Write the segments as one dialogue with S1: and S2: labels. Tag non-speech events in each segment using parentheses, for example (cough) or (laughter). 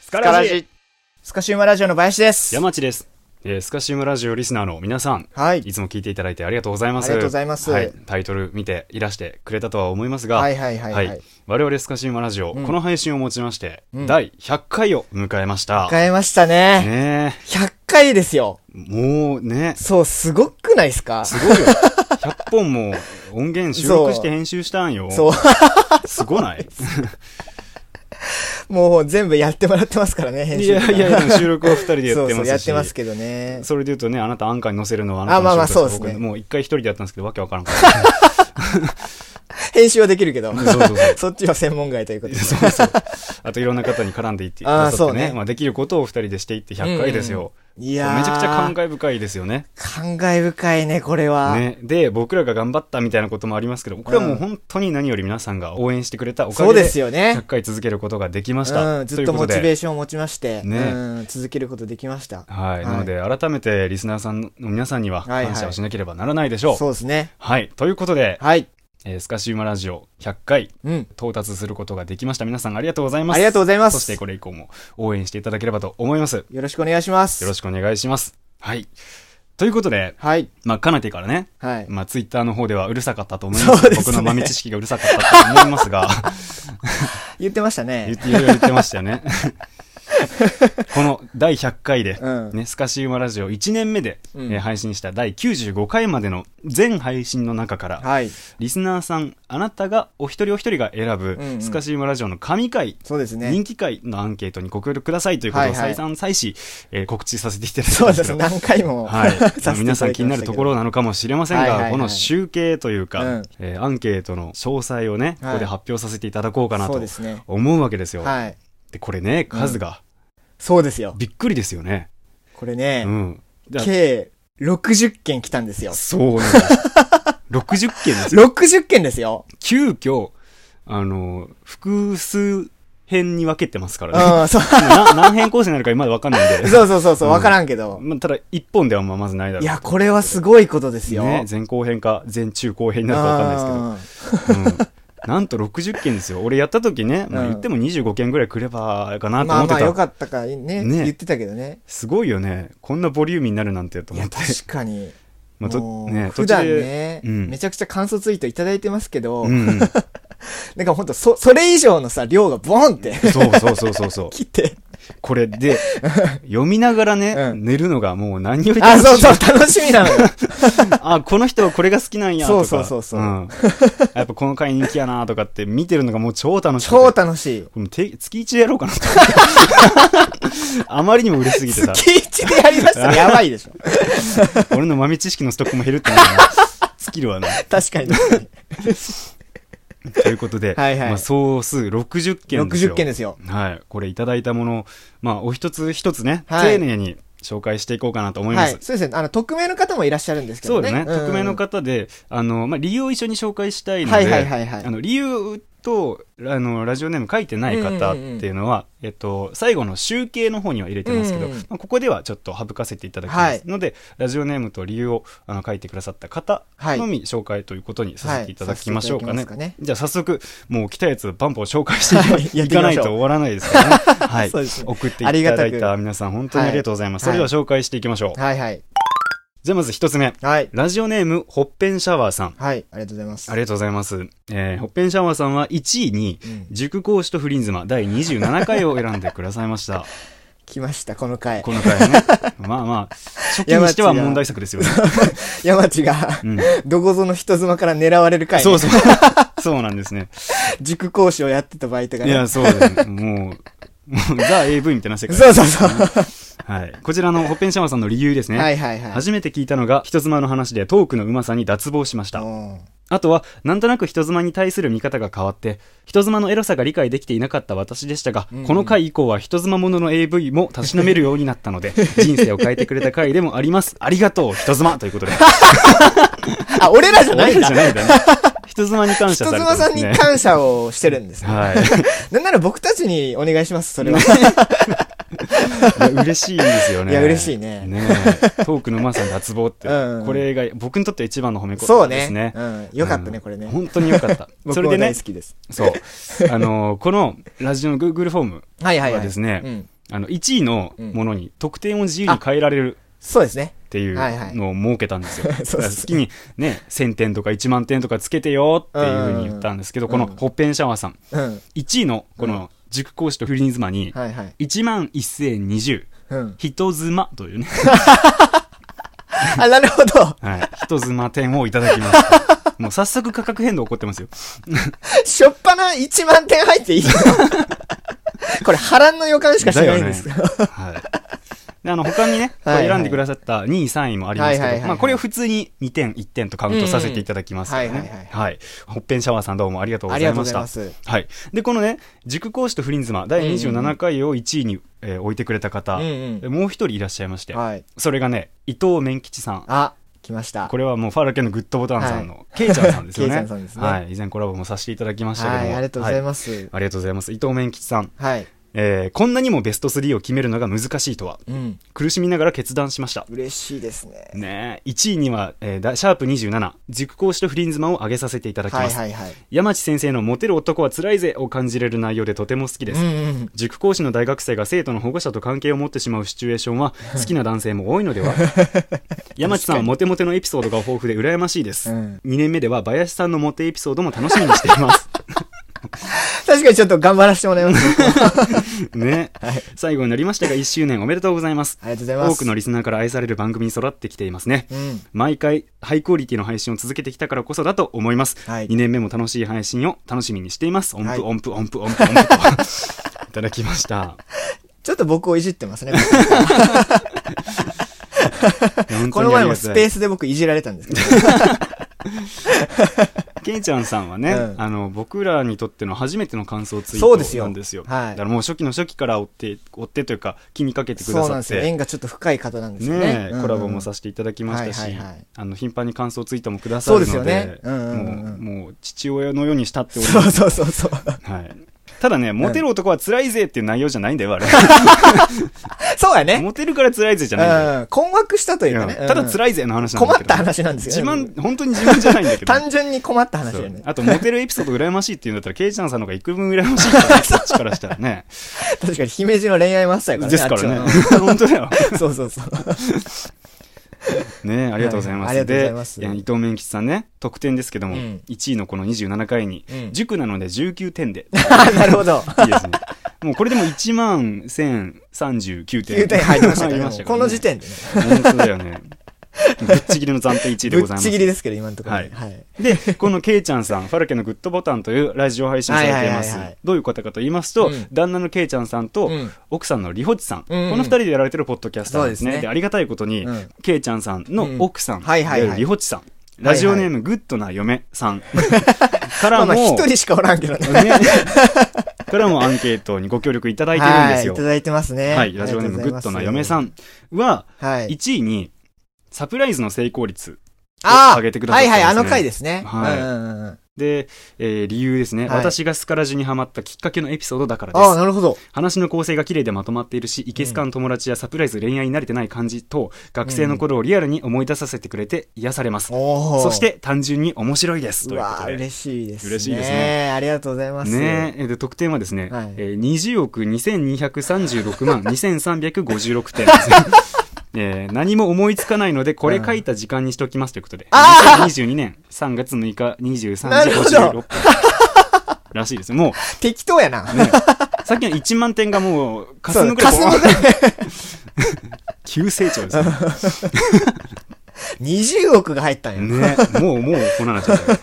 S1: スカ
S2: カラ
S1: ラジ
S2: ジスカシウマラジオの林です。
S1: 山地です、えースカシウムラジオリスナーの皆さん
S2: はい。
S1: いつも聞いていただいてありがとうございます
S2: ありがとうございます
S1: はい、タイトル見ていらしてくれたとは思いますが
S2: はいはいはいはい
S1: 我々スカシウムラジオ、
S2: ん
S1: この配信をもちまして、
S2: うん
S1: 第100回を迎えました
S2: 変えましたね。
S1: ね
S2: 100回ですよ。
S1: えもうね
S2: そう、すごくないですか
S1: すごいよ100本も音源収録して編集したんよ
S2: そう。 (laughs)
S1: すごない
S2: もう全部やってもらってますからね、 (laughs) 編
S1: い
S2: 集
S1: や
S2: とか
S1: いやでも収録を2人でやってますし
S2: そうそう、やってますけどね。
S1: それで言うとね、あなたアンカーに載せるのはあなたの
S2: あまあまあ
S1: 仕事
S2: そうですね
S1: 僕もう一回一人でやったんですけど、わけわからんか
S2: (laughs)
S1: った。
S2: 編集はできるけど。
S1: そうそうそう。
S2: (laughs) そっちは専門外ということで。
S1: そうそう。あといろんな方に絡んでいってく
S2: あー
S1: ださってね
S2: そうね
S1: まあ、できることを二人でしていって100回ですよ。
S2: いやー
S1: めちゃくちゃ感慨深いですよね
S2: 感慨深いね、これは。
S1: ね。で、僕らが頑張ったみたいなこともありますけど、これはもう本当に何より皆さんが応援してくれたおか
S2: そう
S1: げで、
S2: ですよね
S1: 100。回続けることができました。
S2: うん、ずっとモチ
S1: いうこと
S2: ベー
S1: で
S2: ションを持ちまして、
S1: ね
S2: うん、続けることできました。
S1: はい。なので、改めてリスナーさんの皆さんには
S2: はいはい
S1: 感謝をしなければならないでしょう。はい、
S2: そうですね。
S1: ということで、
S2: はい。
S1: えースカシウマラジオ100回
S2: うん。
S1: 到達することができました。皆さんありがとうございます。
S2: ありがとうございます。
S1: そしてこれ以降も応援していただければと思います。よ
S2: よろしくお願いします。
S1: ろしくお願いします。はい。ということで、
S2: はい。
S1: まあ、かなてからね、
S2: はい。
S1: まあ、ツイッターの方ではうるさかったと思います。
S2: そうですね
S1: 僕の豆知識がうるさかったと思います
S2: (laughs)
S1: が、
S2: 言ってました
S1: 言
S2: ね
S1: っ。ていろいろ言ってましたよ
S2: (laughs)
S1: ね。この第100回で、
S2: うん
S1: ね、スカシウマラジオ1年目で、
S2: うん
S1: えー配信した第95回までの全配信の中から、
S2: はい。
S1: リスナーさん、あなたがお一人お一人が選ぶ、
S2: うんうん
S1: スカシウマラジオの神回
S2: そうですね。
S1: 人気会のアンケートにご協力くださいということ
S2: は
S1: を
S2: いは
S1: 再
S2: い
S1: 三再四、えー告知させていただいたん
S2: そう
S1: です
S2: で
S1: け
S2: す。
S1: ど。
S2: 何回も。、
S1: はい
S2: (laughs) させていただきましたけど
S1: 皆さん気になるところなのかもしれませんが、
S2: はいはいはい
S1: この集計というか、
S2: うん
S1: えーアンケートの詳細をね、
S2: は
S1: こ
S2: い
S1: こで発表させていただこうかな
S2: そう
S1: と
S2: ですね。
S1: 思うわけですよ。
S2: はい。
S1: でこれね数が、
S2: そうですよ。
S1: びっくりですよね。
S2: これ
S1: う
S2: ね、
S1: ん、だ
S2: 計60件来たんですよ。
S1: そうなんです。60件
S2: (laughs)
S1: ですよ。
S2: 60件ですよ。
S1: 急遽あの複数編に分けてますか
S2: う
S1: らね。 (laughs)
S2: ん、そう
S1: な何編構成になるか今まで分かんないんで。
S2: (laughs) そうそうそうそう、
S1: うん
S2: わからんけど。
S1: まあ、ただ一本ではまあまずないだろう
S2: いや、これはすごいことですよ。
S1: ね、前後編か前中後編になるか分かんない
S2: す
S1: ですけど、うん (laughs) なんと60件ですよ俺やった時ね、まあ、
S2: うん
S1: 言っても25件ぐらいくればかなと
S2: ま
S1: 思
S2: あ
S1: って
S2: ま
S1: た、
S2: あ、よかったからね、
S1: ね
S2: 言ってたけどね。
S1: すごいよねこんなボリューミーになるなんてと
S2: い
S1: 思っ
S2: や、
S1: て
S2: 確かに。
S1: まあと
S2: もう
S1: ね
S2: 普段
S1: 途中で
S2: ね、
S1: うん
S2: めちゃくちゃ感想ツイートいただいてますけど、
S1: うん
S2: (laughs)
S1: うん、
S2: なんかほんと、そ、それ以上のさ、量がボンって
S1: そうそうそうそう
S2: (laughs)
S1: そう
S2: 来て、
S1: これで読みながらね、
S2: うん
S1: 寝るのがもう何より
S2: あ、そうそうう、楽しみなのよ。
S1: あこの人これが好きなんやとか
S2: そうそうそうそうん
S1: やっぱこの回人気やなとかって見てるのがもう超楽しくて
S2: (laughs) 超楽し
S1: もうて月1でやろうか
S2: (laughs)
S1: なと思ってあまりにも売れすぎ
S2: い。
S1: てさ
S2: 月一でやりましたね。やばいでしょ。
S1: 俺の豆知識のストックも減るってのは尽きるわな。
S2: 確かに。
S1: (laughs) ということで、
S2: はいはい
S1: まあ、総数60件ですよ。
S2: 60件ですよ。
S1: はい。これいただいたものを、まあ、お一つ一つね、
S2: はい
S1: 丁寧に紹介していこうかなと思いま
S2: は
S1: す。
S2: い。そうですね。あの、匿名の方もいらっしゃるんですけ
S1: そ
S2: ど
S1: う
S2: ね。
S1: だね、
S2: ん
S1: 匿名の。方で、あの、まあ、理由を一緒に紹介したいので、
S2: はいはいはいはい
S1: あの、理由と、あの、ラジオネーム書いてない方っていうのは、えっと、最後の集計の方には入れてますけど、
S2: うんうんうん
S1: まあ、ここではちょっと省かせていただきます、
S2: はい
S1: ので、ラジオネームと理由をあの書いてくださった方のみ紹介ということにさせていただきましょうかね。
S2: はいさせていただきますか
S1: じゃあ早速、もう来たやつ、バンバン紹介していきま
S2: はい
S1: い
S2: (laughs) やっ
S1: か
S2: てみ
S1: な
S2: ま
S1: い
S2: しょう
S1: と終わらないですからね。はい。
S2: (laughs) そうですね
S1: 送ってい
S2: ありが
S1: ただ
S2: たく
S1: いた皆さん、本当にありがとうございます。
S2: はい
S1: それでは紹介していきましょう。
S2: はいはい。
S1: じゃあまず一つ目。
S2: はい。
S1: ラジオネーム、ほっぺんシャワーさん。
S2: はい。ありがとうございます。
S1: ありがとうございます。えー、ほっぺんシャワーさんは1位に、
S2: うん
S1: 塾講師と不倫妻第27回を選んでくださいました。
S2: 来ました、この回。
S1: この回
S2: (laughs)
S1: ね。まあまあ、初期にしては問題作ですよね。
S2: 山地が、
S1: うん、
S2: どこぞの人妻から狙われる回ね。
S1: そうそう。そう (laughs) なんですね。
S2: 塾講師をやってたバイトが
S1: い
S2: ね。
S1: や、そうですね。もう、もうザ・ AV みたいな世界。
S2: そうそうそう。は
S1: はい。こちらのほっぺんシャワーさんの理由ですね。
S2: いはいはい。
S1: 初めて聞いたのが人妻の話でトークのうまさに脱帽しました
S2: うん
S1: あとはなんとなく人妻に対する見方が変わって人妻のエロさが理解できていなかった私でしたが、
S2: んうん
S1: この回以降は人妻ものの AV もたしなめるようになった
S2: (laughs)
S1: ので人生を変えてくれた回でもありますありがとう人妻ということ
S2: (laughs)
S1: で
S2: あ、俺らじゃないん
S1: 俺らじゃ
S2: だ。
S1: ないんだね人妻に感謝さ
S2: 人
S1: れて
S2: 妻
S1: ま
S2: さん
S1: す
S2: に
S1: ね
S2: 感謝をしてるん
S1: (laughs)
S2: ですね。
S1: は
S2: なんなら僕たちにお願いします、そ
S1: (laughs)
S2: れは。
S1: い、いや嬉しいんですよね。
S2: いや嬉しいね
S1: えトークのうまさに脱帽って、
S2: うんうん
S1: これが僕にとって一番の褒め
S2: そ
S1: 言
S2: う
S1: 葉です
S2: ね
S1: ね。。
S2: うん。よかったね、これね
S1: うん。本当によかった。それ
S2: (laughs) 僕も
S1: でね
S2: 大好、きです。
S1: そう。あのーこのラジオの Google フォーム
S2: はいはいは。
S1: はいですね、
S2: うん
S1: あの、1位のものに得点を自由に変えられる
S2: そうですね。
S1: っていう
S2: はいはい
S1: のを設けたんですよ。だ
S2: (laughs) そうそう
S1: から好きにね、1000点とか1万点とかつけてよっていうふうに言ったんですけど、
S2: うん
S1: このホッペンシャワーさん、
S2: うん。
S1: 1位のこの塾講師とフリーズマに、
S2: はいはい。
S1: 1万1020、 (laughs)
S2: うん。
S1: 人妻というね、
S2: あ、なるほど。
S1: はい、人妻点をいただきまし
S2: (laughs)
S1: た。もう早速価格変動起こってますよ。
S2: しょっぱな1万点入っていいのこれ波乱の予感しかしないんですけど。
S1: はい。であの、他にね、こう
S2: はいはい
S1: 選んでくださった2位、3位もあります
S2: はい
S1: け
S2: はいは
S1: ど、
S2: い
S1: まあ、これを普通に2点、1点とカウントさせていただきますから
S2: うんうんはいはい
S1: ね。はい。ほっぺんシャワーさんどうもありがとうございました。
S2: (laughs) ありがとうござい
S1: はい。で、このね、塾講師とフリンズマ、第27回を1位に、えー置いてくれた方、
S2: うんうん
S1: もう一人いらっしゃいまして、
S2: はい。
S1: それがね、伊藤綿吉さん。
S2: あ、来ました。
S1: これはもうファラケのグッドボタンさんの、ケイちゃんさんですよね。
S2: (laughs) ケイちゃんさんですね
S1: はい。以前コラボもさせていただきましたけど
S2: は
S1: も。
S2: い、ありがとうござい
S1: は
S2: ます。
S1: ありがとうございます。伊藤綿吉さん。
S2: はい。
S1: えーこんなにもベスト3を決めるのが難しいとは、
S2: うん。
S1: 苦しみながら決断しました。
S2: 嬉しいですね。
S1: ねえ、1位には、えーだシャープ27、塾講師とフリンズマンを挙げさせていただきます。
S2: はいはいはい。
S1: 山地先生のモテる男は辛いぜを感じれる内容でとても好きです。
S2: うんうん。
S1: 塾講師の大学生が生徒の保護者と関係を持ってしまうシチュエーションは好きな男性も多いので
S2: (laughs)
S1: は山地さんはモテモテのエピソードが豊富で羨ましいです、
S2: うん
S1: 2年目では林さんのモテエピソードも楽しみにしています
S2: (laughs) 確かにちょっと頑張らせてもらいます。
S1: ね、最後になりましたが1周年おめでとうございます
S2: ありがとうございます。
S1: 多くのリスナーから愛される番組に育ってきていますね、
S2: うん。
S1: 毎回ハイクオリティの配信を続けてきたからこそだと思います、
S2: はい
S1: 2年目も楽しい配信を楽しみにしています音
S2: はい
S1: 符音符音符音符音
S2: (laughs)
S1: 符といただきました
S2: ちょっと僕をいじってます
S1: い
S2: ね。
S1: や本
S2: こ
S1: 当
S2: の
S1: にあ
S2: 前
S1: り
S2: も
S1: が
S2: ス
S1: たい
S2: ペースで僕いじられたんですけど。
S1: ケイちゃんさんはね、
S2: うん
S1: あの僕らにとっての初めての感想ツイ
S2: そうです
S1: ート
S2: よ
S1: なんですよ
S2: はい
S1: だからもう初期の初期から追って追ってというか気にかけてくだ
S2: そうなん
S1: さ
S2: で
S1: っ
S2: すよ。
S1: て
S2: 縁がちょっと深い方なんですよね。
S1: ね
S2: うんうん
S1: コラボもさせていただきましたし、
S2: はいはいはい
S1: あの頻繁に感想ツイートもくださるので
S2: そうですよねうんうんうん
S1: もうもう父親のように慕っており
S2: そ
S1: ま
S2: う
S1: す、
S2: そうそうそう。
S1: はい、ただねモテる男は辛いぜっていう内容じゃないんだよあれ
S2: そうやね。
S1: (laughs) モテるから辛いぜじゃないんだよ
S2: うん。困惑したというかね。
S1: いやただ
S2: い。
S1: 辛いぜの話なん
S2: 困
S1: だけど
S2: った話なんです
S1: 自
S2: よね。
S1: 慢本当に自慢じゃないんだけど
S2: 単純に困った話だよ
S1: そ
S2: ね
S1: う。あとモテるエピソード羨ましいっていうんだったらケイちゃんさんの方が幾分羨ましいからそっちからしたらね
S2: 確かに姫路の恋愛マスターやからね。
S1: ですから
S2: あ
S1: ね
S2: っち。
S1: (laughs) 本当だよ。
S2: は。 (laughs) そうそうそう。
S1: ねありがとうございます。
S2: はいありがとうございます
S1: でや伊藤綿吉さんね、得点ですけども、
S2: うん
S1: 1位のこの27回に、
S2: うん
S1: 塾なので19点で。
S2: なるほど。
S1: いいですね。もうこれでも1万1039点。
S2: 9点入りました
S1: 入
S2: から
S1: り
S2: ね
S1: まし。
S2: この時点でね。
S1: 本当だよね。ぶっちぎりの暫定1位で
S2: ぶ
S1: ござい
S2: っ
S1: ます。
S2: ちぎりですけど、今のところね。
S1: は
S2: はい。
S1: で、このケイちゃんさん、ファルケのグッドボタンというラジオ配信されていま
S2: はいはいはいは
S1: す
S2: い。
S1: どういう方かと言いますと、
S2: うん
S1: 旦那のケイちゃんさんと、
S2: うん
S1: 奥さんのリホチさん、
S2: うんうん
S1: この二人でやられてるポッドキャスターなんです
S2: そう
S1: ね。
S2: ですね
S1: でありがたいことに、
S2: うん
S1: ケイちゃんさんの奥さん、
S2: うんはいはいはい
S1: わゆるリホチさん、ラジオネームグッドな嫁さ
S2: (laughs)
S1: んから
S2: ま
S1: も、
S2: あまあ、一人しかおらんけどね。
S1: (laughs) ねからもアンケートにご協力いただいてるんです
S2: はいい
S1: よ
S2: た。だいてますね。
S1: はい、ラジオネームグッドな嫁さ。んは、
S2: はい。
S1: 1位に、サプライズの成功率
S2: ああ
S1: 上げてくださっ
S2: は
S1: て
S2: い
S1: ます
S2: は
S1: ね
S2: い、あの回ですね。
S1: はい
S2: うんうんうん
S1: で、えー理由ですね、
S2: はい
S1: 私がスカラジにハマったきっかけのエピソードだから
S2: ああ、
S1: です
S2: なるほど。
S1: 話の構成が綺麗でまとまっているしいけすかん友達やサプライズ恋愛に慣れてない感じと学生の頃をリアルに思い出させてくれて癒されます、
S2: おお。
S1: そし、て単純に面白いです
S2: う
S1: というこ
S2: わ
S1: と
S2: あ、
S1: で
S2: 嬉しいですね。
S1: 嬉しいですね。
S2: ありがとうございます。
S1: ねえで得点はですね、
S2: はい
S1: えー20億2236万2356点
S2: (laughs)
S1: えー何も思いつかないのでこれ書いた時間にしておきますということで
S2: あ
S1: 2022年3月6日
S2: な
S1: 23
S2: るほ
S1: 時56
S2: ど
S1: 分 (laughs) らしいですもう
S2: 適当やな。
S1: ね、さっきの1万点がもう、かすむくらい
S2: そうかすむぐらい。 (laughs)
S1: 急成長ですね。
S2: 20億が入ったんや。
S1: ね、もう、もう、こんななっちゃ
S2: (laughs)
S1: ったよ。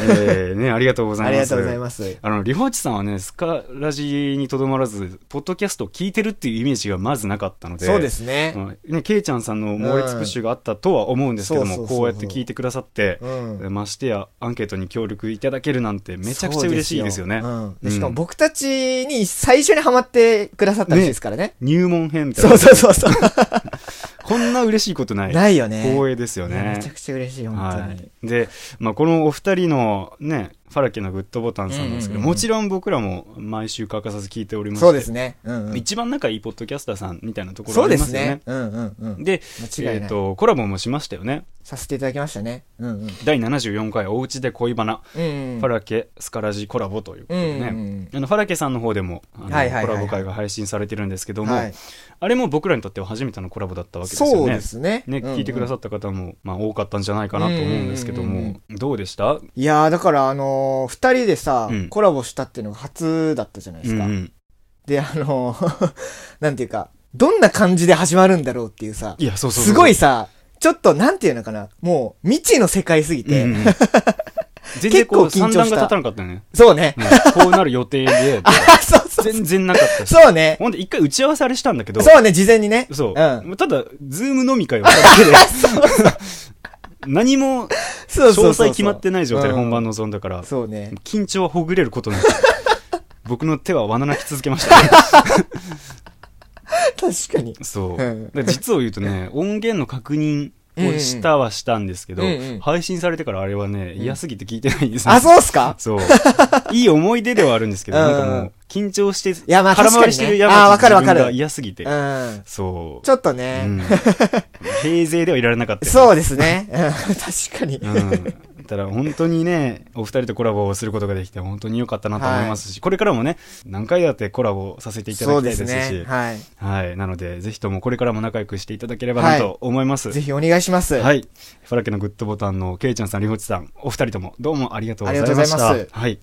S1: えー、ね、ありがとうござ
S2: あ
S1: い
S2: り
S1: ま
S2: が
S1: す。
S2: とうございます。
S1: あの、リホーチさんはね、スカラジにとどまらず、ポッドキャストを聞いてるっていうイメージがまずなかったので、
S2: そうですね。
S1: うんね、ケイちゃんさんの猛烈プッシュがあったとは思うんですけど
S2: うんそ
S1: も、
S2: うそうそうそう
S1: こうやって聞いてくださって、
S2: うん
S1: ましてやアンケートに協力いただけるなんてめちゃくちゃ嬉しいですよね。
S2: そうですようん
S1: うん
S2: しかも僕たちに最初にハマってくださったんですからね。
S1: 入門編みたい
S2: そ
S1: な
S2: う。そうそうそう。
S1: こんな嬉しいことない。
S2: ないよね。
S1: 光栄ですよ
S2: いやめ
S1: ね
S2: ちゃ。くちゃ嬉しい、本当
S1: は
S2: に。
S1: い、で、まあ、このお二人のねファラケのグッドボタンさんなんですけど、
S2: うんうんうんうん
S1: もちろん僕らも毎週欠かさず聞いておりまして
S2: そうですね。うん、うん。
S1: 一番仲いいポッドキャスターさんみたいなところ
S2: そ
S1: あ
S2: う
S1: り
S2: で
S1: ますすよね
S2: ね。。うんうんうん。
S1: で、
S2: 間違い
S1: え
S2: な
S1: っ
S2: い。
S1: と、コラボもしましたよね。
S2: させていただきましたね。うんうん。
S1: 第74回おうちで恋バナ、
S2: うんうん。
S1: ファラケ、スカラジコラボということ
S2: うん
S1: で
S2: うん
S1: ね。
S2: うん。
S1: あのファラケさんの方でもあの
S2: はいはいはいはい
S1: コラボ会が配信されてるんですけども、
S2: はい
S1: あれも僕らにとっては初めてのコラボだったわけですよね。
S2: そうですね。
S1: ね、
S2: うんうん
S1: 聞いてくださった方も、まあ、多かったんじゃないかなと思うんですけども、
S2: うんうんうん
S1: どうでした、うん
S2: いやー、だからあのー二人でさ、
S1: うん
S2: コラボしたっていうのが初だったじゃないで
S1: う
S2: すか。
S1: ん、
S2: で、あのー (laughs) なんていうか、どんな感じで始まるんだろうっていうさ、
S1: いやそうそうそう
S2: すごいさ、ちょっとなんていうのかな、もう未知の世界すぎて、
S1: うんうん (laughs) 全然こう
S2: 結構緊
S1: 三
S2: 張した
S1: 段が立たなかったよね、
S2: そうね。
S1: うんこうなる予定で
S2: (laughs) あそうそう。
S1: 全然なかったし
S2: そうね。
S1: ほんで一回打ち合わせあれしたんだけど
S2: そうね、事前にね。
S1: そう
S2: うん。
S1: ただズーム飲み
S2: (laughs)
S1: 会をしただけで何も
S2: そうそう
S1: 詳
S2: そうそう
S1: 細決まってない状態で本番
S2: の。
S1: 臨んだから、
S2: そうね。 (laughs)
S1: 緊張はほぐれることなく僕の手は罠なき続けました
S2: (laughs)
S1: ね
S2: 確かに。
S1: そう
S2: うん
S1: だから実を言うとね音源の確認をしたはしたんですけど、
S2: うんうん
S1: 配信されてからあれはね
S2: ん
S1: 嫌すぎて聞いてないんですよ
S2: あ、そうっすか
S1: そういい思い出ではあるんですけど、
S2: うん
S1: なんかもう緊張して
S2: いやまあ
S1: 空回りしてる
S2: 確かにね
S1: 山口
S2: あーわかるわかる
S1: 自分が嫌すぎて、
S2: うん。
S1: そう
S2: ちょっとね。
S1: うん平勢ではいられなかったよね
S2: そうですね。うん確かに。
S1: うん、ただ本当にねお二人とコラボをすることができて本当に良かったなと思いますし、これからもね何回だってコラボさせていただ
S2: そ
S1: き
S2: う
S1: た
S2: で
S1: いですすし
S2: ね。はい。
S1: はい、なのでぜひともこれからも仲良くしていただければなと思います、
S2: ぜひお願いします。
S1: はい、ファラケのグッドボタンのけいちゃんさんりほちさんお二人ともどうもありがとうございました
S2: ありがとうござい
S1: はい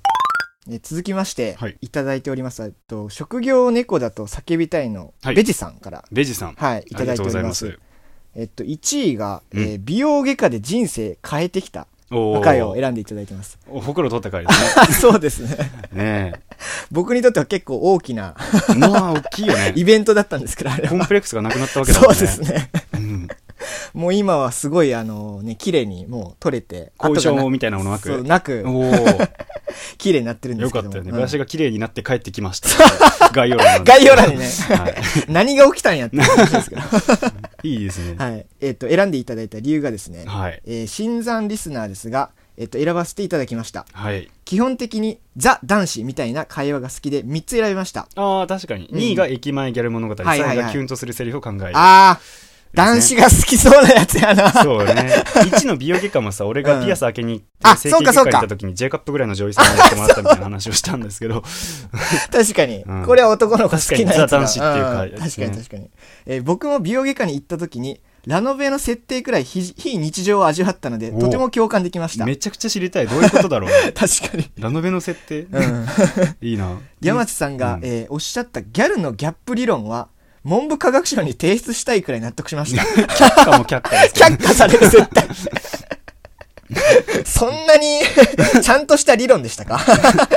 S2: ね続きまして、
S1: はい
S2: い、ただいております。えっと職業猫だと叫びたいの、
S1: はい
S2: ベジさんから、
S1: ベジさん、
S2: はい、い
S1: あ
S2: た
S1: り
S2: だ
S1: が
S2: い
S1: と
S2: て
S1: うご
S2: おり
S1: ざい
S2: ま。
S1: ますす
S2: えっと、1位が、
S1: うん
S2: えー美容外科で人生変えてきた
S1: お
S2: 回を
S1: ー
S2: 選んでいただいて
S1: (laughs)
S2: ます。
S1: おほくろ取った回です
S2: あそうですね。
S1: ねね
S2: 僕にとっては結構大きな
S1: えまあ大きい
S2: (laughs)
S1: よね
S2: イベントだったんですけど、あれ
S1: コン
S2: は。
S1: プレックスがなくなったわけだ
S2: そ
S1: もん
S2: う
S1: ね
S2: ですね。
S1: うん
S2: もう今はすごい、あのね、綺麗にもう取れて、
S1: 後遺
S2: 後が
S1: 症
S2: な
S1: みたいなものな
S2: そう
S1: く
S2: なく、
S1: おー
S2: 綺麗になってるんで
S1: よ
S2: すけ
S1: かっ
S2: ども。
S1: たよね。
S2: うん
S1: 私が綺麗になって帰ってきま
S2: (laughs)
S1: した。概要欄なんで
S2: 概要欄にね
S1: は
S2: (laughs) 何が起きたんやって話で
S1: (laughs)
S2: すけど。
S1: い。いいですね。
S2: はい。えっ、と、選んでいただいた理由がですね、
S1: はい。
S2: えー、新参リスナーですが、えっと選ばせていただきました
S1: はい。
S2: 基本的にザ男子みたいな会話が好きで3つ選びました
S1: ああ、確かに。
S2: うん
S1: 2位が駅前ギャル物語。
S2: はいは
S1: 3
S2: いはい
S1: 位がキュンとするセリフを考える。
S2: あー男子が好きそうなやつやな
S1: そうね。1の美容外科もさ、俺がピアス開けに行
S2: うんあ
S1: って、整形外
S2: そうかそう
S1: 科
S2: か
S1: 行った時に J カップぐらいの女優さんにやってもらったみたいな話をしたんですけど、
S2: 確かに、
S1: うん
S2: これは男の子好きなやつだ
S1: 確かにザ男子っていう会
S2: ん確かに確かに、えー僕も美容外科に行った時にラノベの設定くらい非非日常を味わったので
S1: お
S2: とても共感できました
S1: めちゃくちゃ知りたい。どういうことだろう
S2: (laughs)
S1: ね
S2: 確かに、
S1: ラノベの設定
S2: うん、
S1: いいな。
S2: 山地さんが、
S1: うん
S2: えーおっしゃったギャルのギャップ理論は文部科学省に提出したいくらい納得しました
S1: 却下も却下ですけど
S2: 却下される、絶
S1: (laughs)
S2: 対。そんなに、ちゃんとした理論でし
S1: (laughs)
S2: たか確か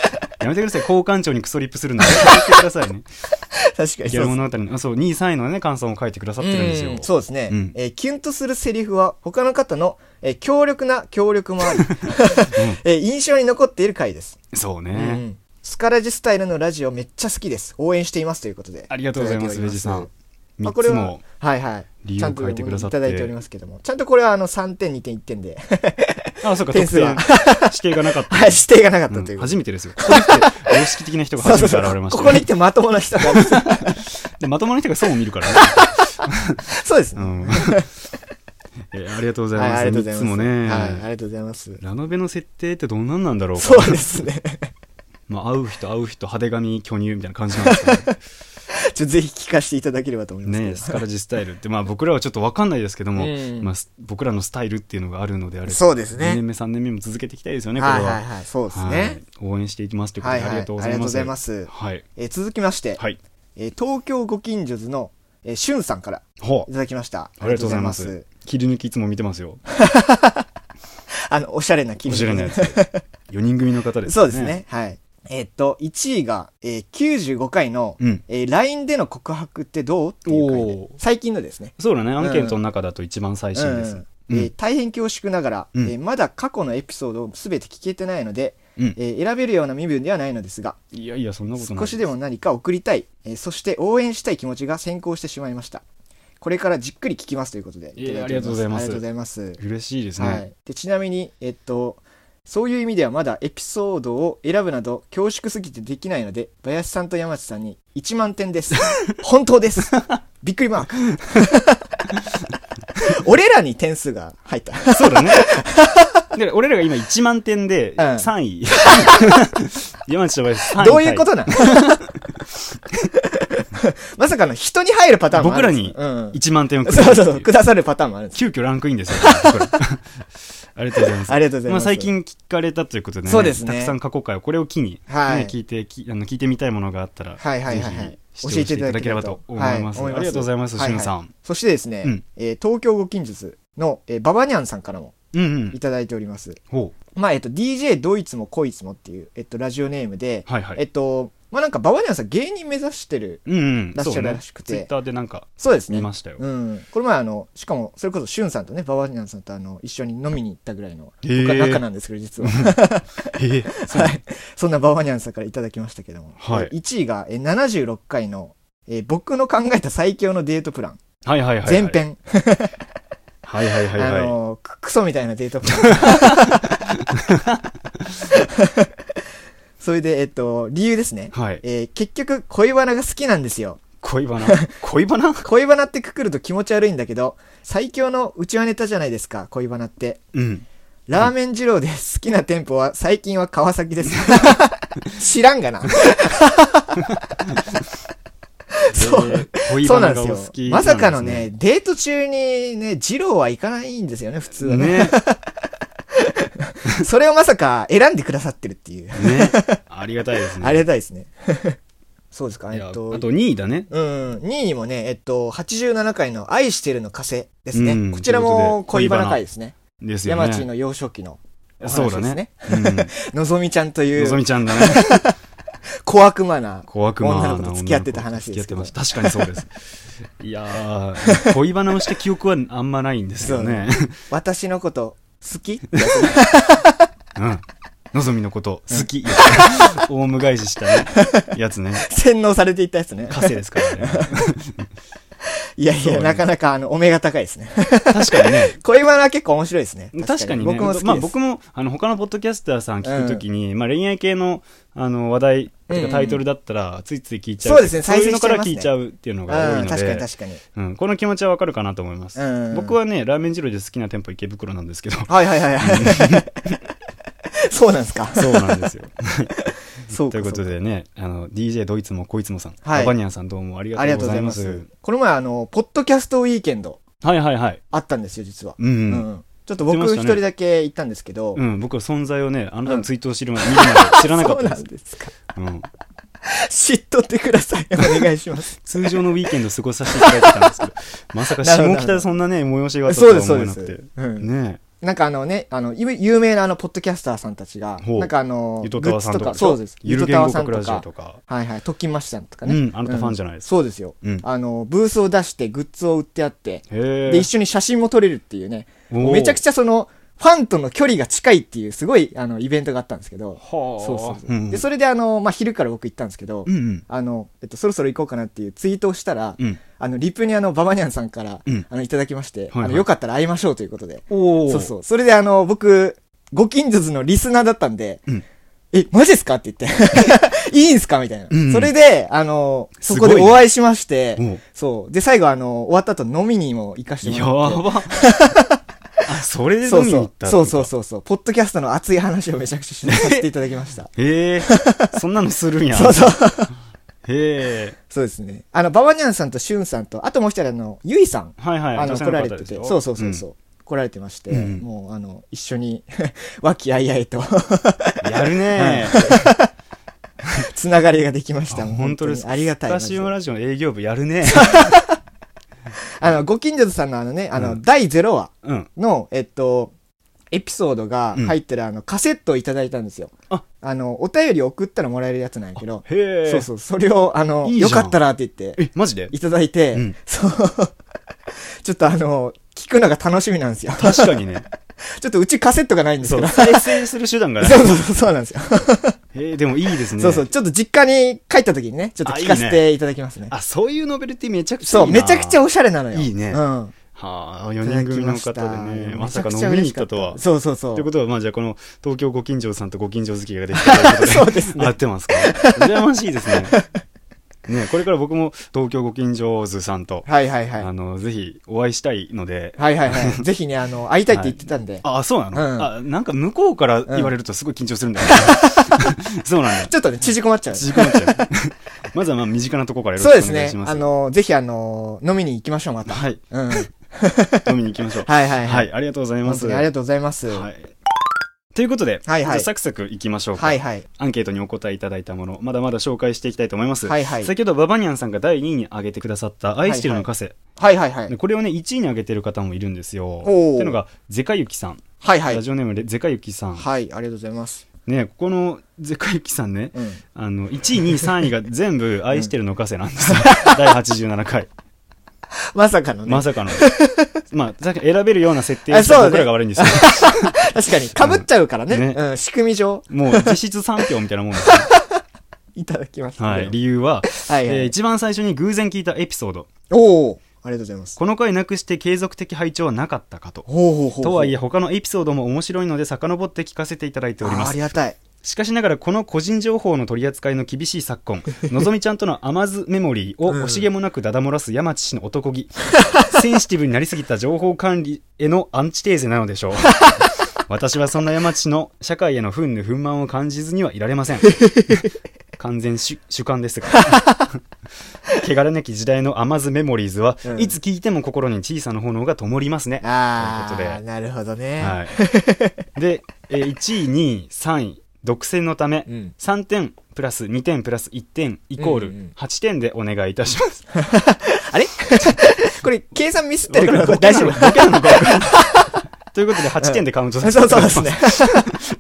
S1: やめてください。好感庁にクソリップするのやめてくださいね。
S2: にそう
S1: ギャル物語の、あそう、2位、3位のね、感想も書いてくださってるんですよ。
S2: うんそうですね、
S1: うん
S2: えーキュンとするセリフは他の方の、えー強力な協力もあり、 (laughs) えー印象に残っている回です、
S1: そうね。
S2: うんスカラジスタイルのラジオめっちゃ好きです応援していますということで
S1: ありがとうございます、ベジさん。
S2: ま
S1: 三
S2: あ、これ
S1: つ
S2: は
S1: も。、
S2: はいはい。
S1: 理
S2: ち
S1: 由
S2: ゃ
S1: を
S2: んと
S1: 書いてくださって
S2: いただいておりますけども。ちゃんとこれはあの3点、2点、1点で、 (laughs)
S1: あ、そうか、
S2: 点
S1: 特
S2: 数
S1: 定
S2: は。
S1: 指定がなかった。
S2: (laughs) はい、指定がなかった
S1: うん
S2: ということで
S1: 初めてですよ。ここに来て、様式的な人が初めて現れましたね。
S2: ここに来てまともな人が。
S1: (laughs) でまともな人が損を見るからね。
S2: (laughs) そうです
S1: う
S2: ね。
S1: ん (laughs) えーありがとうござい
S2: はい、
S1: ま
S2: あ
S1: す。
S2: りがとうご
S1: 3つ
S2: ざいます。
S1: も
S2: はい、あり
S1: ね。
S2: がとうございます。
S1: ラノベの設定ってどんなんなんだろうか。
S2: そうですね。 (laughs)
S1: まあ、会う人、会う人、派手髪、巨乳みたいな感じなんですけど
S2: ちょぜひ聞かせていただければと思い (laughs) ますけど。
S1: ね。スカラジスタイルって、まあ僕らはちょっとわかんないですけども
S2: うん、
S1: まあす僕らのスタイルっていうのがあるのであれば、
S2: そうです
S1: 2
S2: ね
S1: 年。目、3年目も続けていきたいですよね、これ
S2: はいはい
S1: は。
S2: はい。そうです
S1: は
S2: ね
S1: い。。応援していきますということ
S2: は
S1: で、
S2: いはい。
S1: あ
S2: あ
S1: りが
S2: りが
S1: と
S2: と
S1: う
S2: う
S1: ございま
S2: ご
S1: す。
S2: ざいます。
S1: はい。
S2: えー続きまして、
S1: はい。
S2: えー東京ご近所図の、えー、しゅんさんから
S1: ほ
S2: いただきました。
S1: ありがとうございます
S2: ありがとうござい
S1: 切り抜きいつも見てますよ。
S2: ます。あの、おしゃれな気
S1: お
S2: 分
S1: しゃれなやつ。4人
S2: (laughs)
S1: 組の方ですね。
S2: そうです。ね。はい。えーっと、1位が、えー、95回の、
S1: うん。
S2: えー LINE での告白ってどうっていう回
S1: お
S2: で
S1: ー
S2: 最近のですね。
S1: そうだね。アンケートの中だと一番最新です。
S2: うん
S1: うん
S2: えー大変恐縮ながら、
S1: うん
S2: えーまだ過去のエピソードを全て聞けてないので、
S1: うん
S2: えー選べるような身分ではないのですが
S1: いやいや、そんなことない。
S2: 少しでも何か送りたい、えーそして応援したい気持ちが先行してしまいましたこれからじっくり聞きますということで
S1: いや
S2: ただてお
S1: ありがとうございます
S2: ありがとうございます、
S1: 嬉しいです
S2: は
S1: ね。
S2: い、でちなみに、えっとそういう意味ではまだエピソードを選ぶなど恐縮すぎてできないので、林さんと山地さんに1万
S1: (laughs)
S2: 点です。本当です。びっくりマーク。 (laughs) 俺らに点数が
S1: (laughs)
S2: 入った。
S1: そう
S2: (laughs)
S1: だね。だから俺らが今1万点で
S2: うん
S1: 3位。
S2: (laughs)
S1: 山地と林3位。
S2: どういうことなん (laughs) まさかの人に入るパターンもあ
S1: 僕
S2: る
S1: ら
S2: んで
S1: に
S2: すようん。
S1: 1万点をくれる
S2: そ
S1: って
S2: うそ
S1: いう
S2: そう、くださるパターンもあ
S1: (laughs)
S2: るんです。
S1: 急遽ランクインですよ、
S2: (laughs)
S1: これありがとうございます。
S2: ありがとうございま
S1: あ
S2: す
S1: 最近聞かれたということでね、
S2: そうです
S1: た
S2: ね
S1: くさん過去回をこれを機に、ね
S2: はい
S1: 聞いてきあの、聞いてみたいものがあったら、
S2: はいはいはいはい
S1: ぜひ視聴していただければと思います。
S2: はい思います
S1: ありがとうございます、
S2: はい
S1: し
S2: はい
S1: んさん。
S2: そしてですね、
S1: うん
S2: えー東京ご近術の、えーババニャンさんからも
S1: うんう
S2: い
S1: ん。
S2: ただいております。
S1: ほ
S2: まあ、えっと、DJ ドイツもこいつもっていう、えっと、ラジオネームで、
S1: う。はいはい。
S2: えっと、まあなんか、ババニャンさん芸人目指してる。
S1: うんうん。
S2: 出し
S1: そ
S2: て
S1: う
S2: る
S1: ね
S2: らしく。て
S1: ツイッターでなんか
S2: そうですね。
S1: 見ましたよ。
S2: うん。これ前あの、しかも、それこそ、シュンさんとね、ババニャンさんとあの、一緒に飲みに行ったぐらいの、
S1: へー
S2: 僕は仲なんですけど、実
S1: (laughs)
S2: は。
S1: ええ
S2: はい。そんなババニャンさんからいただきましたけども。
S1: はい
S2: 1位が、えー、76回の、えー僕の考えた最強のデートプラン。
S1: はいはいはいはい。
S2: 前。編。
S1: はいはいはいはい。
S2: あのーくクソみたいなデートプラン。
S1: (laughs)
S2: (laughs) それで、えっと、理由ですね。
S1: はい。
S2: えー結局、恋バナが好きなんですよ。
S1: 恋バナ
S2: (laughs)
S1: 恋バナ
S2: 恋バナってくくると気持ち悪いんだけど、最強のうちわネタじゃないですか、恋バナって。
S1: うん。
S2: ラーメン二郎です。好きな店舗は、最近は川崎
S1: (laughs)
S2: です。知らんがな。そう。
S1: 恋
S2: そう
S1: バ
S2: なん
S1: ナ
S2: で
S1: がお
S2: すよ
S1: 好き。
S2: まさかのね、。デート中にね、二郎は行かないんですよね、普通はね。
S1: ね。
S2: それをまさか選んでくださってるっていう。
S1: ね。ありがたいですね。
S2: ありがたいですね。 (laughs) そうですか、
S1: い
S2: え
S1: や
S2: っ
S1: あ
S2: と。
S1: と2位だね。
S2: うん、2位にもね、えっと、87回の愛してるの風ですね。
S1: うん
S2: こちらも恋バナ回ですね。
S1: ですよね。
S2: 山地の幼少期のお話
S1: そ
S2: で
S1: う
S2: す
S1: だ
S2: ね。
S1: ね。
S2: (laughs)
S1: うん
S2: のぞみちゃんとい
S1: のぞ
S2: う
S1: みちゃんだね。
S2: 小悪魔な。
S1: 小悪魔な
S2: 女の子と付き合ってた話ですけど
S1: 女の子と付き合ってました確かにそうです。いやー、恋バナをした記憶はあんまないんですよね。
S2: 私のこと好き (laughs)
S1: うん。のぞみのこと、好き。オウム返ししたね。やつね。
S2: 洗脳されていったやつね。
S1: カセですからね。
S2: いやい
S1: そう
S2: や、
S1: ね
S2: なかなかあの、お目が高いですね。
S1: 確かにね。
S2: 恋バナ結構面白いですね。
S1: 確かにね。
S2: 僕も好きです。
S1: まあ僕も、あの、他のポッドキャスターさん聞くときに、まあ恋愛系の、あの、話題、てかタイトルだったら、ついつい聞いちゃう。
S2: そうですね
S1: そういう
S2: 再生
S1: の
S2: しち
S1: か
S2: ゃい
S1: ら
S2: ます
S1: 聞
S2: ね
S1: いちゃうっていうのが多いの
S2: うん、
S1: で。
S2: 確かに確かに。
S1: うん、この気持ちはわかるかなと思います、
S2: うん
S1: 僕はねラーメン二郎で好きな店舗池袋なんですけど
S2: はいはいはいはい。そうなんで
S1: (laughs)
S2: すか。
S1: そうなん
S2: (laughs)
S1: ですよ
S2: そうか。
S1: というこ
S2: そ
S1: と
S2: うか
S1: でねあの DJ ドイツもこいつもさん、
S2: はい
S1: ババニアンさんどうもありが
S2: あり
S1: と
S2: が
S1: うご
S2: とうご
S1: ざ
S2: ざ
S1: い
S2: い
S1: ま
S2: ますす。この前あの、ポッドキャストウィーケンド
S1: はいはいはい
S2: あったんですよ、実は。
S1: うんう、
S2: うんんちょっと
S1: 言
S2: 僕
S1: ってまし
S2: 一
S1: たね
S2: 人だけ行ったんですけど、
S1: うん僕は存在をねあなたのツイートを知るまで見るまで知らなかった
S2: (laughs) そう
S1: で
S2: なん
S1: す、
S2: ですか。
S1: うん、
S2: 知っとってく
S1: (laughs)
S2: ださい。お願いします。
S1: 通常のウィーケンド過ごさせていただいてたんですけどまさか下北でそんなね催しがあったと
S2: (laughs) そうで
S1: は
S2: す、そ
S1: 思
S2: う
S1: えなくて
S2: です。うん
S1: ね
S2: なんかあのね、あの、ゆ有名なあの、ポッドキャスターさんたちが、
S1: ほう
S2: なんかあの、
S1: ゆとたわさんと
S2: グッ
S1: か
S2: ズそうです。
S1: ゆる
S2: と
S1: 言
S2: た
S1: 語
S2: わさん
S1: 学
S2: と
S1: ラジオ
S2: か、
S1: とか
S2: はいはい、ときましさんとか
S1: う
S2: ね。
S1: んあなたファンじゃないですか、
S2: そうですよ。
S1: うん
S2: あの、ブースを出して、グッズを売ってあって、
S1: へ
S2: で、一緒に写真も撮れるっていうね、
S1: 緒
S2: めちゃくちゃその、ファンとの距離が近いっていう、すごい、あの、イベントがあったんですけど、
S1: はあ
S2: そうそうそう。
S1: ん
S2: で、それであの、まあ、昼から僕行ったんですけど、
S1: うんうん
S2: あの、えっと、そろそろ行こうかなっていうツイートをしたら、
S1: うん
S2: あの、リプにあの、ババニャンさんから、
S1: うん
S2: あの、いただきまして、
S1: はいはい
S2: あの、よかったら会いましょうということで。
S1: おお
S2: そうそう。それであの、僕、ご近所のリスナーだったんで、
S1: うん
S2: え、マジですかって言って、 (laughs) いいんすかみたいな、
S1: うんうん
S2: それで、あの、そこ
S1: す
S2: で
S1: ごいね
S2: お会いしまして、
S1: おう
S2: そう。で、最後あの、終わった後飲みにも行かして
S1: や
S2: もらって。 (laughs)
S1: ばあそれで
S2: そ
S1: 飲
S2: う
S1: みに
S2: そ
S1: 行
S2: う
S1: った
S2: そうそううそうそう。ポッドキャストの熱い話をめちゃくちゃしさせていただき
S1: (laughs)
S2: ました。
S1: へえ
S2: (laughs)
S1: そんなのするんや
S2: そうそう。
S1: へえ
S2: そうですね。あの、ババニャンさんとシュンさんと、あともう一人あの、ゆいさん。
S1: はいはい
S2: あの、
S1: 女性
S2: 来られ
S1: 方
S2: て
S1: です
S2: て。
S1: よ
S2: そうそうそうそう。来られてまして、
S1: うんうん
S2: もう、あの、一緒に、 (laughs) 和気あいあいと、 (laughs)
S1: うんやるね
S2: つながりができました。
S1: あ
S2: もう
S1: 本当です
S2: にありがたいマ
S1: スタシ
S2: ジで
S1: ウムラジオの営業部やるね
S2: あの、ご近所さんのあのね、あの、
S1: うん
S2: 第0話
S1: うん
S2: の、えっと、エピソードが入ってるあの、カセットをいただいたんですよ。
S1: あ
S2: あの、お便り送ったらもらえるやつなんやけど、
S1: へえ
S2: そうそう、それを、あの、
S1: いいじゃ
S2: よ
S1: ん
S2: かったらって言って、
S1: えマジで
S2: いただいて、
S1: うん
S2: そう、 (laughs) ちょっとあの、聞くのが楽しみなんですよ。
S1: 確かに
S2: (laughs)
S1: ね
S2: ちょっとうちカセットがないんです
S1: そう
S2: けど。
S1: 再生する手段がない
S2: (laughs) そうそうそう、そうなんですよ。
S1: へえでもいいですね
S2: そうそう、ちょっと実家に帰った時にね、ちょっと聞かせ
S1: あいい
S2: ていただきますね。
S1: あそういうノベルティめちゃくちゃ
S2: そう、めちゃくちゃ
S1: お
S2: おしゃれなのよ。
S1: いいね
S2: うん。
S1: はあ、4人組の方でね、まさか飲みに行ったとは。と
S2: そうそうそう。
S1: いうことは、まあじゃあこの東京ご近所さんとご近所好きができたということで、
S2: そうですね
S1: 合ってますか
S2: (laughs)
S1: 羨ましいですね。ね、これから僕も東京ご近所図さんと、
S2: はいはいはい。
S1: あ
S2: は
S1: の、ぜひお会いしたいので、
S2: いは
S1: (laughs)
S2: いはい。ぜひね、あの、会いたいって言ってたんで。
S1: あ、そうなの、
S2: うん
S1: あ、なんか向こうから言われるとすごい緊張するんだよ、ね (laughs) そうなんだよ。
S2: ちょっとね、縮こまっちゃう。
S1: 縮こまっちゃう (laughs) まずはまあ身近なところからよ
S2: そう
S1: ろ
S2: で
S1: しく
S2: す
S1: お願い
S2: ね
S1: し。ます。
S2: あの、ぜひあの、飲みに行きましょう、また。
S1: はい、 (laughs)
S2: うん。はい
S1: 飲みに行きましょう。
S2: (laughs) はいはい。
S1: はい、ありがとうございま
S2: 本当
S1: す。
S2: にありがとうございます。
S1: は。
S2: はい
S1: ということで、
S2: はいはい
S1: じゃあサクサクいきましょうか、
S2: いはい。
S1: アンケートにお答えいただいたもの、まだまだ紹介していきたいと思います。
S2: はいはい。
S1: 先ほどババニャンさんが第2位に挙げてくださった「愛してるのカセ」
S2: はいはいはい
S1: で。これをね1位に挙げてる方もいるんですよ。っ
S2: お
S1: て
S2: ー
S1: いうのがゼカユキさん、
S2: はいは
S1: ラ
S2: い。
S1: ジオネームでゼカユキさん、
S2: はい、ありがとうございます。
S1: ねここのゼカユキさんね
S2: うん。
S1: あの1位2位3位が全部「愛してるのカセ」なん
S2: (laughs)
S1: ですよ、第87回
S2: まさかのね。
S1: まさかのまあさっき選べるような設定を
S2: あ
S1: し
S2: そう
S1: た
S2: ね
S1: 僕らが悪いんですけど
S2: 確かに、被っちゃうからね。
S1: うんね
S2: うん、仕組み上、
S1: もう実質3票みたいなもんですよ、
S2: いただきました、ね。
S1: はい、理由は
S2: はいはい
S1: えー一番最初に偶然聞いたエピソード
S2: おおありがとうございます。
S1: この回なくして継続的拝聴はなかったかと
S2: ほうほうほうほう。
S1: とはいえ
S2: あ
S1: 他のエピソードも面白いので遡って聞かせていただいておりま
S2: ーあ
S1: す
S2: りがたい。
S1: しかしながらこの個人情報の取り扱いの厳しい昨
S2: (laughs)
S1: 今のぞみちゃんとの甘酢メモリーを
S2: うん
S1: 惜しげもなくダダ漏らす山地氏の男
S2: (laughs)
S1: 気センシティブになりすぎた情報管理へのアンチテーゼなので
S2: (laughs)
S1: しょう私はそんな山地氏の社会への憤怒憤懣を感じずにはいられませ
S2: (laughs)
S1: ん完全主主観ですが汚れなき時代の甘酢メモリーズは、
S2: うん
S1: いつ聞いても心に小さな炎が灯りますね
S2: あ
S1: ということ
S2: あ、
S1: で
S2: なるほどね。
S1: はい、で、えー1位2位3位独占のため、
S2: うん
S1: 3点プラス2点プラス1点イコー
S2: うんうん
S1: ル8点でお願いいたし
S2: (laughs)
S1: ます、
S2: あれこれ、計算ミスってるから
S1: わかんない
S2: 大丈夫。
S1: ボケなのかわかんないということで8点でカウント
S2: そう
S1: さ
S2: そ
S1: せ
S2: う
S1: て
S2: そうで
S1: ますす、 (laughs)
S2: ね。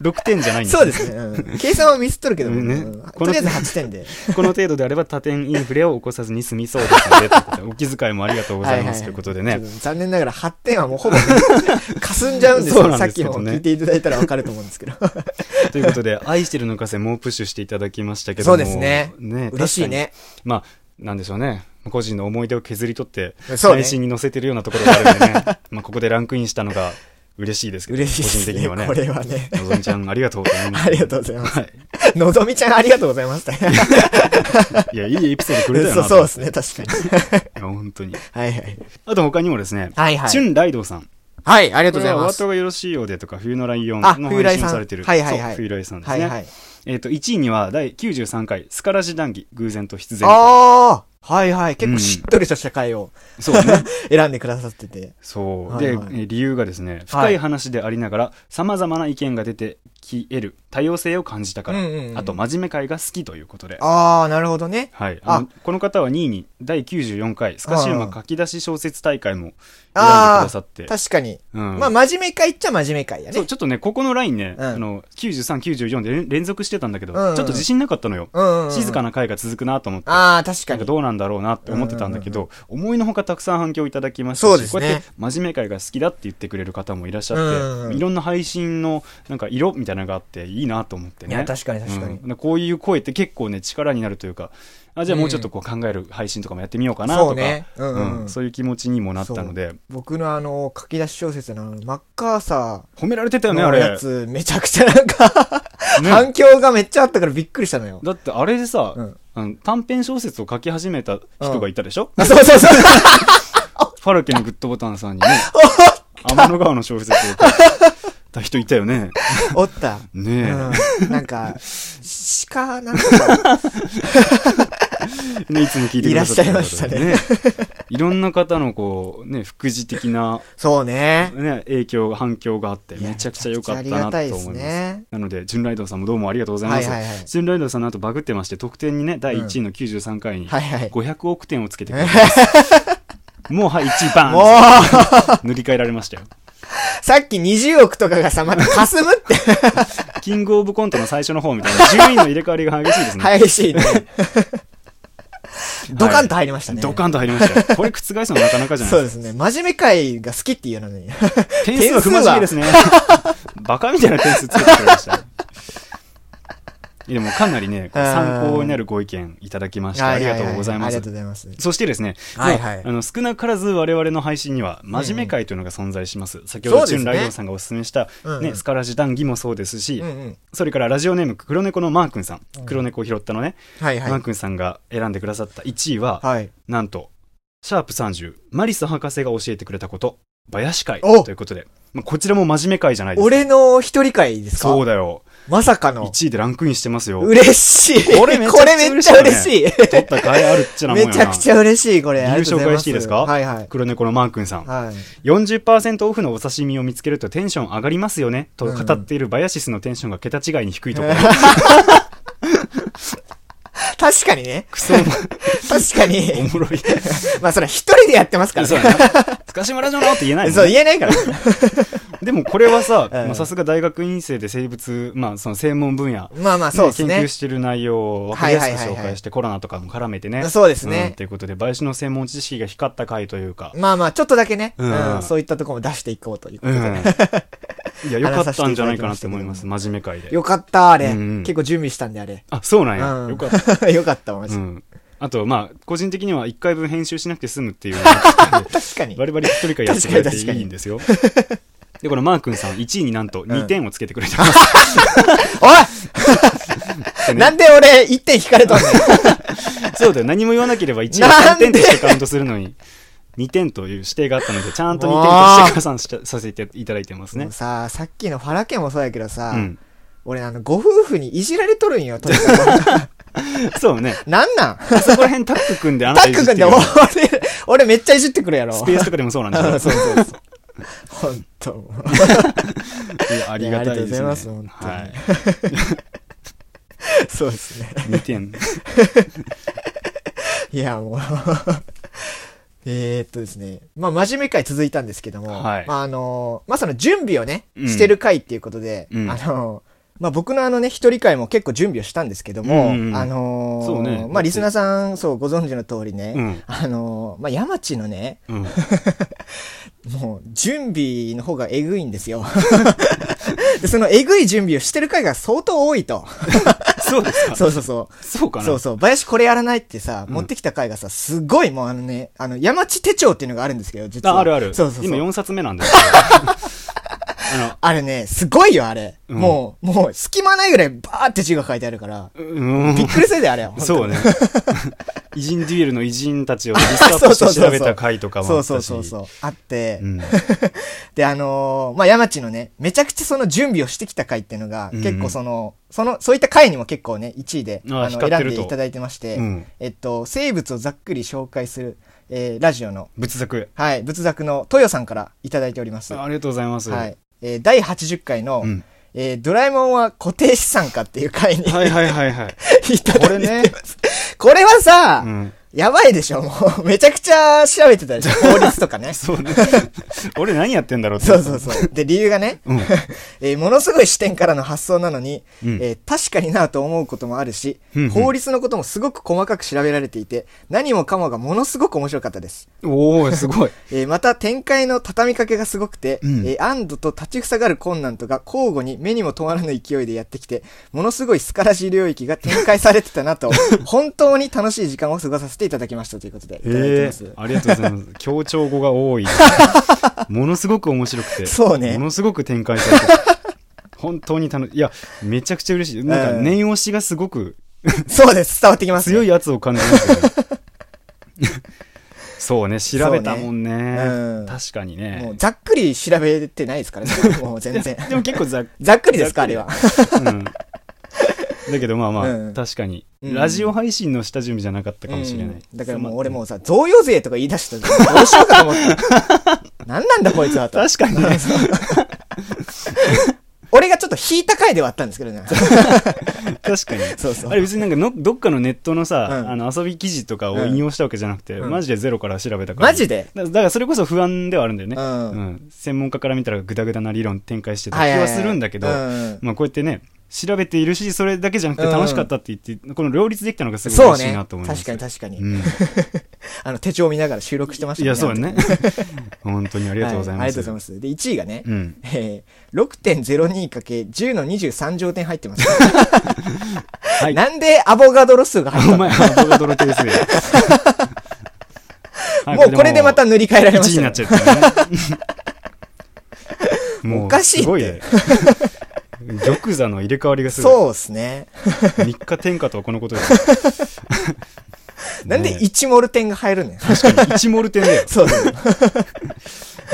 S1: 6点じゃないんです
S2: そうですね。うん計算はミスっとるけども、
S1: ね
S2: うん
S1: ことの
S2: りあえず8点で。
S1: この程度であれば多点インフレを起こさずに済みそうですのでということでお気遣いもありがとうございますということでね、
S2: ちょっと残念ながら8点はも
S1: (laughs)
S2: うほぼね、霞んじゃうんです
S1: そう
S2: よ。
S1: なん
S2: さ
S1: で
S2: っ
S1: す
S2: き
S1: け
S2: の
S1: どね
S2: 聞いていただいたらわかると思うんですけど。
S1: ということで「愛してるのかせ」もうプッシュしていただきましたけども
S2: そうですね嬉しい
S1: 確かに
S2: ね。
S1: まあ、なんでしょうね。個人の思い出を削り取って、
S2: そうね
S1: 内心に乗せてるようなところがあるんでね。 (laughs) まあ、ここでランクインしたのが嬉しいですけど、
S2: 嬉しい
S1: 個人
S2: で
S1: 的に
S2: す
S1: は
S2: ね。
S1: ね。
S2: これはね。
S1: のぞみちゃん、ありがとうと思います。
S2: (laughs) ありがとうございます。
S1: はい。
S2: のぞみちゃんありがとうございました。
S1: いや、いいエピソードくれたよ
S2: (laughs) そ
S1: な
S2: う
S1: と。
S2: そうですね、確かに。
S1: いや本当に。
S2: はいはい。
S1: あと他にもですね、
S2: はいはい
S1: チュンライドウさん。
S2: はい、ありがとうござい
S1: お
S2: ま
S1: 後
S2: す。
S1: がよろしいようでとか、冬のライオン
S2: あ
S1: の
S2: 冬
S1: 配
S2: 来
S1: 信
S2: さ
S1: を
S2: ん
S1: されてる。
S2: はいはいはい
S1: そう冬来さんです
S2: は
S1: ね。
S2: いはい。
S1: えっと、1位には第93回、スカラジ談義、偶然と必然。
S2: ああはいはい。結構しっとりした社会を
S1: そうね。
S2: 選んでくださってて。
S1: そう、
S2: はいはい
S1: でえー理由がですね深い話でありながらさまざまな意見が出てき得る多様性を感じたから、
S2: うんうんうん
S1: あと真面目会が好きということで。
S2: ああなるほどね。
S1: はい、あのこの方は2位に第94回スカシウ
S2: う
S1: マ
S2: ん
S1: 書き出し小説大会も選んでく
S2: あ
S1: ださ
S2: あ
S1: って、
S2: 確かに。
S1: うん
S2: まあ、真面目会っちゃ真面目会や
S1: そ
S2: ね
S1: う。ちょっとねここのラインね、
S2: うん
S1: あの93、94で連連続してたんだけど、
S2: うんうん
S1: ちょっと自信なかったのよ、
S2: うんうんうん。
S1: 静かな回が続くなと思って
S2: ああ確か
S1: なんか
S2: に。
S1: どうなんだろうなって思ってたんだけど、思いのほかたくさん反響いただきましたし
S2: そうですね
S1: こうやって真面目会が好きだって言ってくれる方もいらっしゃ
S2: うん
S1: っ
S2: う
S1: て、
S2: ん
S1: いろんな配信のなんか色みたいなのがあっていいなと思って
S2: い
S1: ね。
S2: や、確かに確かに。
S1: うんこういう声って結構ね力になるというかあじゃあもうちょっとこう考える配信とかもやってみようかなとか、
S2: そうねうんうん
S1: うんそういう気持ちにもなったので
S2: 僕のあの、書き出し小説のあのマッカーサ
S1: 褒められてたよ
S2: ー
S1: ね
S2: の
S1: あれ
S2: やつ、めちゃくちゃなんか、
S1: ね
S2: 反響がめっちゃあったからびっくりしたのよ。
S1: だってあれでさ、
S2: うん
S1: あの短編小説を書き始めた人がいたでしょ、
S2: あ、そうそうそう。
S1: ファルケのグッドボタンさん
S2: (laughs)
S1: にね天の川の小説を書いた人いたよね
S2: おった。
S1: ねえ、
S2: うんな
S1: (laughs)
S2: んか、鹿なんか、
S1: ね、いつも聞いてくださってる方々で
S2: い
S1: ね。いろんな方のこう、ね、副次的な、
S2: そうね。
S1: ね、影響、反響があって、
S2: いや
S1: めちゃくちゃ良かった
S2: めちゃ
S1: な
S2: くちゃありが
S1: と
S2: た
S1: 思い
S2: いです
S1: ます。
S2: ね
S1: なので、純ライドさんもどうもありがとうございます。
S2: はいはいはい
S1: 純ライドさんの後バグってまして、得点にね、第1位の93回に
S2: はいはい。
S1: 500億点をつけてくれてます。
S2: (laughs)
S1: もう、はい、1位
S2: もう
S1: バーン、塗り替えられましたよ。
S2: さっき20億とかが
S1: (laughs)
S2: さ、また霞むって
S1: キングオブコントの最初の方みたいな、順位の入れ替わりが激しいですね。
S2: 激しいね。ドカンと入りましたね。
S1: ドカンと入りましたよ。これ覆すのなかなかじゃないですか
S2: そうですね。真面目会が好きっていうのに。
S1: 点数不真面目ですね。バカみたいな点数つけてくれました。やでもかなりね、こう
S2: (laughs) うん
S1: 参考になるご意見いただきまして、ありがとうござい
S2: あ
S1: ま
S2: り
S1: す
S2: がと。うございます。
S1: そしてですね、
S2: はいはい
S1: まああの少なからず我々の配信には真面目会というのが存在します。先ほ
S2: そ
S1: ど、
S2: うです
S1: チ
S2: ね
S1: ュンライオンさんがお勧めした、ね
S2: うんうん
S1: スカラジ談義もそうですし、
S2: うんうん。
S1: それからラジオネーム黒猫のマー君さん、
S2: うん
S1: 黒猫を拾ったのね、
S2: はいは
S1: マー
S2: い。
S1: 君さんが選んでくださった1位は、
S2: はい。
S1: なんと、シャープ30、マリス博士が教えてくれたこと、林会
S2: お
S1: ということで、まあ、こちらも真面目会じゃないですか。
S2: 俺の一人会ですか
S1: そうだよ。
S2: まさかの。
S1: 1位でランクインしてますよ。
S2: 嬉しい。
S1: これめちゃくちゃ
S2: これめっちゃ嬉しい。
S1: 取った甲斐あるっちゃなもんや
S2: め
S1: な。
S2: ちゃくちゃ嬉しい、これ。
S1: 理由
S2: ありがとうござ
S1: 紹
S2: ま
S1: 介していいですか
S2: はいはい。
S1: 黒猫のマー君さん。
S2: はい。
S1: 40%オフのお刺身を見つけるとテンション上がりますよねと語っているバヤシスのテンションが桁違いに低いところ、
S2: 確かにね。
S1: クソおも
S2: 確か
S1: お
S2: に。
S1: もろ
S2: (laughs)
S1: い。
S2: まあ、それは一人でやってますから
S1: そ
S2: ね
S1: う。だな。つかし村じゃなって言えないもんね
S2: そう、言えないから。
S1: でもこれはさ、
S2: うん
S1: まあさすが大学院生で生物、まあその専門分野、
S2: まあまあ、そうです
S1: ね研究
S2: ね。
S1: してる内容を分かりやすく
S2: はいはい
S1: 紹
S2: はいはい
S1: 介してコロナとかも絡めてね。
S2: そうですね
S1: んということで、バヤシの専門知識が光った回というか。
S2: まあまあ、ちょっとだけね。
S1: うん
S2: うんそういったところも出していこうというこ
S1: う
S2: と
S1: ん。
S2: で。
S1: (laughs) いや、良かったんじゃないかなって思います。真面目回で。
S2: よかった、あれ。
S1: うんうん
S2: 結構準備したんで、あれ。
S1: あ、そうなん
S2: う
S1: や。
S2: ん
S1: よかった。
S2: (laughs) よかった、マジ
S1: う
S2: で。
S1: ん。あと、まあ、個人的には1回分編集しなくて済むっていうのがあ (laughs) って。
S2: 確かに。
S1: バリバリ一人会やってくれて
S2: 確かに
S1: いいんですよ。で、このマー君さん、1位になんと2点をつけてくれてます。
S2: お
S1: でね
S2: いなんで俺、1点引かれたんだよ。
S1: そうだよ、何も言わなければ1位は3点としてカウントするのに、2点という指定があったので、ちゃんと2点として加算しさせていただいてます
S2: も
S1: ね
S2: う。さ、さっきのファラ家もそうやけどさ
S1: う、ん。
S2: 俺、あの、ご夫婦にいじられとるんよ、とにかく
S1: そうね。 (laughs)
S2: なんなん
S1: あそこら辺タック組んであな
S2: タ
S1: たい
S2: ッ
S1: じっ
S2: ク
S1: て
S2: 君
S1: る
S2: で
S1: よ
S2: 俺、俺めっちゃいじってくるやろ。
S1: スペースとかでもそうなん
S2: うん
S1: だ
S2: そうそう (laughs) そう。ほんともう。
S1: いやありがたいですね。
S2: いやありがとうございます本
S1: はい。
S2: そうですね。
S1: 2点。
S2: いや、もう。 (laughs) えーっとですね。まあ、真面目回続いたんですけども、
S1: はい
S2: まあ、あのーまあ、その準備をね、
S1: うん
S2: してる回っていうことで、
S1: うん
S2: あのーまあ、僕のあのね、一人会も結構準備をしたんですけども、
S1: うんうん
S2: あのー
S1: そうね
S2: まあ、リスナーさん、そう、ご存知の通りね、
S1: うん
S2: あのーまあ、山地のね、
S1: うん。
S2: もう、準備の方がえぐいんですよ。 (laughs) でそのえぐい準備をしてる回が相当多
S1: (laughs)
S2: いと。
S1: そうですか。
S2: そうそうそう。
S1: そうかな。
S2: そうそう。林これやらないってさ、
S1: うん
S2: 持ってきた回がさ、すごいもうあのね、あの、山地手帳っていうのがあるんですけど、実は。
S1: ああるある。
S2: そうそうそう。
S1: 今4冊目なん
S2: (laughs)
S1: ですけどあ
S2: あれね、すごいよ、あれ。
S1: うん
S2: もう、もう、隙間ないぐらいバーって字が書いてあるから、
S1: の、う
S2: びっ
S1: ん。
S2: くりするで、
S1: (laughs)
S2: あれ。本当に (laughs)
S1: そうね。。偉人デュエルの偉人たちをリストアップ
S2: そうそう
S1: して
S2: そう
S1: 調
S2: そう
S1: べた回とかも
S2: そ
S1: あ
S2: う
S1: っ
S2: そ
S1: た
S2: う
S1: し。
S2: そうそう。あって、
S1: うん。
S2: で、あのーまあ、山地のね、めちゃくちゃその準備をしてきた回っていうのが、
S1: うん
S2: 結構その、その、そういった回にも結構ね、1位で、
S1: あ
S2: の、
S1: 光って
S2: 選ん
S1: ると
S2: でいただいてまして、
S1: うん
S2: えっと、生物をざっくり紹介する、えーラジオの、
S1: 仏
S2: (laughs)
S1: 作。
S2: はい、仏作の豊さんからいただいております。
S1: ありがとうございます。
S2: はい。えー第80回の、
S1: うん
S2: えードラえもんは固定資産かっていう回に
S1: (laughs) はいはいはいはい。
S2: (laughs) いた
S1: こ
S2: だ
S1: れ
S2: いて
S1: ね。
S2: これはさ、
S1: うん。。
S2: やばいでしょもう、 (laughs) めちゃくちゃ調べてたでしょ法律とか
S1: (laughs)
S2: ね
S1: そうね。俺何やってんだろうって。
S2: そうそうそう。で、理由がね、
S1: うん。
S2: (laughs) えーものすごい視点からの発想なのに、
S1: うん
S2: えー確かになぁと思うこともあるし、
S1: うんうん
S2: 法律のこともすごく細かく調べられていて、何もかもがものすごく面白かったです。
S1: おおすごい。
S2: えーまた展開の畳みかけがすごくて、
S1: うん
S2: えー安堵と立ちふさがる困難とか交互に目にも止まらぬ勢いでやってきてものすごいスカラシ領域が展開されてた
S1: (laughs)
S2: なと本当に楽しい時間を過ごさせていただきましたということでいただいて
S1: (laughs) ええ
S2: ます、
S1: ありがとうございます。強調語が
S2: (laughs)
S1: 多い。ものすごく面白くて。
S2: そうね
S1: ものすごく展開されて。 (laughs) 本当に楽しい。いや、めちゃくちゃ嬉しい。なんか、
S2: うん
S1: 念押しがすごく
S2: そうです伝わってきます
S1: 強い圧を感じます
S2: (laughs)
S1: けど。そうね、調べたもんね。
S2: うん
S1: 確かに
S2: もう
S1: ね。
S2: ざっくり調べてないで
S1: (laughs)
S2: すからねもう全然
S1: でも結構ざっ
S2: (laughs) ざっくりですか
S1: ざっ
S2: あ
S1: くり
S2: れ
S1: う
S2: は
S1: んだけどまあまあ、
S2: うん
S1: 確かに、
S2: うん
S1: ラジオ配信の下準備じゃなかったかもしれない、
S2: うんだからもう俺も
S1: う
S2: うさ贈与税とか言い出したらどうしようかと思って何なんだこいつはと
S1: 確かに
S2: (laughs)
S1: ね
S2: 俺がちょっと引いた回ではあったんです
S1: (laughs)
S2: けどね
S1: 確かに
S2: (laughs) そうそう
S1: あれ別になんかのどっかのネットのさ、
S2: うん
S1: あの遊び記事とかを引用したわけじゃなくて、
S2: うん
S1: マジでゼロから調べたから
S2: マジで
S1: だだからそれこそ不安ではあるんだよね、
S2: うん
S1: 専門家から見たらグダグダな理論展開してた気はするんだけど、
S2: はいはいはいうん
S1: まあこうやってね調べているしそれだけじゃなくて楽しかったって言って、この両立できたのがすごい
S2: そう
S1: 嬉しい
S2: ね
S1: なと思います
S2: 確かに確かに、
S1: うん
S2: あの手帳を見ながら収録してました
S1: いやそうね (laughs) 本当にあ
S2: あ
S1: りがとうございます、
S2: ありがとうございますで1位がね、
S1: うん
S2: (laughs) えー、6.02×10 の23乗点入ってます
S1: (laughs) はい。
S2: なんでアボガドロ数が入った
S1: お
S2: の
S1: 前、アボガドロ系です
S2: (laughs)
S1: ね。はい
S2: もうこれでまた塗り替えられま
S1: 1位に
S2: した
S1: なっ
S2: ね。
S1: ちゃったね。もう
S2: (laughs) おかしいって
S1: すごね。玉座の入れ替わりがすごい。
S2: そうですね。
S1: 三日天下とはこのことです。
S2: (laughs) なんで
S1: ね
S2: 1モル点が入るねん。
S1: 確かに1モルテンだよ。
S2: そ
S1: (laughs)
S2: うですね。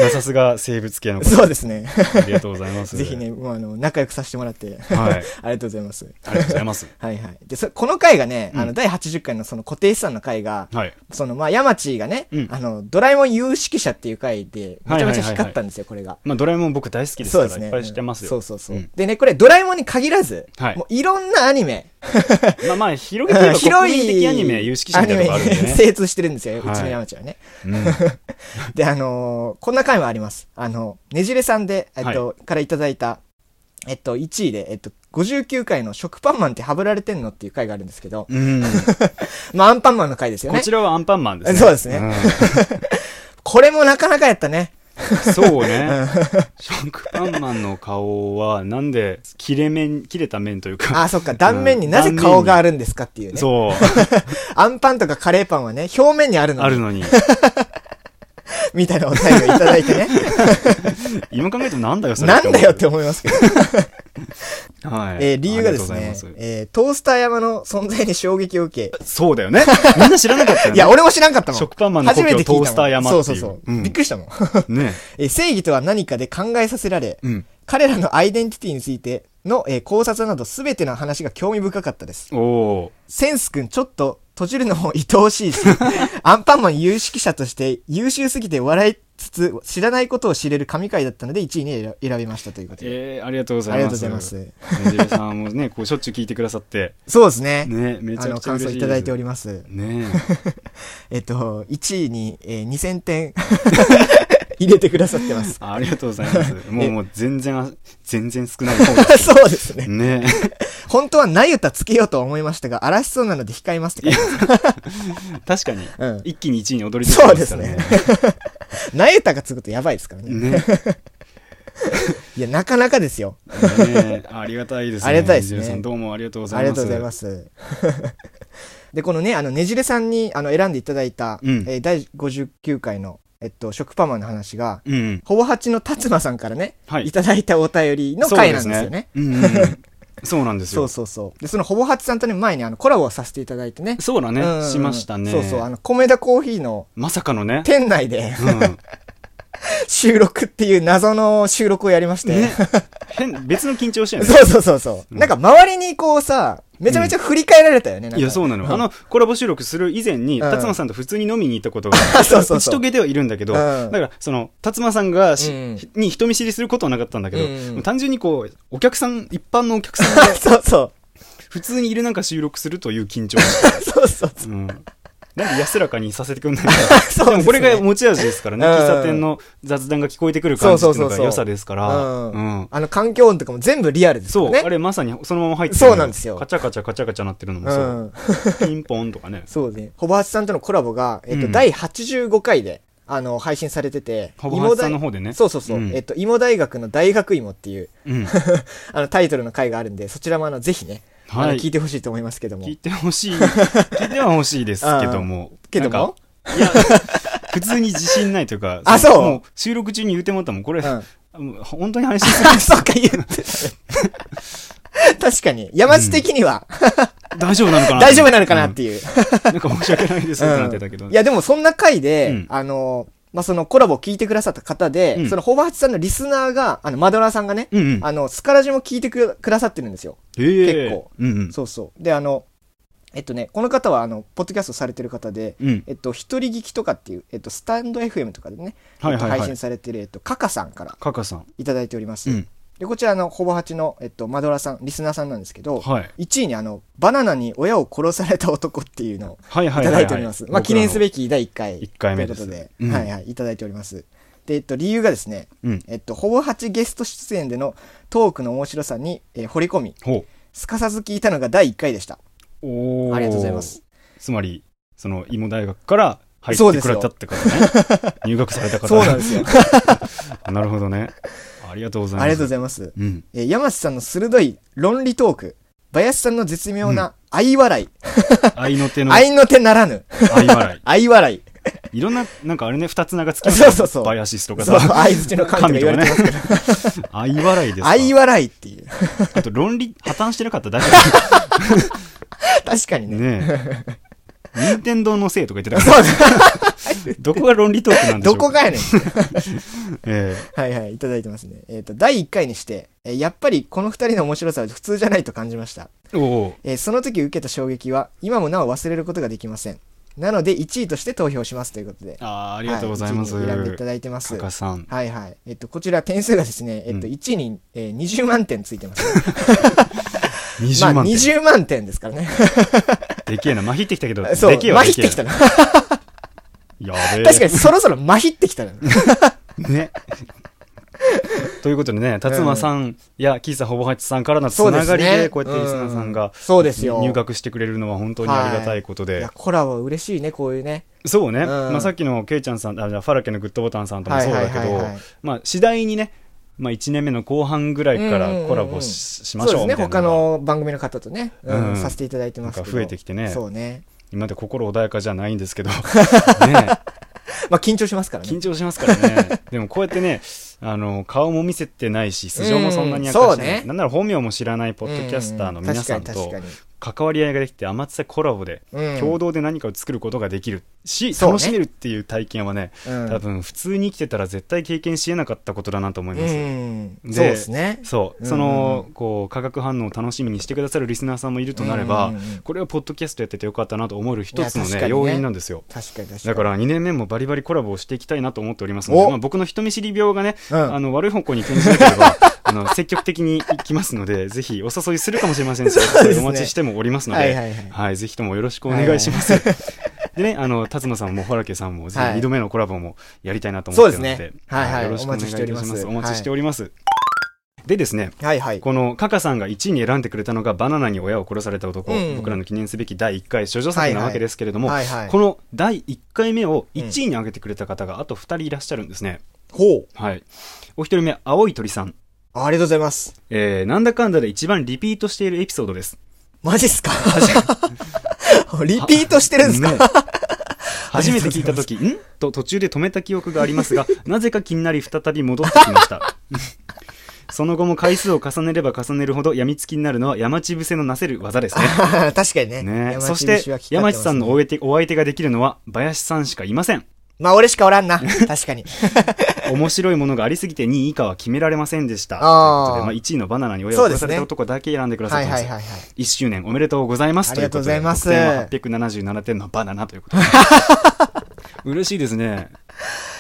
S1: まあさすが生物系のこと。
S2: そうですね。
S1: ありがとうございます。
S2: ぜひ。ね、もうあの、仲良くさせてもらって。 (laughs)
S1: はい。
S2: ありがとうございます。
S1: ありがとうございます。
S2: はいはい。で、そこの回がね、
S1: うん
S2: あの、第80回のその固定資産の回が、
S1: はい。
S2: その、まあ、山地がね、
S1: うん
S2: あの、ドラえもん有識者っていう回で、めちゃめちゃ光ったんですよ、これが。
S1: まあドラえもん僕大好きです
S2: そう
S1: か
S2: で
S1: ら、
S2: すね。
S1: いっぱい知ってますよ。
S2: そうそうそう。
S1: ん
S2: でね、これ、ドラえもんに限らず、
S1: はい
S2: もういろんなアニメ、
S1: まあまあ、広げて言えば
S2: (laughs) 広
S1: 国民的
S2: い
S1: アニメ、有識者みたいなとこあるんで
S2: アニメ
S1: ね
S2: に。精通してるんですよ、うち
S1: は
S2: の
S1: い
S2: 山ちゃんはね。
S1: うん
S2: で、あのーこんな回もあります。あの、ねじれさんで、えっと、からいただいた、えっと、1位で、えっと、59回の食パンマンってハブられてんのっていう回があるんですけど、 (laughs)
S1: うん。
S2: まあ、アンパンマンの回ですよ
S1: こ
S2: ね。
S1: ちらはアンパンマンですね。
S2: そうですね
S1: ん
S2: これもなかなかやっ
S1: (laughs)
S2: たね。
S1: そうね。食パンマンの顔は、なんで、切れ面、切れた面というか。
S2: あ、そっか、断面になぜ顔があるんですかっていうね。
S1: そう。
S2: アンパンとかカレーパンはね、表面にあるの
S1: ある
S2: に、
S1: のに。
S2: みたいなお便りをいただ
S1: (laughs)
S2: いてね。
S1: 今考えてもなんだよ、それ。
S2: なんだよって。思いますけど。
S1: はい。
S2: えー理由がです
S1: あり
S2: ね
S1: とうございま
S2: えートースター山の存在に衝撃を受け、
S1: すそうだよね。
S2: (laughs)
S1: みんな知らなかったよね。
S2: いや、俺も知らんかったもん。
S1: 食パンマンの故郷
S2: 初めて聞いたもん
S1: トースター山っていう
S2: そうそうそ
S1: う
S2: う。
S1: ん
S2: びっくりしたもん。 (laughs)
S1: ね。
S2: えー正義とは何かで考えさせられ、
S1: うん。
S2: 彼らのアイデンティティについての、えー考察など全ての話が興味深かったです。
S1: おお
S2: センス君ちょっと閉じるのも愛おしい
S1: (laughs)
S2: し、アンパンマン有識者として優秀すぎて笑いつつ知らないことを知れる神回だったので1位に選選びましたということで。
S1: えー、ありがとうござ
S2: あり
S1: い
S2: がとう
S1: ま
S2: ご
S1: す。
S2: ざいます。
S1: ねじれさんもね、こう、しょっちゅう聞いてくださって。
S2: そうですね。
S1: ね、め
S2: あ
S1: ちゃく
S2: の、
S1: ちゃ
S2: 感
S1: 嬉
S2: 想
S1: しい
S2: い
S1: です。
S2: ただいております。
S1: ね
S2: えっと、1位に、えー2000点 (laughs) 入れてくださってます。 (laughs)
S1: ありがとうございます。もう、もう全然あ、全然少ない方
S2: (laughs) そうですね。
S1: ね
S2: 本当はなゆたつけようと思いましたが、荒らしそうなので控えますって書いてま
S1: 確
S2: す
S1: かに、
S2: うん
S1: 一気に1位に躍り出てますからね。
S2: そうなゆたがつくとやばいですからね。
S1: ね
S2: いや、なかなかですよ。
S1: ねえ (laughs) ありがたいですね。
S2: ありがたいですね
S1: ねじれさんどうもありがとうござ
S2: あ
S1: い
S2: りが
S1: ます。
S2: とうございます。 (laughs) で、このね、あの、ねじれさんに、あの、選んでいただいた、
S1: うん
S2: えー第59回の、えっと、食パンマンの話が、
S1: うん。
S2: ほぼ八の達馬さんからね、、
S1: はいい。
S2: ただいたお便りの回なんですよね。
S1: そうですね。うんうんうん。そうなんです
S2: そう
S1: よ。
S2: そうそう。で、そのほぼ八さんとね、前にあの、コラボをさせていただいてね。
S1: そうだ
S2: うんうんう
S1: ね。
S2: ん
S1: しましたね。
S2: そうそう、あの、米田コーヒーの
S1: まさかのね。
S2: 店内で
S1: う
S2: (laughs) 収録っていう謎の収録をやりまし
S1: ん。
S2: て。
S1: ね。変、別の緊張してるね。
S2: そうそうそうそう。なんか周りにこうさ、めちゃめちゃ振り返られたよね。なんか
S1: いや、そうなの。あの、コラボ収録する以前に、
S2: うん
S1: 達馬さんと普通に飲みに行ったことが、
S2: (laughs) そうそうそう
S1: 打ち解けてはいるんだけど、
S2: うん
S1: だから、その、達馬さんがし、
S2: うん
S1: に人見知りすることはなかったんだけど、
S2: うん
S1: もう単純にこう、お客さん、一般のお客さんが
S2: (laughs) そうそう。
S1: 普通にいるなんか収録するという緊張。
S2: そうそうそう。
S1: うん。なんで安らかにさせてくんない
S2: そう
S1: か。でもこれ
S2: です
S1: が
S2: ね
S1: 持ち味ですからね。
S2: うん
S1: 喫茶店の雑談が聞こえてくる感じっていうの
S2: そうそうそう
S1: が
S2: そう
S1: 良さですから。
S2: うん
S1: うん。
S2: あの環境音とかも全部リアルですか
S1: そ
S2: ら
S1: う、
S2: ね。
S1: あれまさにそのまま入って
S2: そうなんですよ
S1: カチャカチャカチャカチャなってるのも
S2: う
S1: そ
S2: ん。
S1: う。ピンポンとかね。
S2: そうね。ホバーツさんとのコラボが、えっと、
S1: うん
S2: 第85回で、あの、配信されてて、
S1: ほぼ橋さんの
S2: 芋
S1: 方でね。
S2: 大そうそうそう。
S1: ん
S2: えっと、芋大学の大学芋っていう、
S1: うん。
S2: (laughs) あの、タイトルの回があるんで、そちらもあの、ぜひね、あの
S1: はい
S2: 聞いてほしいと思いますけども
S1: 聞。いてほしい。聞いてはほしいですけども。
S2: けど
S1: なん
S2: も
S1: か、いや、普通に自信ないというか、
S2: あそう
S1: もう収録中に言うてもらったもん、これ、
S2: うん
S1: もう本当に話する
S2: あ、 (laughs) そうか言ってた。確かに。山地的には、
S1: 大丈夫なのかな
S2: 大丈夫なのかなってい
S1: うん
S2: う。
S1: なんか申し訳ないですってなってたけど。
S2: いや、でもそんな回で、
S1: うん
S2: あの、まあ、そのコラボを聞いてくださった方で、
S1: うん
S2: そのホバハチさんのリスナーが、あの、マドラーさんがね、
S1: うんうん。
S2: あの、スカラジも聞いてくくださってるんですよ。
S1: 結
S2: 結構。
S1: うんうん。
S2: そうそう。で、あの、えっとね、この方は、あの、ポッドキャストされてる方で、
S1: うん。
S2: えっと、一人聞きとかっていう、えっと、スタンド FM とかでね、
S1: はいはい
S2: えっと配
S1: は
S2: 信
S1: い。
S2: されてる、えっと、カカさんから
S1: カカさん。
S2: いただいております。
S1: うん。
S2: で、こちら、あの、ホバハチの、えっと、マドラーさん、リスナーさんなんですけど、
S1: はい。
S2: 1位に、あの、バナナに親を殺された男っていうのを、
S1: はい
S2: い
S1: はいはい
S2: た
S1: は
S2: だ
S1: い。
S2: いております。まあ、記念すべき第1回。
S1: 一回目です
S2: ということで、
S1: うん
S2: はいはい、いただいております。で、えっと、理由がですね、
S1: 僕らの。うん。
S2: えっと、ほぼ8ゲスト出演でのトークの面白さに、えー掘り込み、
S1: ほ
S2: すかさず聞いたのが第1回でした。
S1: う。おー
S2: ありがとうございます。。
S1: つまり、その、芋大学から入ってくれたってことね。入学された方
S2: そうなん
S1: (laughs)
S2: ですよ。あ
S1: なるほどね。ありがとうございます。
S2: りがとうご
S1: い
S2: ざいます。
S1: ます。うん。
S2: えー山地さんの鋭い論理トーク、林さんの絶妙な愛笑い。
S1: 愛の手の愛
S2: 愛の手ならぬ。
S1: 笑
S2: 愛笑い。
S1: い。いろんな、なんかあれね、二つ名がつきま
S2: そうそうそう
S1: バイアシスとか
S2: そう、
S1: さ、
S2: 相槌の神とか言われてますけど。
S1: と
S2: (laughs)
S1: かね愛笑いですか。
S2: 愛笑いっていう。 (laughs)
S1: あと論理、破綻してなかっただけ
S2: 確かに
S1: で
S2: ね。
S1: ね。任天堂のせいとか言ってたか
S2: そう
S1: ら、 (laughs) どこが論理トークなんでしょ
S2: ど
S1: う
S2: こ
S1: か。
S2: がやねん。
S1: え
S2: はいはい、いただいてますね。えっ、と、第1回にして、えーやっぱりこの2人の面白さは普通じゃないと感じました。
S1: えおう
S2: えーその時受けた衝撃は、今もなお忘れることができません。なので、1位として投票しますということで。
S1: あーあ
S2: あ
S1: りがとうございます。
S2: 選んでいただいてます。
S1: カカさん。
S2: はいはい。えっと、こちら点数がですね、えっと、
S1: うん
S2: 1位に、えー20万点つい
S1: (laughs)
S2: てます、
S1: 20
S2: まあ、
S1: 万点。
S2: 20万点で
S1: (laughs)
S2: すからね。
S1: でけえな。まひってきたけど、
S2: (laughs) そう、
S1: でけえは
S2: ま
S1: で
S2: ひっ
S1: けえ
S2: てきた
S1: な。
S2: な。
S1: やべえ。
S2: 確かに、そろそろまひって
S1: (laughs)
S2: きたな。
S1: ね。 (laughs) ということでね、辰馬さんや喫茶ほぼはちさんからのつながり
S2: そうです
S1: で、
S2: ね
S1: こうやってリスナーさん
S2: うん
S1: が
S2: そうですよ
S1: 入学してくれるのは本当にありがたいこと
S2: い
S1: で
S2: や、、コラボ嬉しいね、こういうね。
S1: そうね、
S2: うん
S1: まあ、さっきのけいちゃんさん、あじゃあファラケのグッドボタンさんともそうだけ
S2: はいはいはいは
S1: ど
S2: い、
S1: まあ次第にね、まあ、1年目の後半ぐらいからコラボし,、ましょう
S2: そう
S1: み
S2: で
S1: た
S2: すね、
S1: いな
S2: 他
S1: のが
S2: の番組の方とね、うん
S1: うん
S2: させていただいてますけど。
S1: なんか増えてきてね
S2: そうね。
S1: 今まで心穏やかじゃないん
S2: (laughs)
S1: ですけど、ね、
S2: まあ、緊張しますからね。
S1: 緊張しますからねでもこうやってねあの顔も見せてないし素性もそんなに明かして
S2: うんそう
S1: ない、
S2: ね
S1: なんなら本名も知らないポッドキャスターの皆さん
S2: うう
S1: と
S2: 確かに
S1: 関わり合いができて天つさコラボで
S2: 確かに。
S1: 共同で何かを作ることができるし、
S2: そうね
S1: 楽しめるっていう体験はね
S2: うん、
S1: 多分普通に生きてたら絶対経験しえなかったことだなと思います、
S2: うん。そう
S1: で
S2: ですね。
S1: そう
S2: うん
S1: そのこう化学反応を楽しみにしてくださるリスナーさんもいるとなれば、
S2: うんうんうん
S1: これはポッドキャストやっててよかったなと思う一つの
S2: いや確
S1: ね
S2: かにね
S1: 要因なんですよ
S2: 確かに確かに。
S1: だから2年目もバリバリコラボをしていきたいなと思っておりますので、
S2: お
S1: まあ、僕の人見知り病がね、
S2: うん
S1: あの悪い方向に転じなければ (laughs) あの積極的に行きますのでぜひお誘いするかもしれませんし、
S2: うですね
S1: お待ちしてもおりますので、
S2: はいはいはい
S1: はいぜひともよろしくお願いします。 (laughs) でね、あの、辰野さんも、ホラケさんも、ぜひ
S2: はい
S1: 2度目のコラボもやりたいなと思ってるので、
S2: そうですねはいはい
S1: よろしくお願いいたします。お待
S2: お待
S1: ち
S2: ち
S1: し
S2: してて
S1: おります。でですね、
S2: はいはい。
S1: このカカさんが1位に選んでくれたのが「バナナに親を殺された男」
S2: うん
S1: 僕らの記念すべき第1回処女作なわけですけれども、
S2: はいはい。
S1: この第1回目を1位に挙げてくれた方があと2人いらっしゃるんですね、
S2: ほう。
S1: はいお一人目青い鳥さん、
S2: ありがとうございます。
S1: えー、なんだかんだで一番リピートしているエピソードです
S2: マジっすか (laughs) リピートしてるんですか
S1: ね初めて聞いた時んと途中で止めた記憶があります
S2: (laughs)
S1: がなぜか気になり再び戻ってきましたその後も回数を重ねれば重ねるほど病みつきになるのは山地伏せのなせる技ですね
S2: あー (laughs) 確かにね。
S1: ね、
S2: 山
S1: そ
S2: 地
S1: して
S2: 節は光って
S1: 山
S2: ますね
S1: 地さんのお相手お相手ができるのは林さんしかいません
S2: まあ俺しかおら
S1: (laughs)
S2: んな。確かに。
S1: 面白いものがありすぎて2位以下は決められませんでしたという
S2: あ
S1: こ
S2: ー
S1: とで、まあ、1位のバナナに親を
S2: そう
S1: 殺
S2: で
S1: さ
S2: すね
S1: れた男だけ選んでくださ
S2: はい
S1: っ
S2: い
S1: てます
S2: はいはいはい。
S1: 1周年おめでとうございます
S2: ありがとうございます
S1: ということで得点は877点のバナナという
S2: (laughs)
S1: ことで嬉しいですね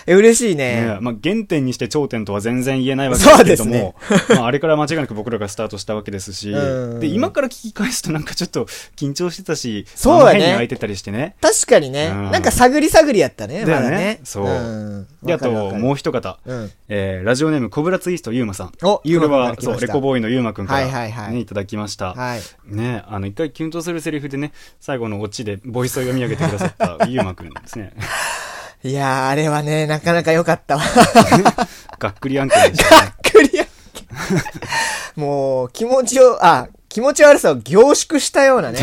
S2: え、嬉しいね。
S1: ねまあ、原点にして頂点とは全然言えないわけですけれども、
S2: そ
S1: (laughs) まあ、あれから間違いなく僕らがスタートしたわけですし、
S2: うん
S1: で今から聞き返すとなんかちょっと緊張してたし、
S2: そうだね
S1: まあ変に開いてたりしてね。
S2: 確かにね、
S1: うん
S2: なんか探り探りやったね、
S1: だよ
S2: ま
S1: ね
S2: だね。
S1: そう
S2: うん
S1: で、あと、
S2: わかるわかる
S1: もう一方、
S2: うん。
S1: えーラジオネーム、コブラツイストユーマさん。
S2: お、ゆうま
S1: これは
S2: が、来
S1: そ
S2: ま
S1: う、
S2: した
S1: レコボーイのユーマくんから、ね
S2: はいいはいはい
S1: ただきました。
S2: はい。
S1: ねあの、一回キュンとするセリフでね、最後のオチでボイスを読み上げてくださった
S2: (laughs)
S1: ユーマくんですね。 (laughs)
S2: いやー、あれはね、なかなか良かったわ。
S1: がっくり案件で
S2: (laughs)
S1: したね。
S2: クリア。もう、気持ちを、あ、気持ち悪さを凝縮したようなね。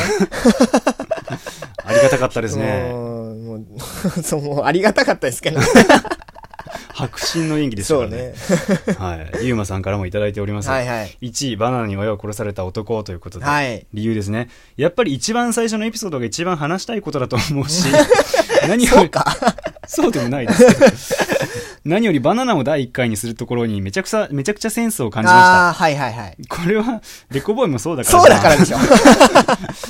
S1: ありがたかったですね。
S2: もう、もう、そう、もうありがたかったですけどね。
S1: 迫真の演技でしたか
S2: そう
S1: らね
S2: ね。。
S1: はい。ユーマさんからもいただいております。
S2: はいはい。
S1: 1位、バナナに親を殺された男ということで、
S2: はい。
S1: 理由ですね。やっぱり一番最初のエピソードが一番話したいことだと思うし、
S2: (laughs)
S1: 何より、 (laughs) そうでもないですけど、何よりバナナを第1回にするところにめちゃくちゃ、めちゃくちゃセンスを感じました。
S2: ああ、はいはいはい。
S1: これは、デコボーイもそうだから
S2: そうだからで
S1: (laughs)
S2: しょ。
S1: ょ。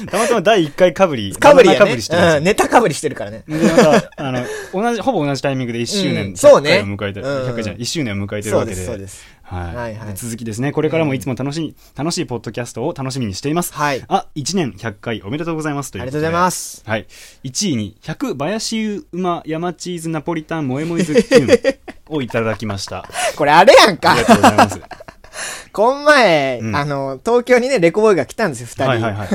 S1: たまたま第1回かぶり、
S2: かぶり
S1: バナナ
S2: や
S1: かぶ
S2: ね
S1: りし。てます
S2: うん、ネタかぶりしてるからね。
S1: でまた、あの、同じ、ほぼ同じタイミングで1周
S2: う
S1: 年、
S2: んそうね
S1: 100回を迎えて、
S2: うん
S1: 100回じゃない1周年を迎えてる
S2: そ
S1: わ
S2: う
S1: け
S2: で
S1: で。
S2: す、そうです。
S1: はい、
S2: はいはい
S1: で続きですね。これからもいつも楽しい、楽しいポッドキャストを楽しみにしています。
S2: はい。あ
S1: あ、1年100回おめでとうございますという
S2: り
S1: こ
S2: が
S1: と
S2: う
S1: と
S2: ご
S1: で。
S2: ざいます。
S1: はい。1位に、100林馬山チーズナポリタン萌え萌えズキュンをいただきました。
S2: こ (laughs) れあれやん
S1: あ
S2: か
S1: り。がとうございます。
S2: こん前、
S1: うん
S2: あの、東京にね、レコボーイが来たんですよ、二人。
S1: はいはいはい。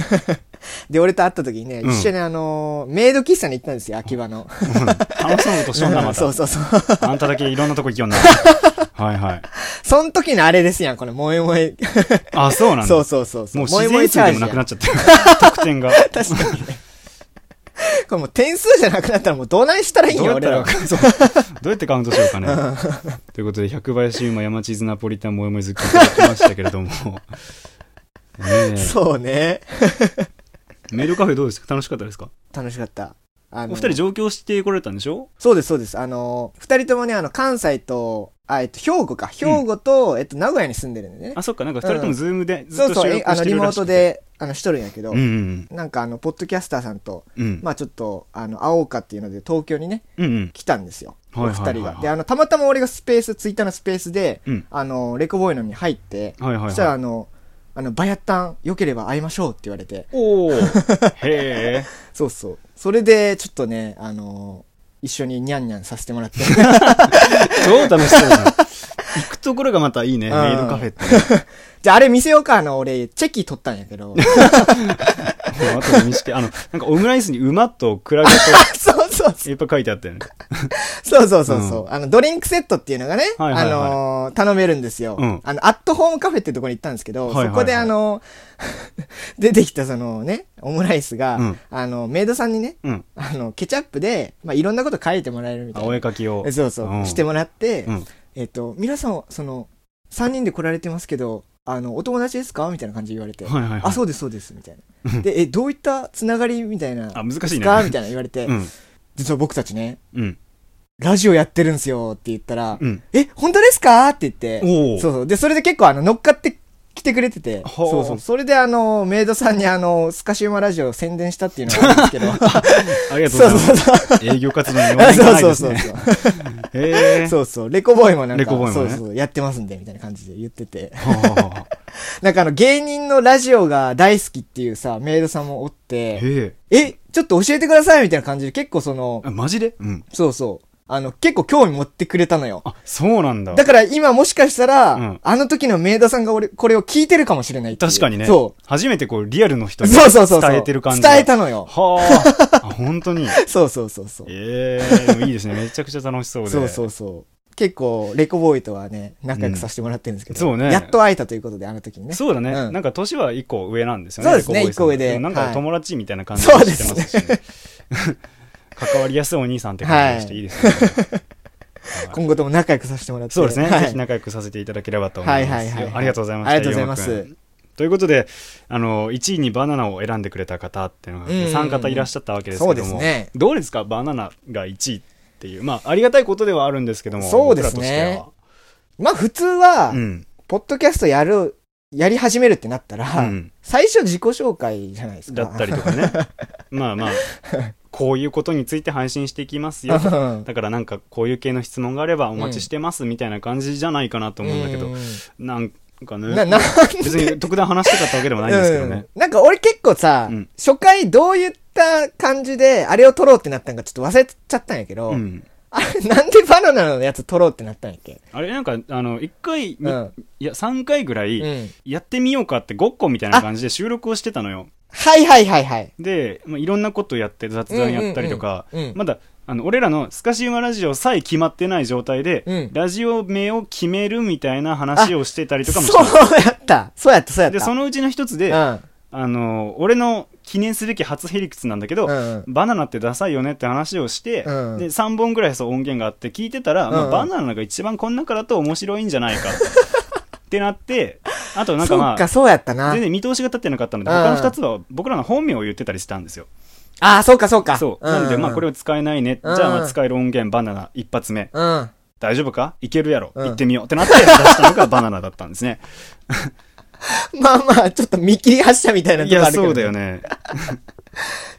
S2: で、俺と会った時にね、
S1: うん
S2: 一緒にあの、メイド喫茶に行ったんですよ、秋葉の。 (laughs)
S1: 楽しそうなことしとんな、また。
S2: そうそうそう。
S1: あんただけいろんなとこ行きよんな。はいはい。
S2: そん時のあれですやん、これ、萌え萌え。
S1: あ、そうなんだ。
S2: そうそうそうそう。
S1: もう自然数でもなくなっ
S2: ち
S1: ちゃってる。得点が。
S2: ゃ (laughs) 確かにね。これもう点数じゃなくなったらもうどないしたらいいん
S1: どう
S2: や、
S1: やった
S2: 俺
S1: ら
S2: ら。
S1: そう (laughs) どうやってカウントしよう
S2: (laughs)
S1: かね。ということで、百林優馬山地図ナポリタンもよもずっきいただきましたけれども。ねえ
S2: そうね。
S1: メールカフェどうですか楽しかったですか
S2: 楽しかった。あ
S1: お
S2: の
S1: 二人上京してこられたんでしょ
S2: そうです、そうです。あの、二人ともね、あの、関西と、あ、えっと、兵庫か。兵庫と、えっと、名古屋に住んでるんでね。
S1: あ、そっか、なんか二人ともズームでず
S2: そ
S1: っ
S2: う
S1: と
S2: そう、
S1: 収
S2: え
S1: 録
S2: あの、
S1: して
S2: リ
S1: る
S2: モ
S1: ら
S2: ー
S1: しく
S2: ト
S1: て。
S2: で、あの、しとるんやけど、
S1: うんうん
S2: なんか、あの、ポッドキャスターさんと、
S1: うん。
S2: まあちょっと、あの、会おうかっていうので、東京にね、
S1: うんうん。
S2: 来たんですよ。
S1: はいはいはいはい
S2: お二人が。で、あの、たまたま俺がスペース、ツイッターのスペースで、
S1: うん。
S2: あの、レコボーイのに入って、
S1: はいはい
S2: そ
S1: はい。
S2: したら、あの、あの、バヤッタン、良ければ会いましょうって言われて、
S1: お
S2: (laughs)
S1: ー。へえ。
S2: そうそう。それで、ちょっとね、あの、一緒にニャンニャンさせても
S1: (laughs)
S2: らって、
S1: 超楽しそうじゃん。行くところがまたいいね、
S2: うん
S1: メイドカフェって。
S2: じゃあ、あれ見せようか。あの、俺、チェキ取ったん
S1: (laughs)
S2: やけど。
S1: もう後で見して、あの、なんかオムライスに馬とクラゲ
S2: (laughs) そうそう
S1: と、やっぱ書いてあったよね。
S2: そうそうそうそう、あの、ドリンクセットっていうのがね、
S1: はいはいはい
S2: あのー頼めるんですよ、
S1: うん
S2: あの、アットホームカフェってとこに行ったんですけど、
S1: はいはいはい
S2: そこであの (laughs) ー出てきたそのね、オムライスが、
S1: うん
S2: あの、メイドさんにね、
S1: うん。
S2: あの、ケチャップで、まあ、いろんなこと書いてもらえるみた
S1: あ
S2: い
S1: お絵
S2: な。
S1: かきを。
S2: そうそう、
S1: ん
S2: してもらって、
S1: うん
S2: えっと、皆さん、その、3人で来られてますけど、あの、お友達ですかみたいな感じで言われて、
S1: はいはいはい。
S2: あ、そうです、そうです、みたいな。で、え、どういったつながりみたいな。
S1: あ難しいね
S2: ですかみたいな言われて、
S1: うん。
S2: 実は僕たちね、
S1: うん。
S2: ラジオやってるんすよって言ったら、
S1: うん。
S2: え、本当ですかって言って、
S1: おー
S2: そうそう。で、それで結構あの、乗っかってきてくれてて、
S1: ほう
S2: そうそう。それであの、メイドさんにあの、スカシウマラジオを宣伝したっていうのがあるんですけ
S1: (laughs)
S2: ど、
S1: ありがとう
S2: (laughs) そ
S1: ご
S2: う
S1: ざいます。
S2: そうそう。
S1: 営業活動に弱い
S2: (laughs) そう
S1: ない
S2: そ
S1: で
S2: う
S1: す
S2: そう
S1: ね。
S2: そう。
S1: へえ。
S2: そうそう。レコボーイもなん
S1: レ
S2: か、
S1: コボーイも
S2: そ
S1: ね
S2: うそう、やってますんで、みたいな感じで言ってて。 (laughs)
S1: はあはあはあ
S2: なんかあの、芸人のラジオが大好きっていうさ、メイドさんもおって、
S1: へえ。
S2: え、ちょっと教えてくださいみたいな感じで結構その、
S1: あマジでうん。
S2: そうそう。あの、結構興味持ってくれたのよ。
S1: あ、そうなんだ。
S2: だから今もしかしたら、
S1: うん
S2: あの時のメイドさんが俺、これを聞いてるかもしれないっていう
S1: 確かにね。
S2: そ
S1: 初めてこう、リアルの人
S2: う。
S1: に
S2: そうそうそうそう。
S1: 伝えてる感じ。
S2: 伝え。たのよ。
S1: はあ。あ、本当に。
S2: そうそうそうそう。
S1: ええ、でもいいですね。めちゃくちゃ楽しそうで。
S2: そうそうそう。結構、レコボーイとはね、仲良くさせてもらってるんですけど、
S1: うんそうね
S2: やっと会えたということで、あの時にね。
S1: そうだね、
S2: うん
S1: なんか年は一個上なんですよね。
S2: そうですね
S1: レコボーイさん
S2: 一個上で
S1: もなんか
S2: はい
S1: 友達みたいな感じで
S2: そうです
S1: してますし、ね。 (laughs) 関わりやすいお兄さんって感じがしていいですね。はい
S2: 今後とも仲良くさせてもらって。
S1: そうですね、
S2: はい
S1: ぜひ仲良くさせていただければと思います。
S2: はいはいはい
S1: ありがとうございました。
S2: ありがとうございます
S1: ゆうまくん。ということで、あの、1位にバナナを選んでくれた方っていうのが、
S2: うんうんうん
S1: 3方いらっしゃったわけですけ
S2: そ
S1: ど
S2: う
S1: も、
S2: ですね。
S1: どうですかバナナが1位っていう。まあ、ありがたいことではあるんですけども、
S2: そうですねまあ普通は、
S1: 僕らとしては。うん。
S2: ポッドキャストやる、やり始めるってなったら、
S1: うん
S2: 最初自己紹介じゃないですか。
S1: だったりとか
S2: (laughs)
S1: ねまあまあこういうことについて配信していきます
S2: (laughs)
S1: よ
S2: うん
S1: だからなんかこういう系の質問があればお待ちしてますみたいな感じじゃないかなと思うんだけど、なんか
S2: うんな、
S1: ね
S2: なん
S1: 別に特段話したかったわけでもないんですけどね、
S2: うん、なんか俺結構さ、
S1: うん
S2: 初回どういった感じであれを撮ろうってなったんかちょっと忘れちゃったんやけど、
S1: うん
S2: あれなんでバナナのやつ撮ろうってなったんやっけ
S1: あれなんかあの1回、
S2: う
S1: に
S2: ん。
S1: いや3回ぐら
S2: う
S1: い
S2: ん。
S1: やってみようかってごっこみたいな感じで収録をしてたのよ
S2: はいはいはいはい。
S1: で、まあ、いろんなことやって雑談やったりとか、
S2: うんうんうんうん
S1: まだあの俺らのスカシウマラジオさえ決まってない状態で、
S2: うん
S1: ラジオ名を決めるみたいな話をしてたりとかもして
S2: そうやった。そうやった、そう
S1: た
S2: やった。
S1: でそのうちの一つで、あの俺の記念すべき初ヘリクツなんだけど、
S2: うんうん
S1: バナナってダサいよねって話をして、
S2: うん
S1: で3本ぐらいそう音源があって聞いてたら、まあ
S2: うんうん
S1: バナナが一番この中だと面白いんじゃない
S2: (laughs)
S1: かってなってあと
S2: う。
S1: なんんか
S2: そ
S1: ま
S2: っか、
S1: あ
S2: そうやったな
S1: 全。然見通しが立ってなかったので
S2: うん
S1: 他の2つは僕らの本名を言ってたりしたんですよ
S2: ああ、そうか、そうか。
S1: そう。なので、まあ、これ
S2: を。
S1: は使えないね。じ
S2: うん
S1: ゃあ、まあ使える音源、バナナ、一発目。
S2: うん。
S1: 大丈夫かいけるやろ。
S2: うん
S1: 行ってみよう。ってなって、出したのがバナナだったんです
S2: (laughs)
S1: ね。
S2: まあまあ、ちょっと見切り発車みたいなと
S1: い
S2: こ
S1: や、
S2: あるけど、
S1: そうだよ。ね。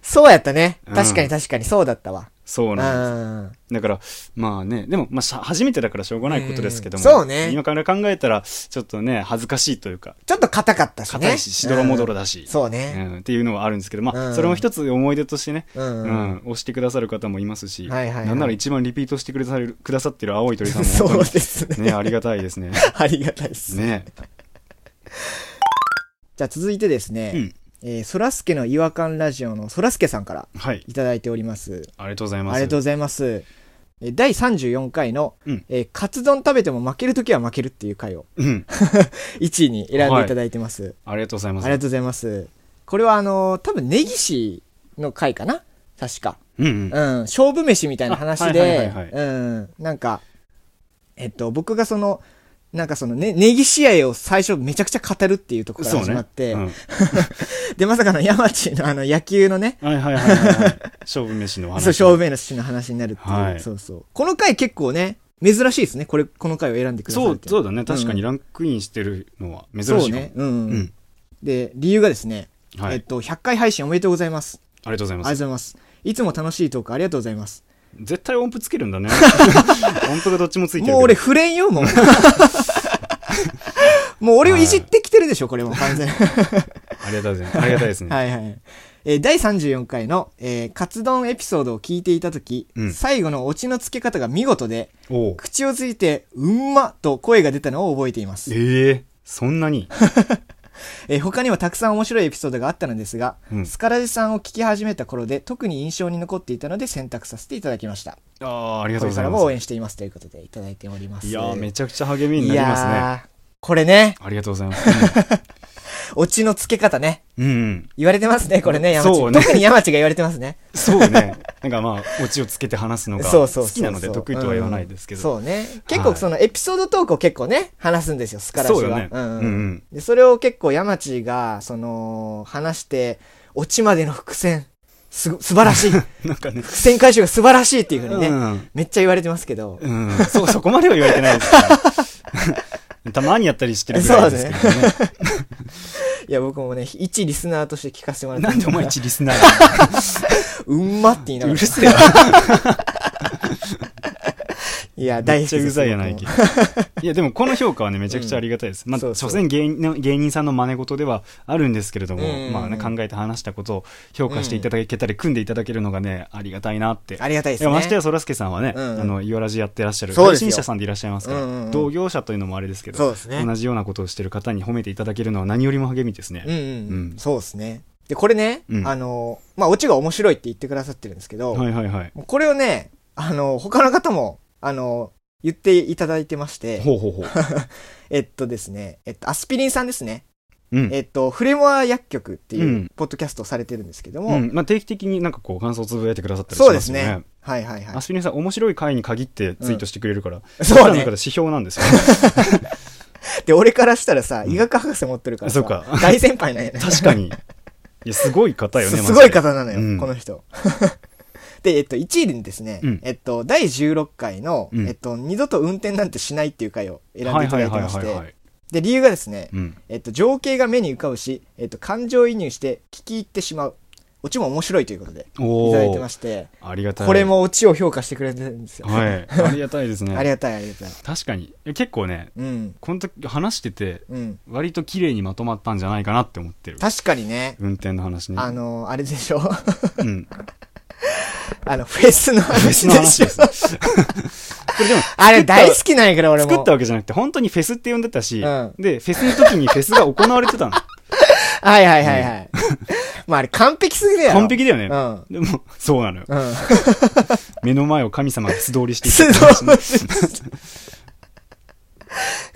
S2: そうやったね。
S1: うん
S2: 確かに確かに、そうだったわ。
S1: そう
S2: うん。
S1: なんです。
S2: あ
S1: だから、まあね、でも、まあしゃ、初めてだからしょうがないことですけども。
S2: うんそうね
S1: 今から考えたら、ちょっとね、恥ずかしいというか、
S2: ちょっと硬かったしね。
S1: 硬いし、しどろもどろ
S2: だ。
S1: だし。
S2: そうね。
S1: うんっていうのはあるんですけど、ま
S2: う
S1: あ、
S2: ん
S1: それも一つ思い出としてね、
S2: うんうん
S1: うん押してくださる方もいますし、
S2: はいはいはい
S1: なんなら一番リピートしてくださるくださってる青い鳥さんも
S2: (laughs) そ
S1: 本
S2: う
S1: 当
S2: です
S1: に
S2: ね。
S1: ね、ありがたい
S2: (laughs)
S1: ですね。
S2: ありがたいです。
S1: ね。
S2: じゃあ続いてです
S1: う
S2: ね
S1: ん、
S2: えーそらすけの違和感ラジオのそらすけさんから
S1: はい。
S2: いただいております。
S1: ありがとうございます。
S2: ありがとうございます。えー第34回の、
S1: うん
S2: えーカツ丼食べても負けるときは負けるっていう回を
S1: うん。
S2: 1位に選んでいただいてます。
S1: ありがとうございま
S2: あ
S1: す。
S2: りがとうございます。これはあのー多分、根岸の回かな確か。
S1: うんうん。
S2: うん、勝負飯みたいな話
S1: あはいはい
S2: で
S1: はいはい、
S2: うん、なんか、えっと、僕がその、なんかそのね、ネギ試合を最初めちゃくちゃ語るっていうところか
S1: そ
S2: ら
S1: う
S2: 始
S1: ね。
S2: まって、
S1: うん
S2: で、まさかの山地のあの野球のね、
S1: はいはいはいはいはい。勝負飯の話。
S2: (laughs) そう、勝負飯の話になるっていう、
S1: はい
S2: そうそう。この回結構ね、珍しいですね、これ、この回を選んでくださ
S1: そ、
S2: いう、
S1: そううだね。確かにランクインしてるのは珍
S2: そ
S1: し
S2: う
S1: いかも。
S2: ね、うん、
S1: う
S2: うん
S1: ん。
S2: で、理由がですね、
S1: は
S2: えっ
S1: い。
S2: と、100回配信おめでとうございます。
S1: ありがとうござい
S2: あ
S1: ま
S2: りがとうご
S1: す。
S2: ざいます。いつも楽しいトークありがとうございます。
S1: 絶対音符つけるんだ
S2: (laughs)
S1: ね。音符がどっちもついてるけど。
S2: もう俺、触れ
S1: (laughs)
S2: んよ、もう。もう俺をいじってきてるでしょ、これも完全に。
S1: ありがたいですね。ありがたいですね。
S2: はいはい。えー第34回の、えーカツ丼エピソードを聞いていたとき、
S1: うん
S2: 最後のオチの付け方が見事で、
S1: おう
S2: 口をついて、うんまと声が出たのを覚えています。
S1: ええ、そんなに。
S2: えー他にもたくさん面白いエピソードがあったのですが、
S1: うん
S2: スカラジさんを聞き始めた頃で特に印象に残っていたので選択させていただきました。
S1: ああ、ありが
S2: こ
S1: う
S2: と
S1: ご
S2: れか
S1: ざい
S2: ら
S1: ま
S2: も応
S1: す。
S2: 援していますということでいただいております。
S1: いやー、め
S2: ち
S1: ちゃくちゃ励みになりますね。
S2: ね。これね、
S1: ありがとうございます。
S2: オチの付け方ね。
S1: うんうんうん。
S2: 言われてますね、これね、山
S1: そう
S2: 地。
S1: ね
S2: 特に山地が言われてますね。
S1: そうね。なんかまあ、オチをつけて話すのが
S2: そうそうそうそう
S1: 好きなので得意とは言わないですけど。
S2: そうね。結
S1: は
S2: 構
S1: い
S2: そのエピソードトークを結構ね、話すんですよ、スカラシは。
S1: そうよね
S2: ん
S1: うんうん
S2: で、それを結構山地が、その、話して、オチまでの伏線、すご、素晴
S1: (laughs)
S2: らしい。伏
S1: なんかね。
S2: 線回収が素晴らしいっていうふうにね、
S1: うん
S2: めっちゃ言われてますけど。
S1: うん。そう、そこまでは言われてないです
S2: (laughs)
S1: けどたまにやったりしてるぐらいですけどね。
S2: いや、僕もね、一リスナーとして聞かせてもらって。
S1: なんでお前一リスナー
S2: うんまって (laughs) 言いな
S1: なの
S2: が
S1: う
S2: ら
S1: る。せえな。
S2: いや、大
S1: めっ
S2: 好き
S1: ちゃうざいやない
S2: 僕
S1: け
S2: も。
S1: いや、でもこの評価はね、めちゃくちゃありがたいです。まあ、
S2: そうそう
S1: 所詮芸人の芸人さんの真似事ではあるんですけれども、
S2: うん
S1: まあね、考えて話したことを評価していただけたり、組んでいただけるのがね、ありがたいなって。
S2: ありがたいです
S1: いや
S2: ね。
S1: ましてやそらすけさんはね、
S2: うんうん
S1: あのイオラジやってらっしゃる
S2: そう
S1: 配
S2: ですよ
S1: 信者さんでいらっしゃいますから、
S2: うんうんうん
S1: 同業者というのもあれですけど
S2: そうですね
S1: 同じようなことをしてる方に褒めていただけるのは何よりも励みですね、
S2: うんうん、
S1: うん
S2: そうですね。で、これね、
S1: うん
S2: あの、まあ、オチが面白いって言ってくださってるんですけど、
S1: はいはいはい
S2: もうこれをね、あの、他の方も、あの、言っていただいてまして、
S1: ほうほうほう、
S2: えっとですね、えっと、アスピリンさんですね、
S1: うん
S2: (laughs) えっと、フレモア薬局って
S1: う、
S2: いうんポッドキャストをされてるんですけど
S1: う
S2: も、
S1: んまあ、定期的になんかこう感想をつぶやいてくださったりし
S2: そうで
S1: ますすよね
S2: ね。はいはいは
S1: アスピリンさん面白い回に限ってツイートしてくれるから、
S2: い。
S1: 僕
S2: (laughs) そ
S1: らの
S2: う
S1: 中で
S2: ね。
S1: 指標なんですよ
S2: で、俺からしたらさ、
S1: ん
S2: 医学博士持ってるからさ、
S1: そうか
S2: 大先輩なん (laughs) やね。
S1: 確かにいやすごい方よね
S2: す
S1: マジ
S2: す
S1: で
S2: ごい方なのよ、
S1: うん
S2: この人。 (laughs) で、えっと、1位にですね、
S1: うん
S2: えっと、第16回の、
S1: うん
S2: えっと、二度と運転なんてしないっていう回を選ん
S1: は
S2: で
S1: い
S2: いた
S1: は
S2: だ
S1: い
S2: いて
S1: はい
S2: まし
S1: はいは
S2: て、
S1: い、
S2: で、理由がですね、
S1: うん、
S2: えっと、情景が目に浮かぶし、えっと、感情移入して聞き入ってしまう。オチも面白いということで、い
S1: お
S2: ただいて
S1: お
S2: まして、
S1: ありがたい
S2: これもオチを評価してくれてるんですよ。
S1: はいありがたいです
S2: (laughs) あり
S1: ね
S2: がたい、ありがたい。
S1: 確かにえ結構ね
S2: うん。
S1: この時話してて
S2: うん。
S1: 割と綺麗にまとまったんじゃないかなって思ってる
S2: 確かにね、
S1: 運転の話ね
S2: あのあれでしょ (laughs)
S1: うん
S2: あの、フェスの
S1: フェ
S2: 話
S1: スの
S2: で
S1: 話
S2: しょ
S1: ですこれでも
S2: あれ大好きなんやから、俺も。
S1: 作ったわけじゃなくて本当にフェスって呼んでたし、
S2: うん
S1: でフェスの時にフェスが行われ
S2: (laughs)
S1: てたの
S2: はいはいはいはい。まああれ完璧すぎるやろ。
S1: 完璧だよね、
S2: うん。
S1: でもそうなのよ
S2: うん。
S1: 目の前を神様が素通りしてい
S2: す
S1: た
S2: ごい
S1: って話ね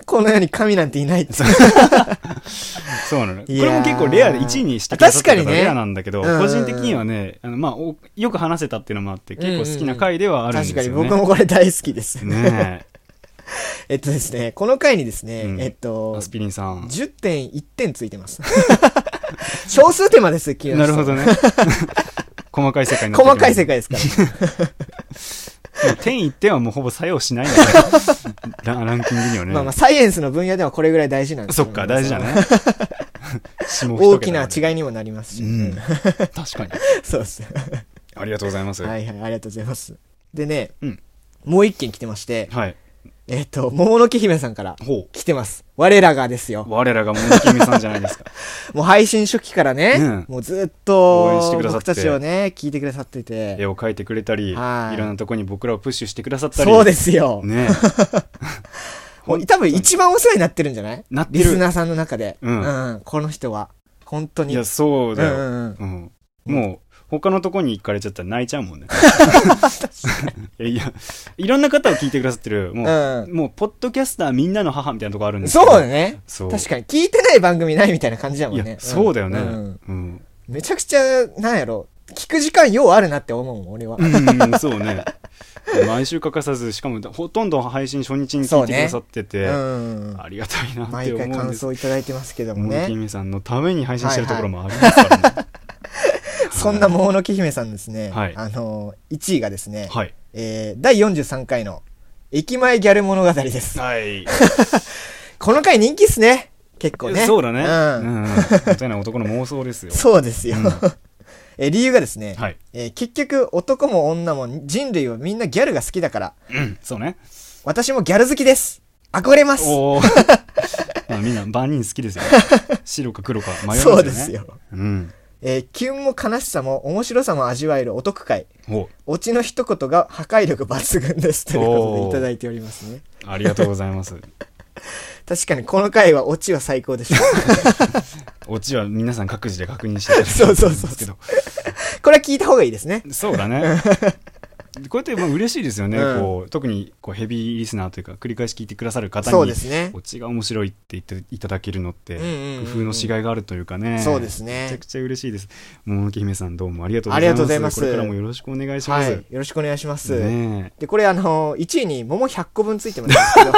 S2: この世に神なんていないって。
S1: そうなのよこ
S2: いやー
S1: れも結構レアで1位にしてくださった
S2: 確
S1: 方
S2: かにね
S1: レアなんだけど、
S2: うんうんうん
S1: 個人的にはねあの、まあ、およく話せたっていうのもあって結構好きな回ではあるんです
S2: 確
S1: よ
S2: か
S1: ね、
S2: に僕もこれ大好きです。
S1: ね
S2: (laughs) えっとですね、この回にですね、
S1: うん
S2: えっ
S1: え
S2: と
S1: ア、スピリンさん
S2: 10点、1点ついてます。少数点までですよ、清
S1: な
S2: 水
S1: る
S2: さ
S1: ほ
S2: ん
S1: どね (laughs) 細かい世界になってくる
S2: 細かい世界ですから。
S1: もう点一点はもうほぼ作用しないんだねラ (laughs) ランキングにはね。
S2: まあまあ、サイエンスの分野ではこれぐらい大事なんです
S1: そ
S2: よ
S1: っか、大事だ。ね。下一桁
S2: 大きな
S1: う。
S2: 違いにもなりますし。
S1: うん。確かに。
S2: そうですね。
S1: ありがとうございます。
S2: は
S1: はい。
S2: いはい、ありがとうございます。でね
S1: うん、
S2: もう一件来てまして、えっと、桃の木姫さんから
S1: ほ
S2: 来てます。我らがですよ
S1: う。。我らがモンキミさんじゃないですか。
S2: もう配信初期からね、
S1: うん
S2: もうずっ
S1: 応援し
S2: と
S1: てくださっ
S2: 僕
S1: て
S2: たちをね、聞いてくださってて。
S1: 絵を描いてくれたり、いろん
S2: はい
S1: なとこに僕らをプッシュしてくださったり。
S2: そうですよ。 (laughs)
S1: ね
S2: もう多分一番お世話になってるんじゃない
S1: なって
S2: リ
S1: る
S2: スナーさんの中で。
S1: うん
S2: この人は。本当
S1: え。い
S2: に。
S1: や、そうだ
S2: う
S1: よ。
S2: んうんうん
S1: うん。もう、他のとこに行かれちゃったら泣いちゃう
S2: (laughs)
S1: もんね。いやいや、いろんな方を聞いてくださってる、もう、もう、ポッドキャスターみんなの母みたいなとこあるんです
S2: そうだね。
S1: そう
S2: 確かに、聞いてない番組ないみたいな感じだもん
S1: い
S2: ね。
S1: や、
S2: ん
S1: そうだよね。
S2: う
S1: うんん。うん、
S2: めちゃくちゃ、なんやろ、聞く時間ようあるなって思うもん、俺は。
S1: うんそうね。毎週欠かさず、しかも、ほとんど配信初日に聞いてくださってて、
S2: うん。
S1: ありがたいなって
S2: 毎回
S1: 思うん
S2: 感
S1: です。
S2: 想いただいてますけども
S1: 森
S2: ね。
S1: 姫さんのために配信してるところもありますからね。
S2: そんな桃の木姫さんですね。
S1: はい
S2: あの、1位がですね、
S1: はい。
S2: えー、第43回の、駅前ギャル物語です。
S1: はい。
S2: この回人気っすね。結構ね。
S1: そうだね。
S2: うん。
S1: うん。みたいな男の妄想ですよ。
S2: そうですよ。
S1: うん
S2: (laughs) えー理由がですね、
S1: はい。
S2: えー結局男も女も人類はみんなギャルが好きだから、
S1: うんそうね。
S2: 私もギャル好きです。憧れます。
S1: お
S2: (laughs)
S1: ーまあみんな万人好きですよ。白か黒か迷いますよね。
S2: そうですよ。
S1: うん。
S2: えーキュンも悲しさも面白さも味わえるお得会。
S1: お
S2: オチの一言が破壊力抜群です。ということで
S1: おー
S2: いただいておりますね。
S1: ありがとうござい
S2: (laughs)
S1: ます。
S2: 確かにこの回はオチは最高 (laughs) でした。
S1: オチは皆さん各自で確認していただきたい
S2: そうそう
S1: と思
S2: そ
S1: ん
S2: う
S1: ですけど。
S2: これは聞いた方がいいですね。
S1: そうだ
S2: (laughs)
S1: ね。こうやってまあ嬉しいですよね。
S2: うん
S1: こう特にこうヘビーリスナーというか繰り返し聞いてくださる方に、
S2: そうですね
S1: オ。チが面白いって言っていただけるのって、
S2: うんうんうん
S1: 工夫のしがいがあるというかね。
S2: そうです
S1: めちゃ
S2: ね
S1: く。ちゃ嬉しいです。桃木姫さんどうもありがとうご
S2: あ
S1: ざい
S2: りが
S1: ます。
S2: とうございます
S1: これからもよろしくお願いしま
S2: は
S1: す。
S2: い。よろしくお願いします。
S1: ね
S2: で、これあのー、1位に桃100個分ついてますけ (laughs) ど。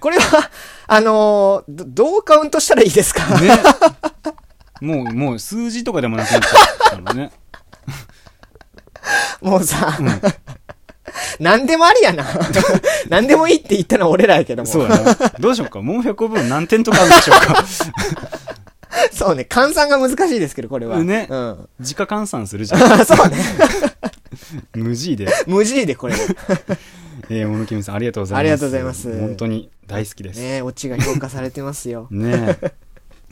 S2: これは、あのーど、どうカウントしたらいいですか、
S1: え。ね (laughs) もう、もう数字とかでもなくなっちゃったの
S2: (laughs)
S1: ね。
S2: もうさ、何でもあり (laughs) やな。何でもいいって言ったのは俺らやけども。
S1: そうだね。どうしようか。もう100個分何点とかあるんでしょう
S2: (laughs)
S1: か。
S2: そうね、換算が難しいですけど、これは。
S1: ね
S2: うん。
S1: 自家換算するじゃん。
S2: (laughs) そうね。
S1: (laughs) 無 G で。
S2: 無事でこれ。ね
S1: (laughs) えー、小野君さんありがとうございます。
S2: ありがとうございます
S1: 本当に大好きです。ね
S2: え、オチが評価されてますよ。
S1: え。 (laughs)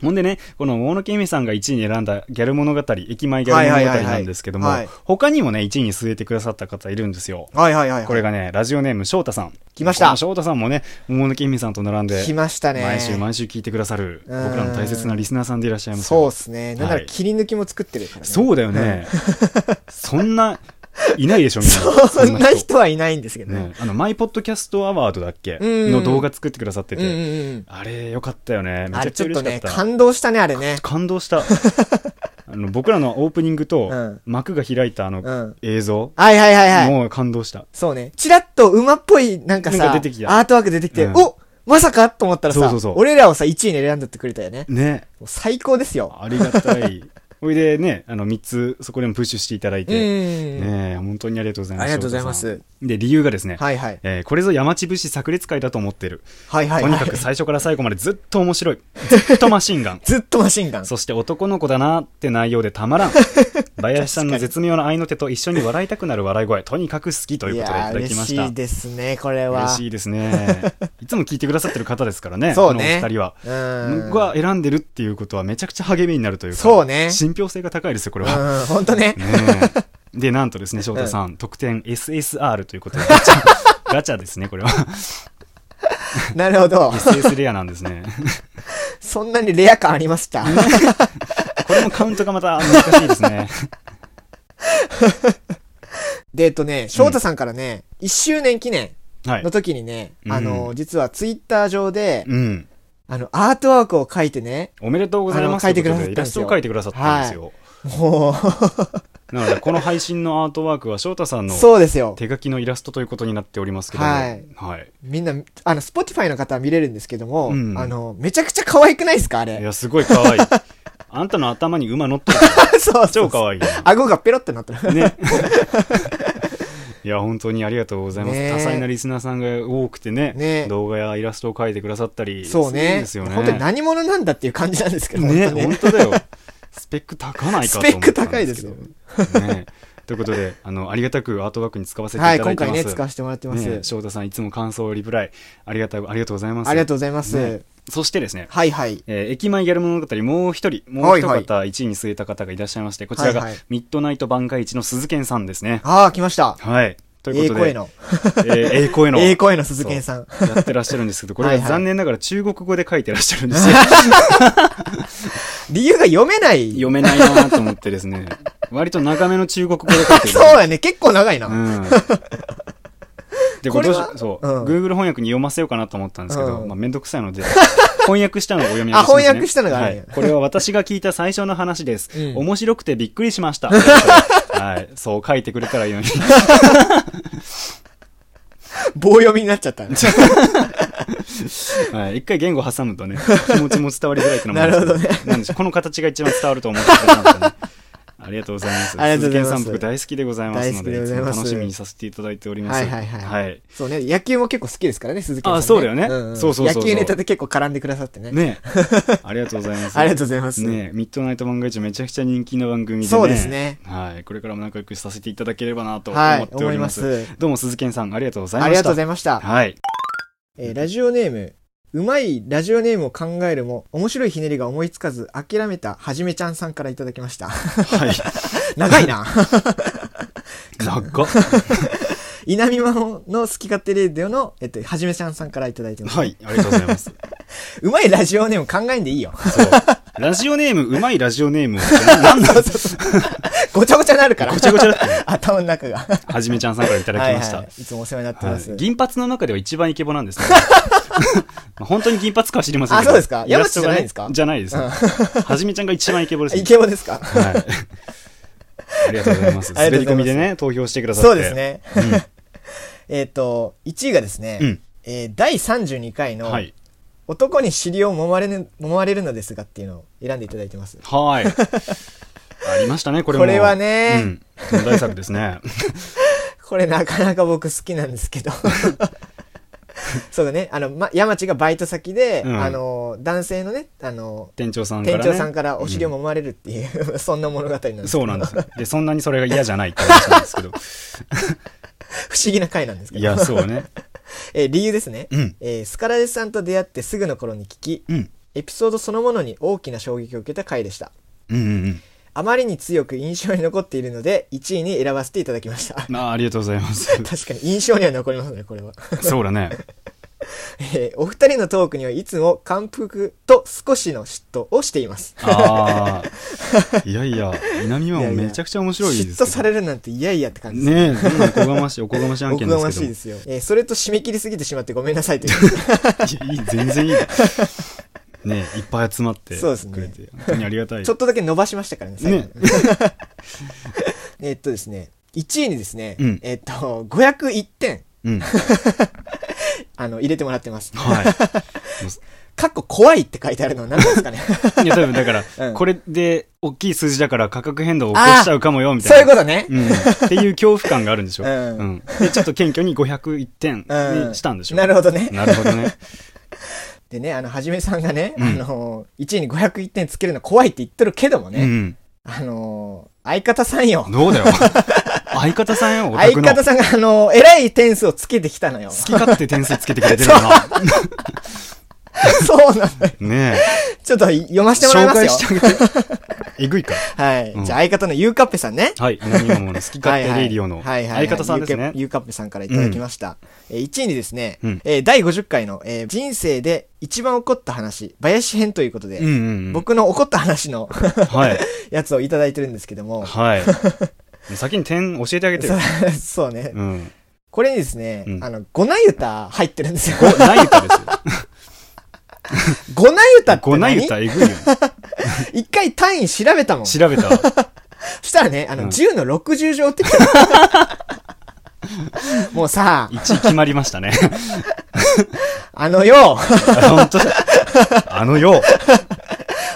S1: ほんでね、この大野恵美さんが1位に選んだギャル物語、駅前ギャル物語なんですけども
S2: はいはいはいはい、
S1: 他にもね、1位に据えてくださった方いるんですよ。
S2: はいはいはいはい。
S1: これがね、ラジオネーム翔太さん。
S2: 来ました
S1: この翔太さんもね、桃抜きみさんと並んで、
S2: 来ましたね。
S1: 毎週毎週聞いてくださる、
S2: うん
S1: 僕らの大切なリスナーさんでいらっしゃいます
S2: そう
S1: よ。
S2: っすね。なんなら
S1: はい
S2: 切り抜きも作ってるからね。
S1: そうだよ
S2: (laughs)
S1: ね。そんな、いないでしょ、みたいな。
S2: そんな人はいないんですけどね。
S1: ね、あの、マイポッドキャストアワードだっけ
S2: うん
S1: の動画作ってくださって
S2: うんうん
S1: て。
S2: うん。
S1: あれ、よかったよね。め
S2: あ
S1: ち
S2: れ
S1: ゃくち
S2: ち
S1: ゃ
S2: ょっと
S1: 嬉
S2: ね
S1: し、かった。
S2: 感動したね、あれね。
S1: 感動
S2: (laughs)
S1: した。あの、僕らのオープニング
S2: う
S1: と
S2: ん、
S1: 幕が開いたあ
S2: う
S1: の
S2: ん、
S1: 映像。
S2: はいはいはいはい。
S1: もう感動した。
S2: そうね。チラッと馬っぽいなんか
S1: なん
S2: さ、
S1: か出てきた
S2: アートワーク出てきて、
S1: うん
S2: おまさかと思ったら
S1: そう
S2: さ
S1: そうそう、
S2: 俺らをさ、1位に選んでってくれたよね。
S1: ね。
S2: もう最高ですよ。
S1: ありがた
S2: (laughs)
S1: い。ほいでね、あの、3つ、そこでもプッシュしていただいうて、
S2: ん。
S1: ねえ本当にありがとうございます。
S2: ありがとうございます
S1: 翔太さん。で、理由がですね、
S2: はいはい。
S1: えーこれぞ山地節炸裂会だと思ってる。
S2: はいはい
S1: と
S2: はい。。
S1: にかく最初から最後までずっと面白い。ずっとマシンガン
S2: ずっとマシンガ
S1: (laughs)
S2: ン。
S1: そして男の子だなって内容でた
S2: (laughs)
S1: まらん。林さんの絶妙な愛の手と一緒に笑いたくなる笑い声、とにかく好きということでい
S2: や
S1: た
S2: ー
S1: だきまし
S2: 嬉
S1: た。
S2: しいですね、これは。
S1: 嬉しいですね。いつも聞いてくださってる方ですからね、
S2: そうね
S1: このお二人は。
S2: うん。
S1: が選んでるっていうことはめちゃくちゃ励みになるというか、
S2: そうね
S1: 信憑性が高いですよ、これは。
S2: うん、ほんとね。
S1: ねえで、なんと
S2: (laughs)
S1: ですね、翔太さん、得点 SSR ということで、ガチャ、 (laughs) ガチャですね、これは。
S2: (laughs) なる
S1: (laughs)
S2: ほど。
S1: SS レアなんですね。
S2: そんなにレア感ありました。
S1: これもカウントがまた難しいですね。
S2: で、えっとね、翔太さんからね、1周年記念 (laughs)
S1: はい
S2: の。時にね、
S1: うん
S2: あの、実はツイッター上で、
S1: うん。
S2: あの、アートワークを書いてね、
S1: おめでとうございます
S2: あの
S1: ということ
S2: 書いてくださったんですよ
S1: でイラストを描いてくださったんですよ。
S2: も
S1: なので、この配信のアートワークは翔太さん
S2: う、
S1: の
S2: (laughs) そうですよ。
S1: 手書きのイラストということになっておりますけども、
S2: はい
S1: はい。
S2: みんな、あの、Spotify の方は見れるんですけども、
S1: うん
S2: あの、めちゃくちゃ可愛くないですかあ
S1: い
S2: れ。
S1: や、すごい可愛い。 (laughs) あんたの頭に馬乗ってる。
S2: (laughs) そう
S1: 超
S2: そうそう。
S1: 可愛い。
S2: 顎がペロってなってる。 (laughs)
S1: ね。いや、本当にありがとうございます。
S2: ねえ
S1: 多彩なリスナーさんが多くてね、
S2: ねえ
S1: 動画やイラストを描いてくださったり、
S2: そう
S1: するん
S2: ね。
S1: ですよね。
S2: 本当に何者なんだっていう感じなんですけど、
S1: ね
S2: 本当に
S1: 本当だよ。スペック高ないかと思ったんけど
S2: スペック高いですよ
S1: ねということで、あの、ありがたくアートワークに使わせてい
S2: は
S1: た
S2: い、
S1: だいてま
S2: 今
S1: す。
S2: 回ね、使わせてもらってます。
S1: ね翔太さん、いつも感想をリプライ、ありがたい、ありがとうございます。
S2: ありがとうございます。
S1: ねそしてですね、
S2: はいはい。
S1: えー駅前ギャル物語もう一人、もう一
S2: はい
S1: 方、一位に据えた方がいらっしゃいまして、こちらが
S2: はいはい
S1: ミッドナイト挽回一の鈴賢さんですね。
S2: ああ、来ました。
S1: はい。と
S2: え
S1: い
S2: え
S1: うことで、
S2: 声の。
S1: えーええ声
S2: (laughs)
S1: の。
S2: ええ声の鈴賢さん。
S1: そうやってらっしゃるんですけど、これ
S2: は
S1: が
S2: いはい
S1: 残念ながら中国語で書いてらっしゃるんですよ。
S2: 理由が読めない。 (laughs)
S1: 読めないなと思ってですね、割と長めの中国語で書いてる。
S2: そうやね。結構長いな。
S1: うん。で、
S2: こ
S1: こ
S2: れ
S1: れ
S2: は
S1: そう、
S2: うん
S1: Google 翻訳に読ませようかなと思ったんですけど、
S2: うん
S1: まあ、めんどくさいので、翻訳したのをお読み上げしま
S2: あ
S1: す、ね。
S2: 翻訳したのがあるんや
S1: はい。これは私が聞いた最初の話です。
S2: うん
S1: 面白くてびっくりしま
S2: (laughs)
S1: した。はい。そう書いてくれたらいいのに。
S2: 棒読みになっちゃったね。
S1: (laughs) はい。一回言語挟む
S2: (laughs)
S1: とね、気持ちも伝わりづらいってのもあんですけ
S2: なる
S1: なんでしょうこの形が一番伝わると思ってくれたんですよね。ありがとうございます。
S2: ありがとうございま
S1: 鈴
S2: す
S1: 木さん僕大好きでございますので、
S2: 大好きでございます
S1: つも楽しみにさせていただいております。
S2: はいはいはい
S1: はい
S2: そうね。野球も結構好きですからね、鈴木さん、ね。
S1: あそうだよね
S2: ん
S1: そうそうそうそう
S2: 野球ネタで結構絡んでくださってね。 (laughs)
S1: ねありがとうございます。
S2: ありがとうございます。
S1: ねえミッドナイト漫画一めちゃくちゃ人気な番組でね。
S2: そうですね。
S1: はい。これからも仲良くさせていただければなと
S2: は
S1: 思っ
S2: い、
S1: てお
S2: 思い
S1: り
S2: ま
S1: ます。
S2: す。
S1: どうも鈴健さんありがとうございました。
S2: ありがとうござ
S1: い
S2: いました。
S1: はい。
S2: えーラジオネーム、うまいラジオネームを考えるも、面白いひねりが思いつかず、諦めたはじめちゃんさんからいただき
S1: (laughs)
S2: ました。
S1: はい。
S2: 長いな (laughs)
S1: 長っ。
S2: 稲見まの好き勝手レディオの、えっと、はじめちゃんさんからいただいてます。
S1: はい。ありがとうございます。
S2: うまいラジオネーム考えんでいいよ。 (laughs)
S1: そう。ラジオネーム、うまいラジオネームをってな。なんだごち
S2: ごちゃごちゃになるから。
S1: ゃごちゃだったね
S2: (laughs) 頭の中が。い
S1: はじめちゃんさんからいただきました。
S2: い。いつもお世話になってます。
S1: はい銀髪の中では一番イケボなんです
S2: (laughs)
S1: ね。まあ本当に銀髪かは知りませんけど。
S2: あそうですか
S1: イラストがね
S2: 山内じゃないんです
S1: じ
S2: か
S1: ゃないです。はじめちゃんが一番イケボですね
S2: イ。ケボですか
S1: はい。ありがとうございます。
S2: (laughs)
S1: 滑
S2: ありがとう
S1: り
S2: ございます
S1: 込みでね、投票してくださって。
S2: そうです。ね。えっと、1位がですね、
S1: うん
S2: えー第32回の、
S1: はい。
S2: 男に尻を揉まれぬ揉まれるのですがっていうのを選んでいただいてます。
S1: はーい。ありましたね、これも。
S2: これはね
S1: うん。問題作ですね。 (laughs)
S2: これなかなか僕好きなんですけど。そうだね。あの、ま、山地がバイト先で、
S1: うん
S2: あの、男性のね、あの、
S1: 店長さんから
S2: 店
S1: ね。
S2: 長さんからお尻を揉まれるっていう、 (laughs) そんな物語なんですけど
S1: そうなんです。で、そんなにそれが嫌じゃないって話なんですけど。
S2: 不思議な回なんですけど。
S1: いや、そうね。
S2: (laughs) えー理由ですね。
S1: うん
S2: えースカラレスさんと出会ってすぐの頃に聞き、
S1: うん。
S2: エピソードそのものに大きな衝撃を受けた回でした。
S1: うんうんうん。
S2: あまりに強く印象に残っているので、1位に選ばせていただきました。 (laughs)
S1: まあ、ありがとうございます。
S2: 確かに印象には残りますね、これは。 (laughs)
S1: そうだね。
S2: えーお二人のトークにはいつも感服と少しの嫉妬をしています。
S1: あ
S2: (laughs)
S1: あ。いやいや、南はめちゃくちゃ面白いで
S2: 嫉
S1: すけ
S2: 妬
S1: ど。
S2: されるなんていやいやって感じです。
S1: ねえ、そんなおこがましい、おこがましい案
S2: お
S1: 件
S2: こ
S1: で
S2: が
S1: すけど。
S2: ましいですよ、えーそれと締め切りすぎてしまってごめんなさいという。
S1: いやいい全然いいよねいっぱい集まって
S2: そうですね
S1: くれて、本当にありがたい
S2: ちょっとだけ伸ばしましたからね、最後
S1: ね
S2: (laughs) えっとですね、1位にですね、
S1: うん
S2: えっと、501点、
S1: うん
S2: あの、入れてもらってます。 (laughs)
S1: は
S2: かっこ怖いって書いてあるのは何なんです
S1: (laughs)
S2: かね。
S1: いいや多分だから、
S2: うん
S1: これで大きい数字だから価格変動を起こしちゃうかもよみた
S2: そうい
S1: いうな
S2: ことね。
S1: うん、っていう恐怖感があるんでしょ、
S2: うん
S1: うんでちょっと謙虚に501点
S2: うん
S1: にしたんでしょ、
S2: なるほどね。
S1: なるほどね
S2: でね、あの、はじめさんがね、
S1: うん
S2: あのー、1位に501点つけるの怖いって言ってるけどもね、
S1: うん
S2: あのー、相方さんよ。
S1: どう
S2: (laughs)
S1: だよ相方さんよお
S2: 相
S1: 宅の
S2: 方さんが、あのー、偉い点数をつけてきたのよ。
S1: 好き勝手点数つけてくれてるか
S2: そうなのよ。
S1: なね
S2: ちょっと読ま
S1: え
S2: せてもらい
S1: 紹
S2: ます
S1: 介
S2: よ
S1: し。てあげてえ
S2: (laughs)
S1: ぐいか
S2: はい。
S1: うん
S2: じゃあ、相方のゆうかっぺさんね。
S1: はい何もの好き勝手レイディオの
S2: はいはい
S1: 相方さんですね、
S2: はいはいゆうかっぺさんからいただきました。えー1位にですね、
S1: うん
S2: えー第50回の、えー人生で一番怒った話、林編ということで、
S1: うんうん、うん、
S2: 僕の怒った話の (laughs)
S1: はい
S2: やつをいただいてるんですけども、
S1: はい。
S2: (laughs)
S1: もう先に点教えてあげてよ。
S2: そう (laughs) そうね、
S1: うん。
S2: これにですね、
S1: うん
S2: あの、ゴナユタ入ってるんですよ。 (laughs)
S1: ご、ない歌ですよ。
S2: ゴナユタって
S1: ごな
S2: 何
S1: い歌えぐいよ。
S2: 一回単位調べたもん。そ
S1: 調べたわ。
S2: したらね、あの、
S1: うん
S2: 10の60乗ってき
S1: (laughs)
S2: た。もうさ、
S1: 1位決まりましたね。 (laughs)
S2: あのよ、
S1: 本当だあの
S2: (laughs)
S1: よ。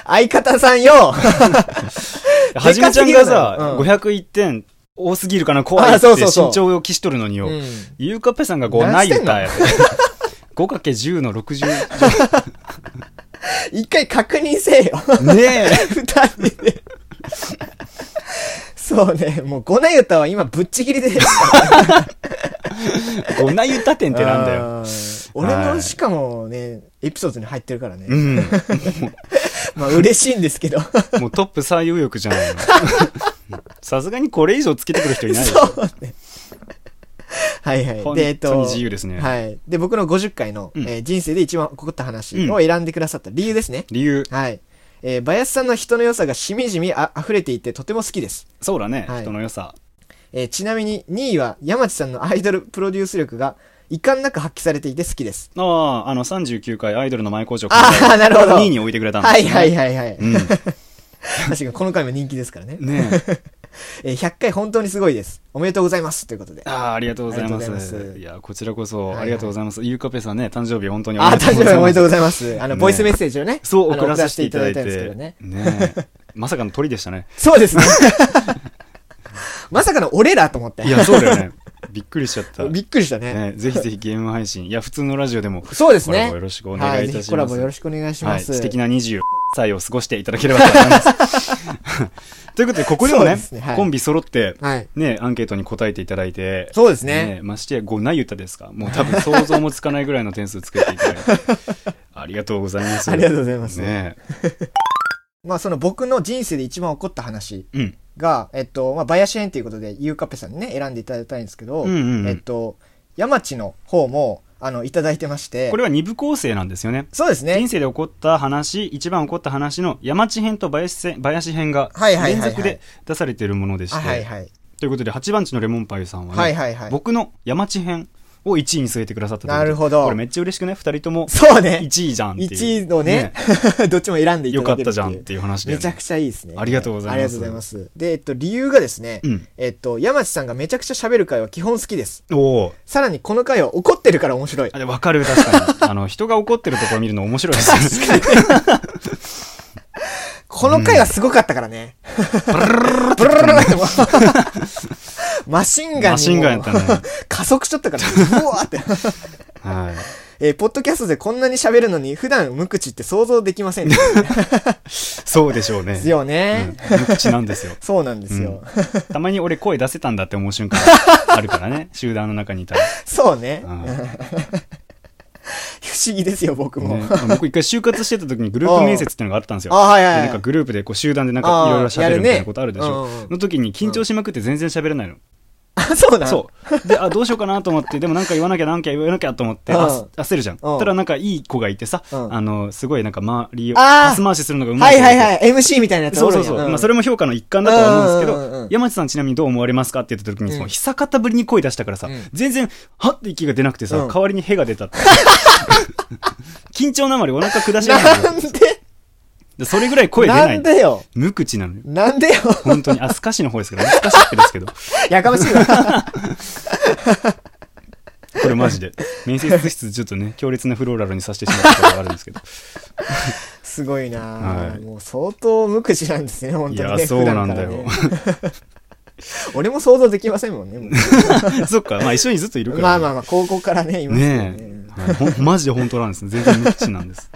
S2: 相方さんよ、
S1: はじめちゃんがさ、
S2: うん
S1: 501点多すぎるかな、怖い
S2: あ
S1: って
S2: そうそうそう
S1: 身長を期しとるのによ。
S2: うん
S1: ゆうかっぺさんがごない歌
S2: (laughs)
S1: やって。5×10 の60。
S2: 一回確認せよ。 (laughs)
S1: ねえ。
S2: 二人
S1: (laughs)
S2: で。そうね、もう、ゴナユタは今ぶっちぎりで。
S1: ごない歌点ってなんだよ。
S2: あー。俺
S1: は
S2: の、
S1: い
S2: しかもね、エピソードに入ってるから
S1: う
S2: ね。
S1: ん。
S2: まあ、嬉しいんですけど。
S1: もうトップ最有力じゃ
S2: (laughs)
S1: ないの。さすがにこれ以上つけてくる人いないよ。
S2: そうね。はいはい。
S1: 本
S2: で、えっ
S1: 当に
S2: と、
S1: 自由ですね
S2: はい。で、僕の50回の、
S1: うん
S2: えー人生で一番起こった話を選んでくださった理由ですね。
S1: 理由。
S2: はい。えー、林さんの人の良さがしみじみあ溢れていてとても好きです。
S1: そうだね、
S2: はい
S1: 人の良さ
S2: えーちなみに2位は山地さんのアイドルプロデュース力が遺憾なく発揮されていて好きです。
S1: あああの39回アイドルの前工場
S2: あーなるほど
S1: 2位に置いてくれたんだ、
S2: はいはいはいはい。 (laughs)
S1: うん
S2: 確かにこの回も人気ですからね。
S1: ねえ
S2: えー100回本当にすごいです。おめでとうございますということで。
S1: ああありがとうございます
S2: ありがとうございます
S1: やこちらこそ
S2: はいはい
S1: ありがとうございます、ゆうかぺさんね誕生日本当に
S2: あ、誕生日おめでとう
S1: う
S2: ございます。あの、
S1: ね
S2: ボイスメッセージをね。
S1: そう
S2: あの
S1: 送らさせていただいて
S2: 送らせていただいたんですけ
S1: ねえまさかの鳥でしたね
S2: どね。そうで
S1: (laughs)
S2: すね。まさかの俺らと思って
S1: い。やそうだよねびっくりしちゃった
S2: (laughs) びっくりしたね。
S1: ね、ぜひぜひゲーム配信、いや、普通のラジオでも、
S2: そうです
S1: コラ
S2: ね
S1: ボ。よろしくお願いいたします。
S2: はぜひコラボよろしくお願いし
S1: は
S2: ま
S1: い、
S2: す。
S1: 素敵な20歳を過ごしていただければと思います。
S2: (laughs)
S1: ということで、ここでも
S2: そう
S1: ね、
S2: ですねはい
S1: コンビ揃って、
S2: はい。
S1: ね、アンケートに答えていただいて、
S2: そうですね
S1: ましてや5ない歌ですか。もう多分想像もつかないぐらいの点数つけていただ
S2: (laughs)
S1: いて。ありがとうございます。
S2: ありがとうございます。
S1: ね
S2: まあ、その僕の人生で一番起こった話
S1: うん。
S2: が、えっと、まあ、林園ということで、ゆうかぺさんにね、選んでいただいたんですけど、
S1: うんうんうん
S2: えっと、山地の方も、あの、いただいてまして、
S1: これは2部構成なんですよね。
S2: そうですね
S1: 人。生で起こった話、一番起こった話の山地編と林せ林編が
S2: はいはいはい
S1: 連
S2: はい
S1: 続で出されているものでして、
S2: あはいはい。
S1: ということで八番地のレモンパイさんはね、
S2: はいはいはい。
S1: 僕の山地編を1位に据えてくださったということで
S2: なるほど
S1: これめっちゃ嬉しくね2人とも
S2: そうね。
S1: 1位じゃんっていう
S2: 1位のね (laughs) どっちも選んでいた
S1: よ
S2: だ
S1: かっ
S2: ける
S1: たじゃ
S2: っ
S1: ん
S2: て
S1: っ
S2: いう
S1: ていう話で、
S2: めちゃくちゃいいですね。
S1: ありがとうございます
S2: ありがとうございます。で、えっと、理由がですね、
S1: うん
S2: えっと、山地さんがめちゃくちゃ喋る回は基本好きです。
S1: おお
S2: さらにこの回は怒ってるから面白い。
S1: あれ分かる確かに (laughs) あの人が怒ってるところ見るの面白いですね
S2: この回はすごかったからね。ブルルルルルってもう (laughs) マシンガンにも
S1: マシンガンやったね
S2: 加速しちゃったから、うわーって。
S1: はい
S2: えーポッドキャストでこんなに喋るのに普段無口って想像できませんで
S1: (laughs) そうでしょうね
S2: すよね。
S1: うん無口なんですよ
S2: そうなんですよ。
S1: たまに俺声出せたんだって思う瞬間あるからね集団の中にいたら、
S2: そうね。
S1: うん
S2: 不思議ですよ、僕も。
S1: ね僕一回就活してた時にグループ面接っていうのがあったんですよ
S2: あ、はいは
S1: で
S2: い、
S1: なん
S2: は
S1: か
S2: い。
S1: グループでこう集団でなんかいろいろ喋るみたいなことあるでし
S2: あーや
S1: ょ、
S2: るねうんうんうん
S1: の時に緊張しまくって全然喋れないの、
S2: あ、そうなん
S1: そうであどうしようかなと思ってでもなんか言わなきゃなんか言わなきゃと思って、
S2: うん
S1: あ焦るじゃん、
S2: うん
S1: ただなんかいい子がいてさ、
S2: うん
S1: あのすごいなんか周りを
S2: あー
S1: パス回しするのがうま
S2: はいいはい
S1: 子が
S2: はい
S1: て
S2: い。MC みたいなやつ
S1: そうそうそう、まあ、それ
S2: も。
S1: も評価の一環だとは思うんですけど、
S2: うんうんうんうん
S1: 山地さんちなみにどう思われますかって言った時に、
S2: うん
S1: その久方ぶりに声出したからさ、
S2: うん
S1: 全然はって息が出なくてさ、
S2: うん
S1: 代わりにへが出たって (laughs) 緊張なまりお腹下しながら
S2: なんで
S1: でそれぐらい (laughs) 声出な
S2: ないんでよ。
S1: 無口なのよ
S2: なんでよ。 (laughs)
S1: 本当に、飛鳥市の方ですけど、飛鳥市ってですけど、
S2: やかましいわ。 (laughs)
S1: これマジで。面接室ちょっとね、強烈なフローラルにさせてしまったことがあるんですけど。
S2: すごいな
S1: は
S2: あ
S1: い
S2: もう相当無口なんですね、本
S1: い
S2: 当に
S1: や、
S2: ね。
S1: そうなんだ
S2: 普段
S1: よ
S2: からね。俺も想像できませんもんね。もう
S1: そっか、まあ一緒にずっといるから。
S2: まあまあまあ、高校からね、いますから
S1: ね
S2: ね。
S1: え、はいほんマジで本当なんですね。全然無口なんです。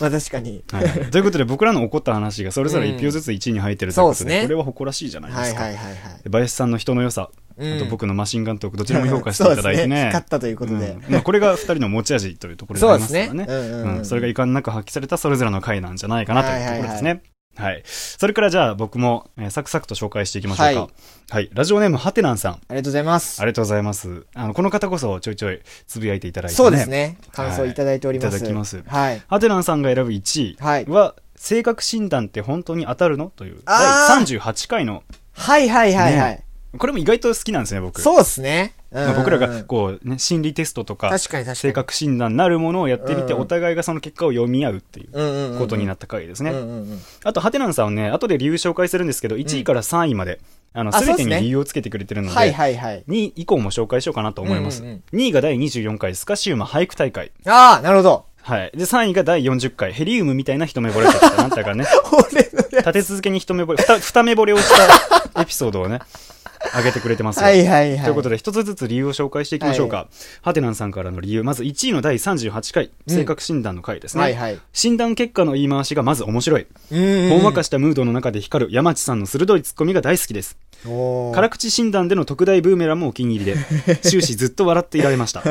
S2: まあ確かに。
S1: はい、ということで、僕らの起こった話がそれぞれ1票ずつ1位に入ってるということ
S2: そう
S1: で、
S2: ですね
S1: これは誇らしいじゃないで
S2: はい
S1: すか。
S2: はいはいはい。
S1: で林さんの人の良さ、
S2: うん
S1: あと僕のマシンガントーク、どちらも評価していただいてね。
S2: そうですね光ったということで
S1: んまあ、これが2人の持ち味というところでありますからね。
S2: そうですねうんうんうん
S1: それが遺憾なく発揮されたそれぞれの回なんじゃないかなというところですね。
S2: は
S1: はいそれからじゃあ僕も、えーサクサクと紹介していきましょうか。
S2: は
S1: はいい。ラジオネームハテナンさん。
S2: ありがとうございます
S1: あ。りがとうございます。あの、この方こそちょいちょいつぶやいていただいて、ね。
S2: そうです。ね。感想いただいております。
S1: はいいただきます
S2: はい。
S1: ハテナンさんが選ぶ1
S2: はい
S1: 位。は、性格診断って本当に当たるのという
S2: あ
S1: 第
S2: ー
S1: 38回の
S2: はいはいはいはい。
S1: ねこれも意外と好きなんですね僕
S2: そうですね。
S1: まあ僕ら
S2: うんうんう
S1: が
S2: ん
S1: こう、ね、心理テストとか
S2: 確かに確かに。
S1: 性格診断なるものをやってみて
S2: うん
S1: お互いがその結果を読み合うっていう
S2: うんうんうん
S1: ことになった回ですね、
S2: うんうんうん
S1: あとハテナンさんはね後で理由紹介するんですけど1位から3位まで、あの
S2: あそう
S1: 全
S2: で
S1: て
S2: す
S1: に
S2: ね
S1: 理由をつけてくれてるので、
S2: はいはいはい。
S1: 2位以降も紹介しようかなと思います、
S2: うんうん
S1: 2位が第24回スカシウマ俳句大会
S2: ああ、なるほど。
S1: (laughs) はい。で、3位が第40回、ヘリウムみたいな一目惚れとか、なんだか
S2: (laughs)
S1: ね、
S2: 俺のや
S1: 立て続けに一目惚れ、ふた二目惚れをしたエピソード
S2: (laughs)
S1: をね、上げてくれてます
S2: つ。
S1: よ。
S2: はいはいはい。
S1: ということで、一つずつ理由を紹介していきましょうか。ハテナンさんからの理由、まず1位の第38回、
S2: うん
S1: 性格診断の回ですね。
S2: はいはい。
S1: 診断結果の言い回しがまず面白い。
S2: うん
S1: ほんわか
S2: し、
S1: したムードの中で光る山地さんの鋭いツッコミが大好きです。
S2: おー (laughs)
S1: 辛口診断での特大ブーメランもお気に入りで、終始ずっと笑っていられました。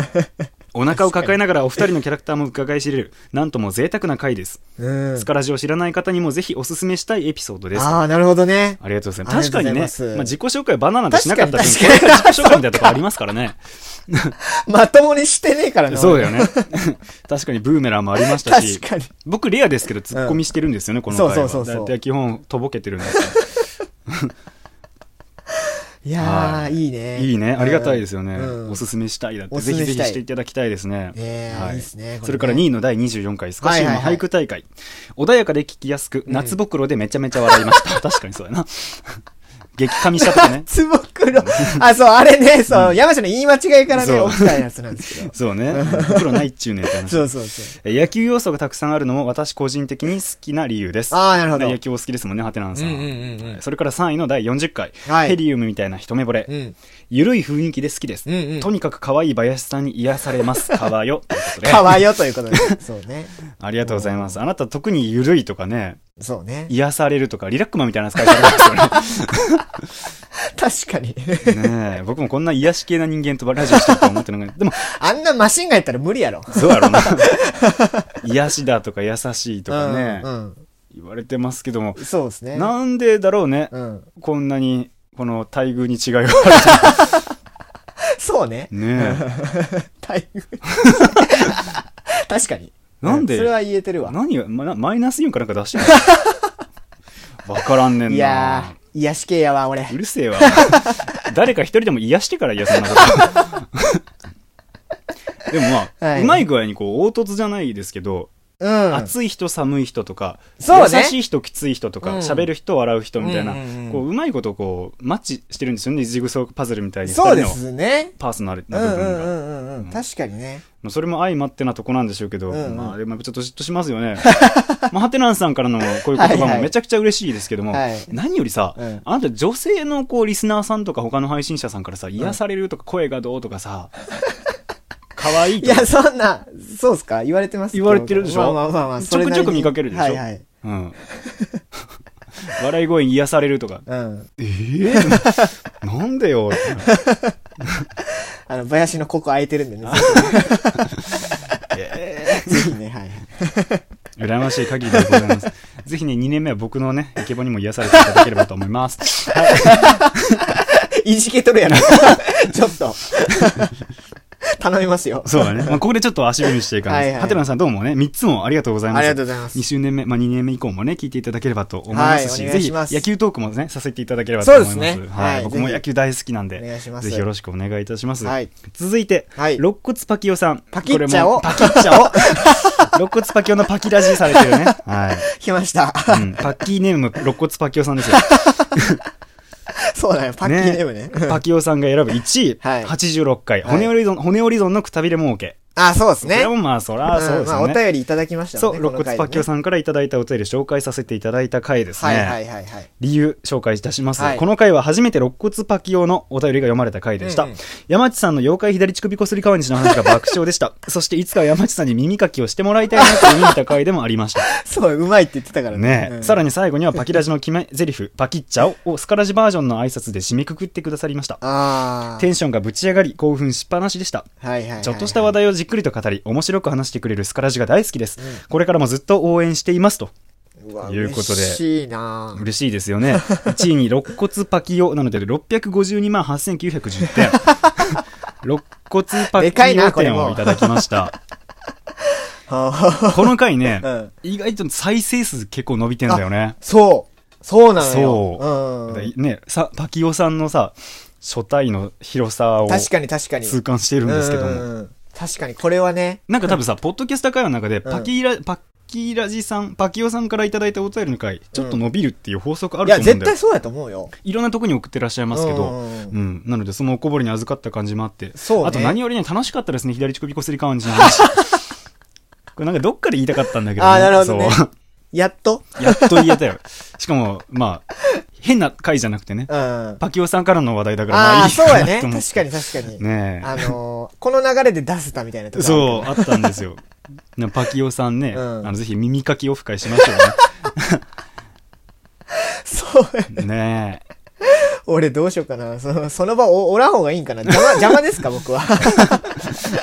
S1: お腹を抱えながらお二人のキャラクターも伺い知れる、なんとも贅沢な回です。
S2: うん
S1: スカラジを知らない方にもぜひおすすめしたいエピソードです。
S2: ああ、なるほどね。
S1: ありがとうございます。
S2: あり
S1: 確
S2: がと
S1: か
S2: うご
S1: に
S2: ざい
S1: ね、ま
S2: ま
S1: あ
S2: す
S1: 自己紹介バナナでしなかったっていう
S2: 確かに
S1: これが自己紹介みたいなとこありますからね。
S2: まともにしてねえからな。
S1: そう
S2: 俺
S1: だよね。 (laughs) 確かにブーメランもありましたし
S2: 確、かに。
S1: 僕レアですけどツッコミしてるんですよね、この回は。
S2: そうそうそうそう
S1: 大体基本とぼけてるんです
S2: いや
S1: は
S2: ー、いいね。
S1: けど。いいね、ありがたいですよね。
S2: うん
S1: おすすめしたいだって、
S2: おす
S1: ぜ
S2: す
S1: ひ
S2: め
S1: ぜ
S2: し
S1: ひ
S2: たい
S1: していただきたいですね。
S2: ねえ
S1: はい
S2: いっすねこれね
S1: それから2位の第24回、スカシウム
S2: はいはいはい
S1: 俳句大会。穏やかで聞きやすく、夏ぼくろでめちゃめちゃ笑いま
S2: (laughs)
S1: した。確かにそうやな。激噛みしたとかね。
S2: つぼくろ。あ、そう、あれね、そう、山下の言い間違いからね
S1: そう、。
S2: 起きたやつなんですけど
S1: (laughs) そうね。袋ないっちゅうねんって話。
S2: そうそうそう。
S1: えー野球要素がたくさんあるのも私個人的に好きな理由です。
S2: ああ、なるほど。
S1: 野球お好きですもんね、ハテナンさん,、
S2: うんうんうんうん
S1: それから3位の第40回、
S2: はい
S1: ヘリウムみたいな一目惚れ、
S2: うん。
S1: ゆるい雰囲気で好きです、
S2: うんうん
S1: とにかく可愛い林さんに癒され
S2: (laughs)
S1: ます。かわよ。ということで
S2: かわよということで。そうね。
S1: ありがとうございます。あなた特にゆるいとかね、
S2: そうね。
S1: 癒されるとか、リラックマみたいな使い方です
S2: 確かに。
S1: よね。ねえ僕もこんな癒し系な人間とラジオしたと思ってなかった。でも、
S2: (laughs) あんなマシンガンやったら無理やろ。
S1: そうやろうな。癒しだとか優しいとかね、
S2: うん。
S1: 言われてますけども
S2: う、んそうですね。
S1: なんでだろうね。
S2: うん。
S1: こんなに、この待遇に違いが
S2: (laughs)
S1: あ
S2: そうね。
S1: る。ね
S2: 待遇 (laughs) 確かに。
S1: なんで
S2: それは言えてる
S1: え。
S2: わ。
S1: 何が、ま、マイナスイオンかなんか出して
S2: (laughs)
S1: ないわからんねんな。
S2: いやー、癒し系やわ、俺。
S1: うるせえわ。誰か一人でも癒してから癒さなか
S2: (laughs)
S1: った。でもまあ、
S2: はいう
S1: まい具合にこう、凹凸じゃないですけど、
S2: うん。
S1: 暑い人、寒い人とか、
S2: そうね
S1: 優しい人、きつい人とか、
S2: うん
S1: 喋、る人、笑う人みたいな、
S2: うんうんうん
S1: こう、うまいことこう、マッチしてるんですよね、ジグソーパズルみたいに。
S2: そうで
S1: 二人の
S2: すね。
S1: パーソナル
S2: う
S1: なん
S2: う
S1: 部
S2: ん
S1: 分が。
S2: うんうんう
S1: うん
S2: ん。確かにね。
S1: まあそれも相まってなとこなんでしょうけど、
S2: うんうん
S1: まあでもやっぱちょっと嫉妬しますよ
S2: (laughs)
S1: ね。まあ、ハテナンさんからのこういう言葉
S2: はいは
S1: も
S2: い
S1: めちゃくちゃ嬉しいですけども、
S2: はい
S1: 何よりさ、
S2: うん
S1: あなた女性のこうリスナーさんとか他の配信者さんからさ、癒されるとか声がどうとか
S2: (laughs)
S1: さ、可愛い
S2: い
S1: とか、
S2: や、そんな、そうっすか言われてます
S1: 言われてるでしょ
S2: まあまあまあまあ、
S1: ちょくちょく見かけるでしょ
S2: それなりに
S1: うん、笑い声に癒されるとか、
S2: はいはい。うん。
S1: ええなんでよ。
S2: あの、林のここ空いてるん
S1: (laughs)
S2: でね。ぜひね、はい。
S1: 羨ましい限りでございます。ぜひね、2年目は僕のね、イケボにも癒されていただければと思います。はい
S2: (laughs) いじけとるやろ。ちょっと。 (laughs) 頼みますよ。
S1: そうだね。まあ、ここでちょっと足踏みしていくん
S2: はい
S1: で
S2: は
S1: す。
S2: い
S1: ハテナさんどうもね、3つもありがとうございます。
S2: ありがとうございます
S1: 2周年目、まあ、2年目以降もね、聞いていただければと思いますし、
S2: はいお願
S1: ぜ
S2: い
S1: ひ
S2: します
S1: 野球トークもね、させていただければと思います。
S2: そうですね
S1: はい。
S2: はい
S1: 僕も
S2: ぜひ
S1: 野球大好きなんで、
S2: お願いします
S1: ぜひよろしくお願いいたします。
S2: はい
S1: 続いて、
S2: はい
S1: 肋骨パキオさん。
S2: パキッチャ
S1: これも
S2: を
S1: パキッチャ
S2: (laughs)
S1: を。肋骨パキオのパキラジされてるね。はい。
S2: 来ました。 (laughs)
S1: うん、パッキーネーム、肋骨パキオさんですよ。
S2: そうだよ、 (laughs) パッキーネームね。
S1: パキオさんが選ぶ1位、
S2: はい
S1: 86回、
S2: はい
S1: 骨折り損骨折り損のくたびれ儲け。
S2: あ、そうです
S1: こ
S2: ね。
S1: れもまあ、そら、そうですよね。
S2: んまあ、お便りいただきました
S1: そう、
S2: もんね。
S1: 肋骨パッキオ
S2: ん。
S1: さんからいただいたお便り紹介させていただいた回ですね。
S2: はいはいはいはい。
S1: 理由紹介いたします、
S2: はい
S1: この回は初めて肋骨パキオのお便りが読まれた回でした。
S2: うんうん
S1: 山地さんの妖怪左乳首こすり川西の話が爆笑でした。
S2: (laughs)
S1: そしていつかは山地さんに耳かきをしてもらいたいなと夢見た回でもありました。
S2: そう、 (laughs) うまいって言ってたから
S1: ね
S2: ね。
S1: え、
S2: うん
S1: さらに最後にはパキラジの決め台詞、パキッチャオをスカラジバージョンの挨拶で締めくくってくださりました。
S2: あ
S1: テンションがぶち上がり、興奮しっぱなしでした。
S2: あ。はいはいはいはい。
S1: ちょっとした話題をじっくりと語り、面白く話してくれるスカラジが大好きです。これからもずっと応援していますと。
S2: うわ。
S1: ということで
S2: 嬉しいな
S1: 嬉しいですよ
S2: (laughs)
S1: ね。1位に肋骨パキオなので652万8910点。
S2: (laughs)
S1: 肋骨パ
S2: でか
S1: キ
S2: いな
S1: オ
S2: これ
S1: 点
S2: も
S1: をいただきました。
S2: ぁ。
S1: この回ね、
S2: (laughs) うん
S1: 意外と再生数結構伸びてんだよね。
S2: そう。そうなのよ。
S1: そうう。
S2: ん。
S1: ね、さ、パキオさんのさ、初体の広さを
S2: 確かに確かに。
S1: 痛感してるんですけど
S2: うんう
S1: も。
S2: んうん確かに、これはね。
S1: なんか多分さ、ポッドキャスター会話の中で、
S2: うん
S1: パキラ、パキラジさん、パキオさんからいただいたお便りの回、ちょっと伸びるっていう法則あ
S2: い
S1: ると
S2: や、
S1: 思うん
S2: 絶
S1: だよ
S2: 対。そうやと思うよ。
S1: いろんなとこに送ってらっしゃいますけど、
S2: うんうんう
S1: うん、なので、そのおこぼれに預かった感じもあって。
S2: そうね
S1: あと何よりね、楽しかったですね、左乳首こすり感じの
S2: (laughs)
S1: 話。これなんかどっかで言いたかったんだけど、
S2: あーなるほどね
S1: そう。
S2: やっと
S1: やっと言えたよ。しかも、まあ、変な回じゃなくてね
S2: う、ん。あ
S1: パキオさんからの話題だから、まあい
S2: あー、
S1: い
S2: そう
S1: か
S2: や
S1: な
S2: ね。
S1: と思っ
S2: 確か
S1: て。
S2: に確かに。
S1: ね
S2: あのー、この流れで出せたみたいなと
S1: え。
S2: こ
S1: そう、あったんですよ。なパキオさんね、
S2: うん
S1: あのぜひ耳かきオフ会しましょうね。
S2: う。そうや。 (laughs)
S1: ねえ。
S2: 俺どうしようかな。そのその場おおらん方がいいんか
S1: (laughs)
S2: な。邪魔、邪魔ですか、僕は。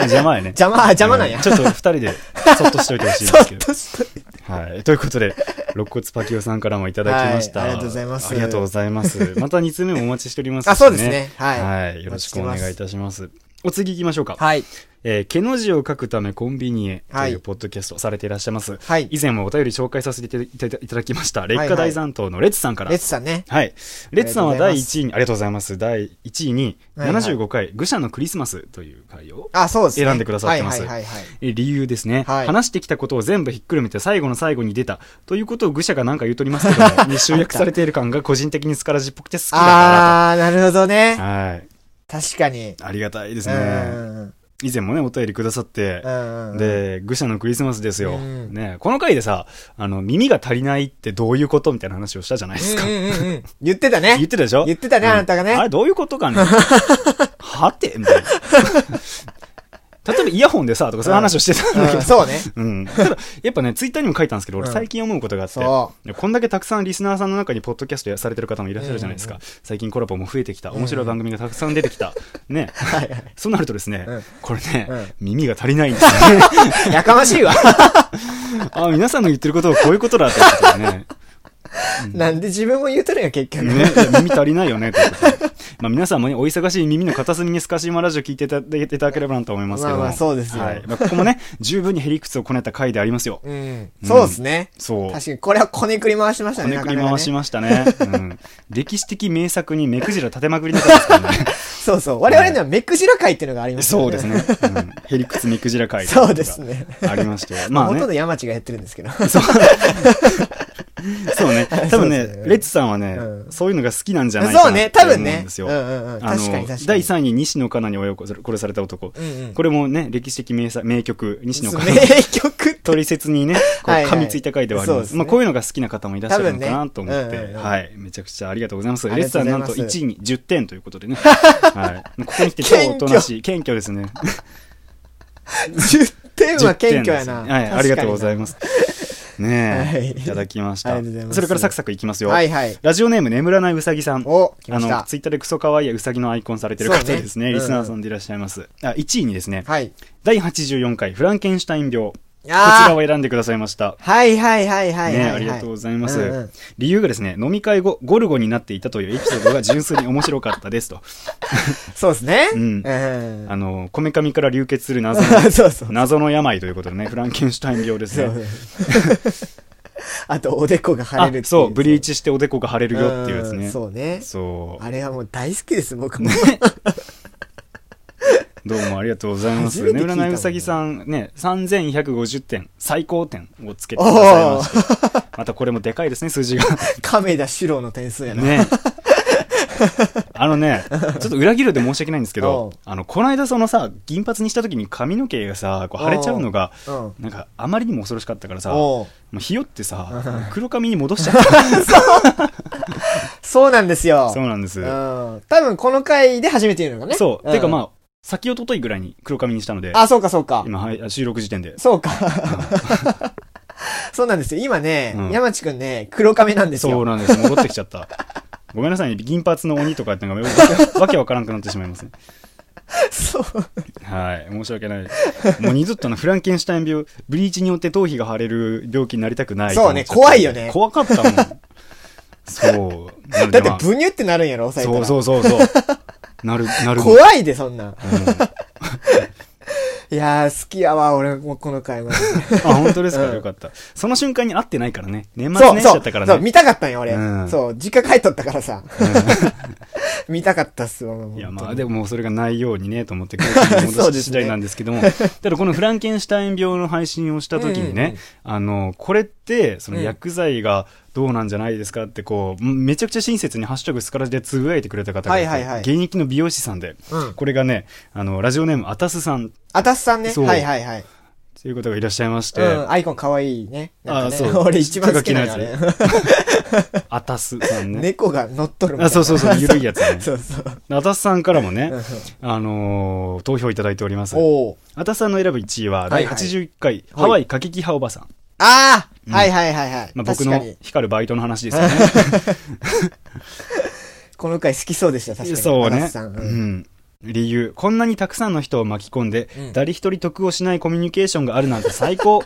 S1: 邪魔やね。
S2: 邪魔、あ邪魔なんや。
S1: うんちょっと二人で、そっとしといてほしいん
S2: (laughs) そ
S1: ですけ
S2: っ
S1: ど。
S2: としといて
S1: はい。ということで、肋骨パキオさんからもいただきました。
S2: はいありがとうございます
S1: ありがとうございます。また2通目もお待ちしております、
S2: あ、そうです。ね。はい。
S1: はい。よろしくお願いいたします。お次行きましょうか。
S2: はい。
S1: えー、毛の字を書くためコンビニへと
S2: はいいう
S1: ポッドキャストをされていらっしゃいます。
S2: はい
S1: 以前もお便り紹介させていただいただきました、
S2: い
S1: 劣化大残党のレッツさんから。
S2: レッツさんね。
S1: はい。レッツさんは
S2: ありがとうござい
S1: 第
S2: ま
S1: 1
S2: す
S1: 位に、ありがとうございます。第1位に、
S2: はいはい
S1: 75回、愚者のクリスマスという回を、
S2: あ、そうですね。
S1: 選んでくださってます
S2: はいはいはいはい。
S1: え理由ですね、
S2: はい
S1: 話してきたことを全部ひっくるめて最後の最後に出たということを愚者が何か言うとりますけども
S2: (laughs)
S1: に集約されている感が個人的にスカラジっぽくて好きだか
S2: あー、なるほど
S1: らと
S2: ね。
S1: はい
S2: 確かに。
S1: ありがたいです
S2: うん
S1: ね以前もねお便りくださって
S2: うんうん。
S1: で愚者のクリスマスですよ、
S2: うん
S1: ね、この回でさあの耳が足りないってどういうことみたいな話をしたじゃないですか、
S2: うんうんうんうん言ってたね。
S1: (laughs) 言ってたでしょ
S2: 言ってたね
S1: うん
S2: あなたがね
S1: あれどういうことかね (laughs) はてみたいな (laughs) 例えばイヤホンでさとかそういう話をしてたんだけど
S2: うんそうね。
S1: うん、 (laughs) ただやっぱねツイッターにも書いたんですけど俺
S2: うん
S1: 最近思うことがあって、
S2: そ
S1: こんだけたくさんリスナーさんの中にポッドキャストやされてる方もいらっしゃるじゃないですか、最近コラボも増えてきた面白い番組がたくさん出てきた、ね
S2: はいはい
S1: そうなるとですね、
S2: うん
S1: これね、
S2: うん
S1: 耳が足りないんですよね
S2: やかましいわ。 (laughs)
S1: あ皆さんの言ってることはこういうことだってことでね
S2: なんで自分も言うとるんや、結局。
S1: ね、耳足りないよねってことでまあ皆さんもねお忙しい耳の片隅にスカシウマラジオ聞いていただいていただければなと思いますけども
S2: まあまあそうですよ
S1: はいまあここもね十分にへりくつをこねた回でありますよ
S2: うん。そうですね。
S1: そう
S2: 確かに、これはこねくり回しました
S1: こ
S2: ね。
S1: ねくり
S2: なかなか
S1: 回
S2: ね
S1: しました
S2: (laughs)
S1: ね。うん、歴史的名作に目くじら立てまくりだったんですけ
S2: (laughs)
S1: どね。
S2: そうそう。我々には目くじら会っていうのがあります
S1: そうです。ね。うん、ヘリクツ目くじら会
S2: そうですね。
S1: ありまして。ま
S2: ま
S1: あ
S2: あ、ほとん
S1: ね。
S2: ど山地がやってるんですけど。
S1: そうね。多分ね
S2: (laughs) そうですね
S1: レッツさんはね、
S2: うん
S1: そういうのが好きなんじゃない
S2: そ
S1: か
S2: う
S1: な
S2: ね、
S1: って
S2: 多
S1: 思う
S2: 分
S1: ん
S2: ね
S1: で。す
S2: うん
S1: よ。
S2: うんうん。
S1: あ
S2: 確かに確か
S1: の
S2: に。
S1: 第3位に西野カナに親を殺された男、
S2: うんうん
S1: これもね歴史的名作名曲西野カナの
S2: 名曲
S1: 取説に
S2: (laughs)
S1: ね、こう
S2: はいはい
S1: 噛みついた回ではあります。
S2: そうですね
S1: まあこういうのが好きな方もいらっしゃるのかなと
S2: 多
S1: 思っ
S2: 分ね
S1: て、
S2: うんうんうん
S1: はい、めちゃくちゃありがとうございます。レ
S2: あり
S1: ッ
S2: が
S1: ツ
S2: とう
S1: は
S2: ござ
S1: ないん
S2: ます
S1: と1位に10点ということで
S2: (laughs)
S1: ね、はい、ここに来て超おとなしい、謙虚ですね。
S2: 10点は謙虚やな。
S1: 10点ですねはい、ありがとうござい
S2: す。
S1: ます。ねえ、
S2: はい
S1: い、ただきました
S2: ありがとうございます
S1: それからサクサクいきますよ。
S2: はいはい。
S1: ラジオネーム眠らないうさぎさん。
S2: お、来
S1: あ
S2: まし
S1: の
S2: た。
S1: ツイッターでクソ可愛いウサギのアイコンされてる方
S2: そうね
S1: ですね
S2: うんうん
S1: リスナーさんでいらっしゃいます、あ1位にですね
S2: はい。
S1: 第84回フランケンシュタイン病こち
S2: あ
S1: ら
S2: ー
S1: を選んでくださいました
S2: はいはいはいはいはい
S1: ね、
S2: はい。
S1: ありがとうございます、
S2: うんうん
S1: 理由がですね飲み会後ゴルゴになっていたというエピソードが純粋に面白かったですと
S2: そうですね。
S1: うん
S2: (laughs) うん
S1: あのこめかみから流血する謎
S2: (laughs)
S1: の
S2: そうそう。
S1: 謎の病ということでねフランケンシュタイン病です
S2: そ
S1: ね
S2: う (laughs) あと、おでこが腫れるってい
S1: あそうブリー
S2: チ
S1: チしておでこが腫れるよっていうやつね
S2: そうね。
S1: そう
S2: あれはもう大好きです、僕も。
S1: どうもありがとうございます
S2: 初めて聞
S1: ね
S2: い
S1: む
S2: た
S1: ら
S2: もん
S1: なうさぎさんね3150点最高点をつけてくださいましてまたこれもでかいですね数字が
S2: 亀田四郎の点数やな。
S1: ね (laughs) あのねちょっと裏切るで申し訳ないんですけ
S2: お
S1: ど
S2: う
S1: あのこの間そのさ銀髪にした時に髪の毛がさこう腫れちゃうのが
S2: うん。
S1: なんかあまりにも恐ろしかったからさも
S2: おう
S1: うひよって
S2: (laughs)
S1: さ黒髪に戻しちゃった
S2: そうなんですよ。
S1: そうなんです
S2: うん。多分この回で初めて言うのがね。
S1: そうてか
S2: あ。
S1: まあ先おとといぐらいに黒髪にしたので
S2: あ、そうかそうか。
S1: 今はい収録時点で
S2: そうか。
S1: (laughs)
S2: そうなんですよ。今ね、
S1: うん
S2: 山地くんね、黒髪なんです
S1: そう
S2: よ。
S1: なんです戻ってきちゃったごめんなさいね銀髪の鬼とかってのがわけわけわからなくなってしまいますね
S2: そう。
S1: はい申し訳ないもう二度とのフランケンシュタイン病ブリーチによって頭皮が腫れる病気になりたくないと思っちゃった
S2: そうね怖いよね
S1: 怖かったもんそうなの
S2: (laughs) だ
S1: で
S2: って
S1: まあ
S2: ブニュってなるんやろ、抑えた
S1: そ
S2: ら。
S1: うそうそうそうなるなるもん
S2: 怖いで、そんなん。
S1: うんあ
S2: (laughs) いやー、好きやわ、俺もこの
S1: (laughs)
S2: 回は。
S1: 本当ですか、
S2: うん
S1: よかったその瞬間に会ってないからね年末
S2: そう、
S1: 年始
S2: そ
S1: だっ
S2: う、
S1: たから
S2: そう、
S1: ね
S2: 見たかったんよ、俺。
S1: うん
S2: そう、実家帰っとったからさ。 (laughs) 見たかったっすわ、もう
S1: いや
S2: 本当
S1: ま
S2: に
S1: あでももうそれがないようにねと
S2: (laughs)
S1: 思って黒髪に
S2: そ
S1: 戻
S2: うです
S1: し次
S2: ね
S1: 第なんですけども、ただこのフランケンシュタイン病の配信をした時にね、
S2: うんうんうん
S1: あのこれってその
S2: うん
S1: 薬剤がどうなんじゃないですかってこうめちゃくちゃ親切に「ハッシュタグスカラジ」でつぶやいてくれた方がいて、
S2: はいはいはい
S1: 現役の美容師さんで、
S2: うん
S1: これがねあのラジオネームあたすさん
S2: あたすさんね。
S1: そう
S2: はいはいはい。
S1: という方がいらっしゃいまして、
S2: うん、アイコンかわいいね。なんかね
S1: あそう
S2: (laughs) 俺一番好きなのあれ
S1: 手。あたすさんね
S2: (laughs) 猫が乗っとるみたいな
S1: あそうそう
S2: (laughs)
S1: そうゆるいやつね
S2: そうそう。
S1: あたすさんからもね
S2: うんうん、
S1: あのー投票いただいております
S2: おお。
S1: あたすさんの選ぶ1位は第81回、ハワイ過激派おばさん
S2: ああ、はいはいはいはい。
S1: まあ、僕
S2: (laughs) 確か
S1: の
S2: に。
S1: 光るバイトの話ですよね。
S2: この回好きそうでした、確かに。
S1: そう
S2: 足
S1: ね
S2: 立さん。
S1: う
S2: うん
S1: ん理由こんなにたくさんの人を巻き込んで、
S2: うん
S1: 誰一人得をしないコミュニケーションがあるなんて最
S2: (laughs)
S1: 高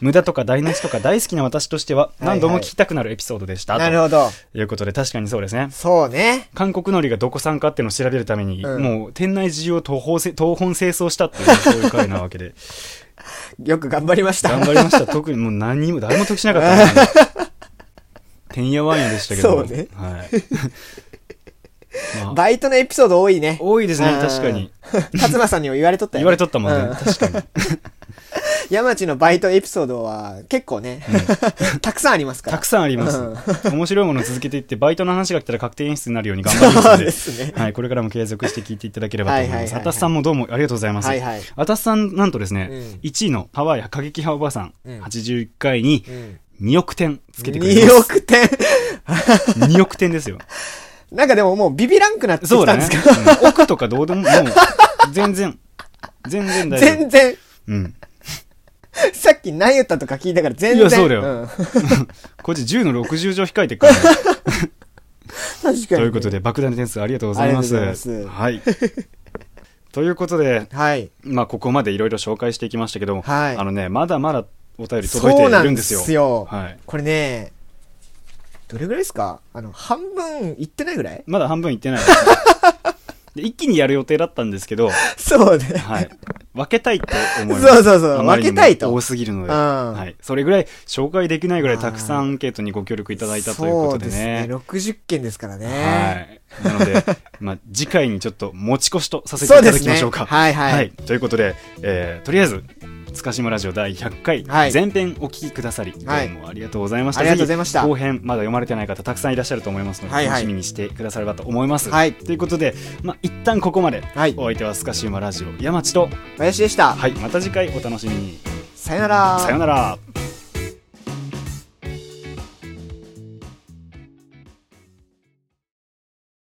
S1: 無駄とか台無しとか大好きな私としては何度も聞きたくなるエピソードでした、
S2: なるほど。
S1: ということで確かにそうですね
S2: そうね。
S1: 韓国のりがどこ産かっていうのを調べるために、
S2: うん
S1: もう店内中を東方せ東本清掃したっていうそういう回なわけで
S2: よく頑張りました。
S1: 頑張りました
S2: (laughs)
S1: 特にもう何にも誰も得しなかったですねてんやわんやでしたけど
S2: そうね (laughs)
S1: はい、まあ
S2: バイトのエピソード多いね。
S1: 多いですね
S2: うん
S1: 確か
S2: (laughs)
S1: に。
S2: 勝間さんにも言われとったよ、ね。
S1: 言われとったもんね、
S2: う
S1: 確かに
S2: (laughs) 山地のバイトエピソードは結構ね、 (laughs) たくさんありますから。
S1: たくさんあります、面白いものを続けていってバイトの話が来たら確定演出になるように頑張ります
S2: (laughs) そ
S1: の
S2: う
S1: で
S2: ですね。
S1: はい、これからも継続して聞いていただければと思います。
S2: はいはいはいはい
S1: あたすさんもどうもありがとうございます。
S2: はいはい。
S1: あたすさん、なんとですね、
S2: うん
S1: 1位のハワイ過激派おばあさん、
S2: うん
S1: 81回に
S2: うん。
S1: 2億点つけてくれま
S2: 2億点。
S1: す。2億点ですよ。
S2: なんかでももうビビらんくなってき
S1: そう
S2: た
S1: だ
S2: んで
S1: ね
S2: すか、。
S1: うん億とかどうでも、もう、全然、全然大丈
S2: 全然。
S1: 夫。うん。
S2: (laughs) さっき何言ったとか聞いたから全然。
S1: いやそうだよ
S2: ん
S1: こっち10の60乗控えてるからね、
S2: 確かに。
S1: ということで、。爆弾の点数ありがとうございます。
S2: ありがとうございます
S1: はい。ということで、
S2: はい。
S1: まあ、ここまでいろいろ紹介していきましたけども、
S2: はい
S1: あのね、まだまだお便り届いて
S2: そう
S1: い
S2: な
S1: るん
S2: ん
S1: で
S2: です
S1: よ。
S2: すよ。
S1: はい。
S2: これね、どれぐらいですかあの、半分いってないぐらい (laughs)
S1: まだ半分いってないですねで一気にやる予定だったんですけど、
S2: そうね。
S1: はい。分けたいと思います。
S2: そうそうそう
S1: あまりにも
S2: 分けたいと
S1: 多すぎるので、
S2: うん
S1: はい。それぐらい紹介できないぐらいたくさんアンケートにご協力いただいたということでね。
S2: そうですね。60件ですからね。
S1: はい。なの
S2: (laughs)
S1: で、まあ、次回にちょっと持ち越しとさせていただきましょうか。
S2: そうですねはいはい
S1: ということで、えーとりあえず、塚島ラジオ第100回、
S2: はい
S1: 前編お聞きくださり、
S2: はい
S1: どうもありがとうございました。
S2: ありがとうございました
S1: ぜひ後編、まだ読まれてない方、たくさんいらっしゃると思いますので、
S2: はいはい
S1: 楽しみにしてくださればと思います。
S2: はい
S1: ということで、まあ、一旦ここまで、
S2: はい
S1: お相手は塚島ラジオ、山地と、
S2: 林でした。
S1: はい、また次回お楽しみに。
S2: さよなら。
S1: さようなら。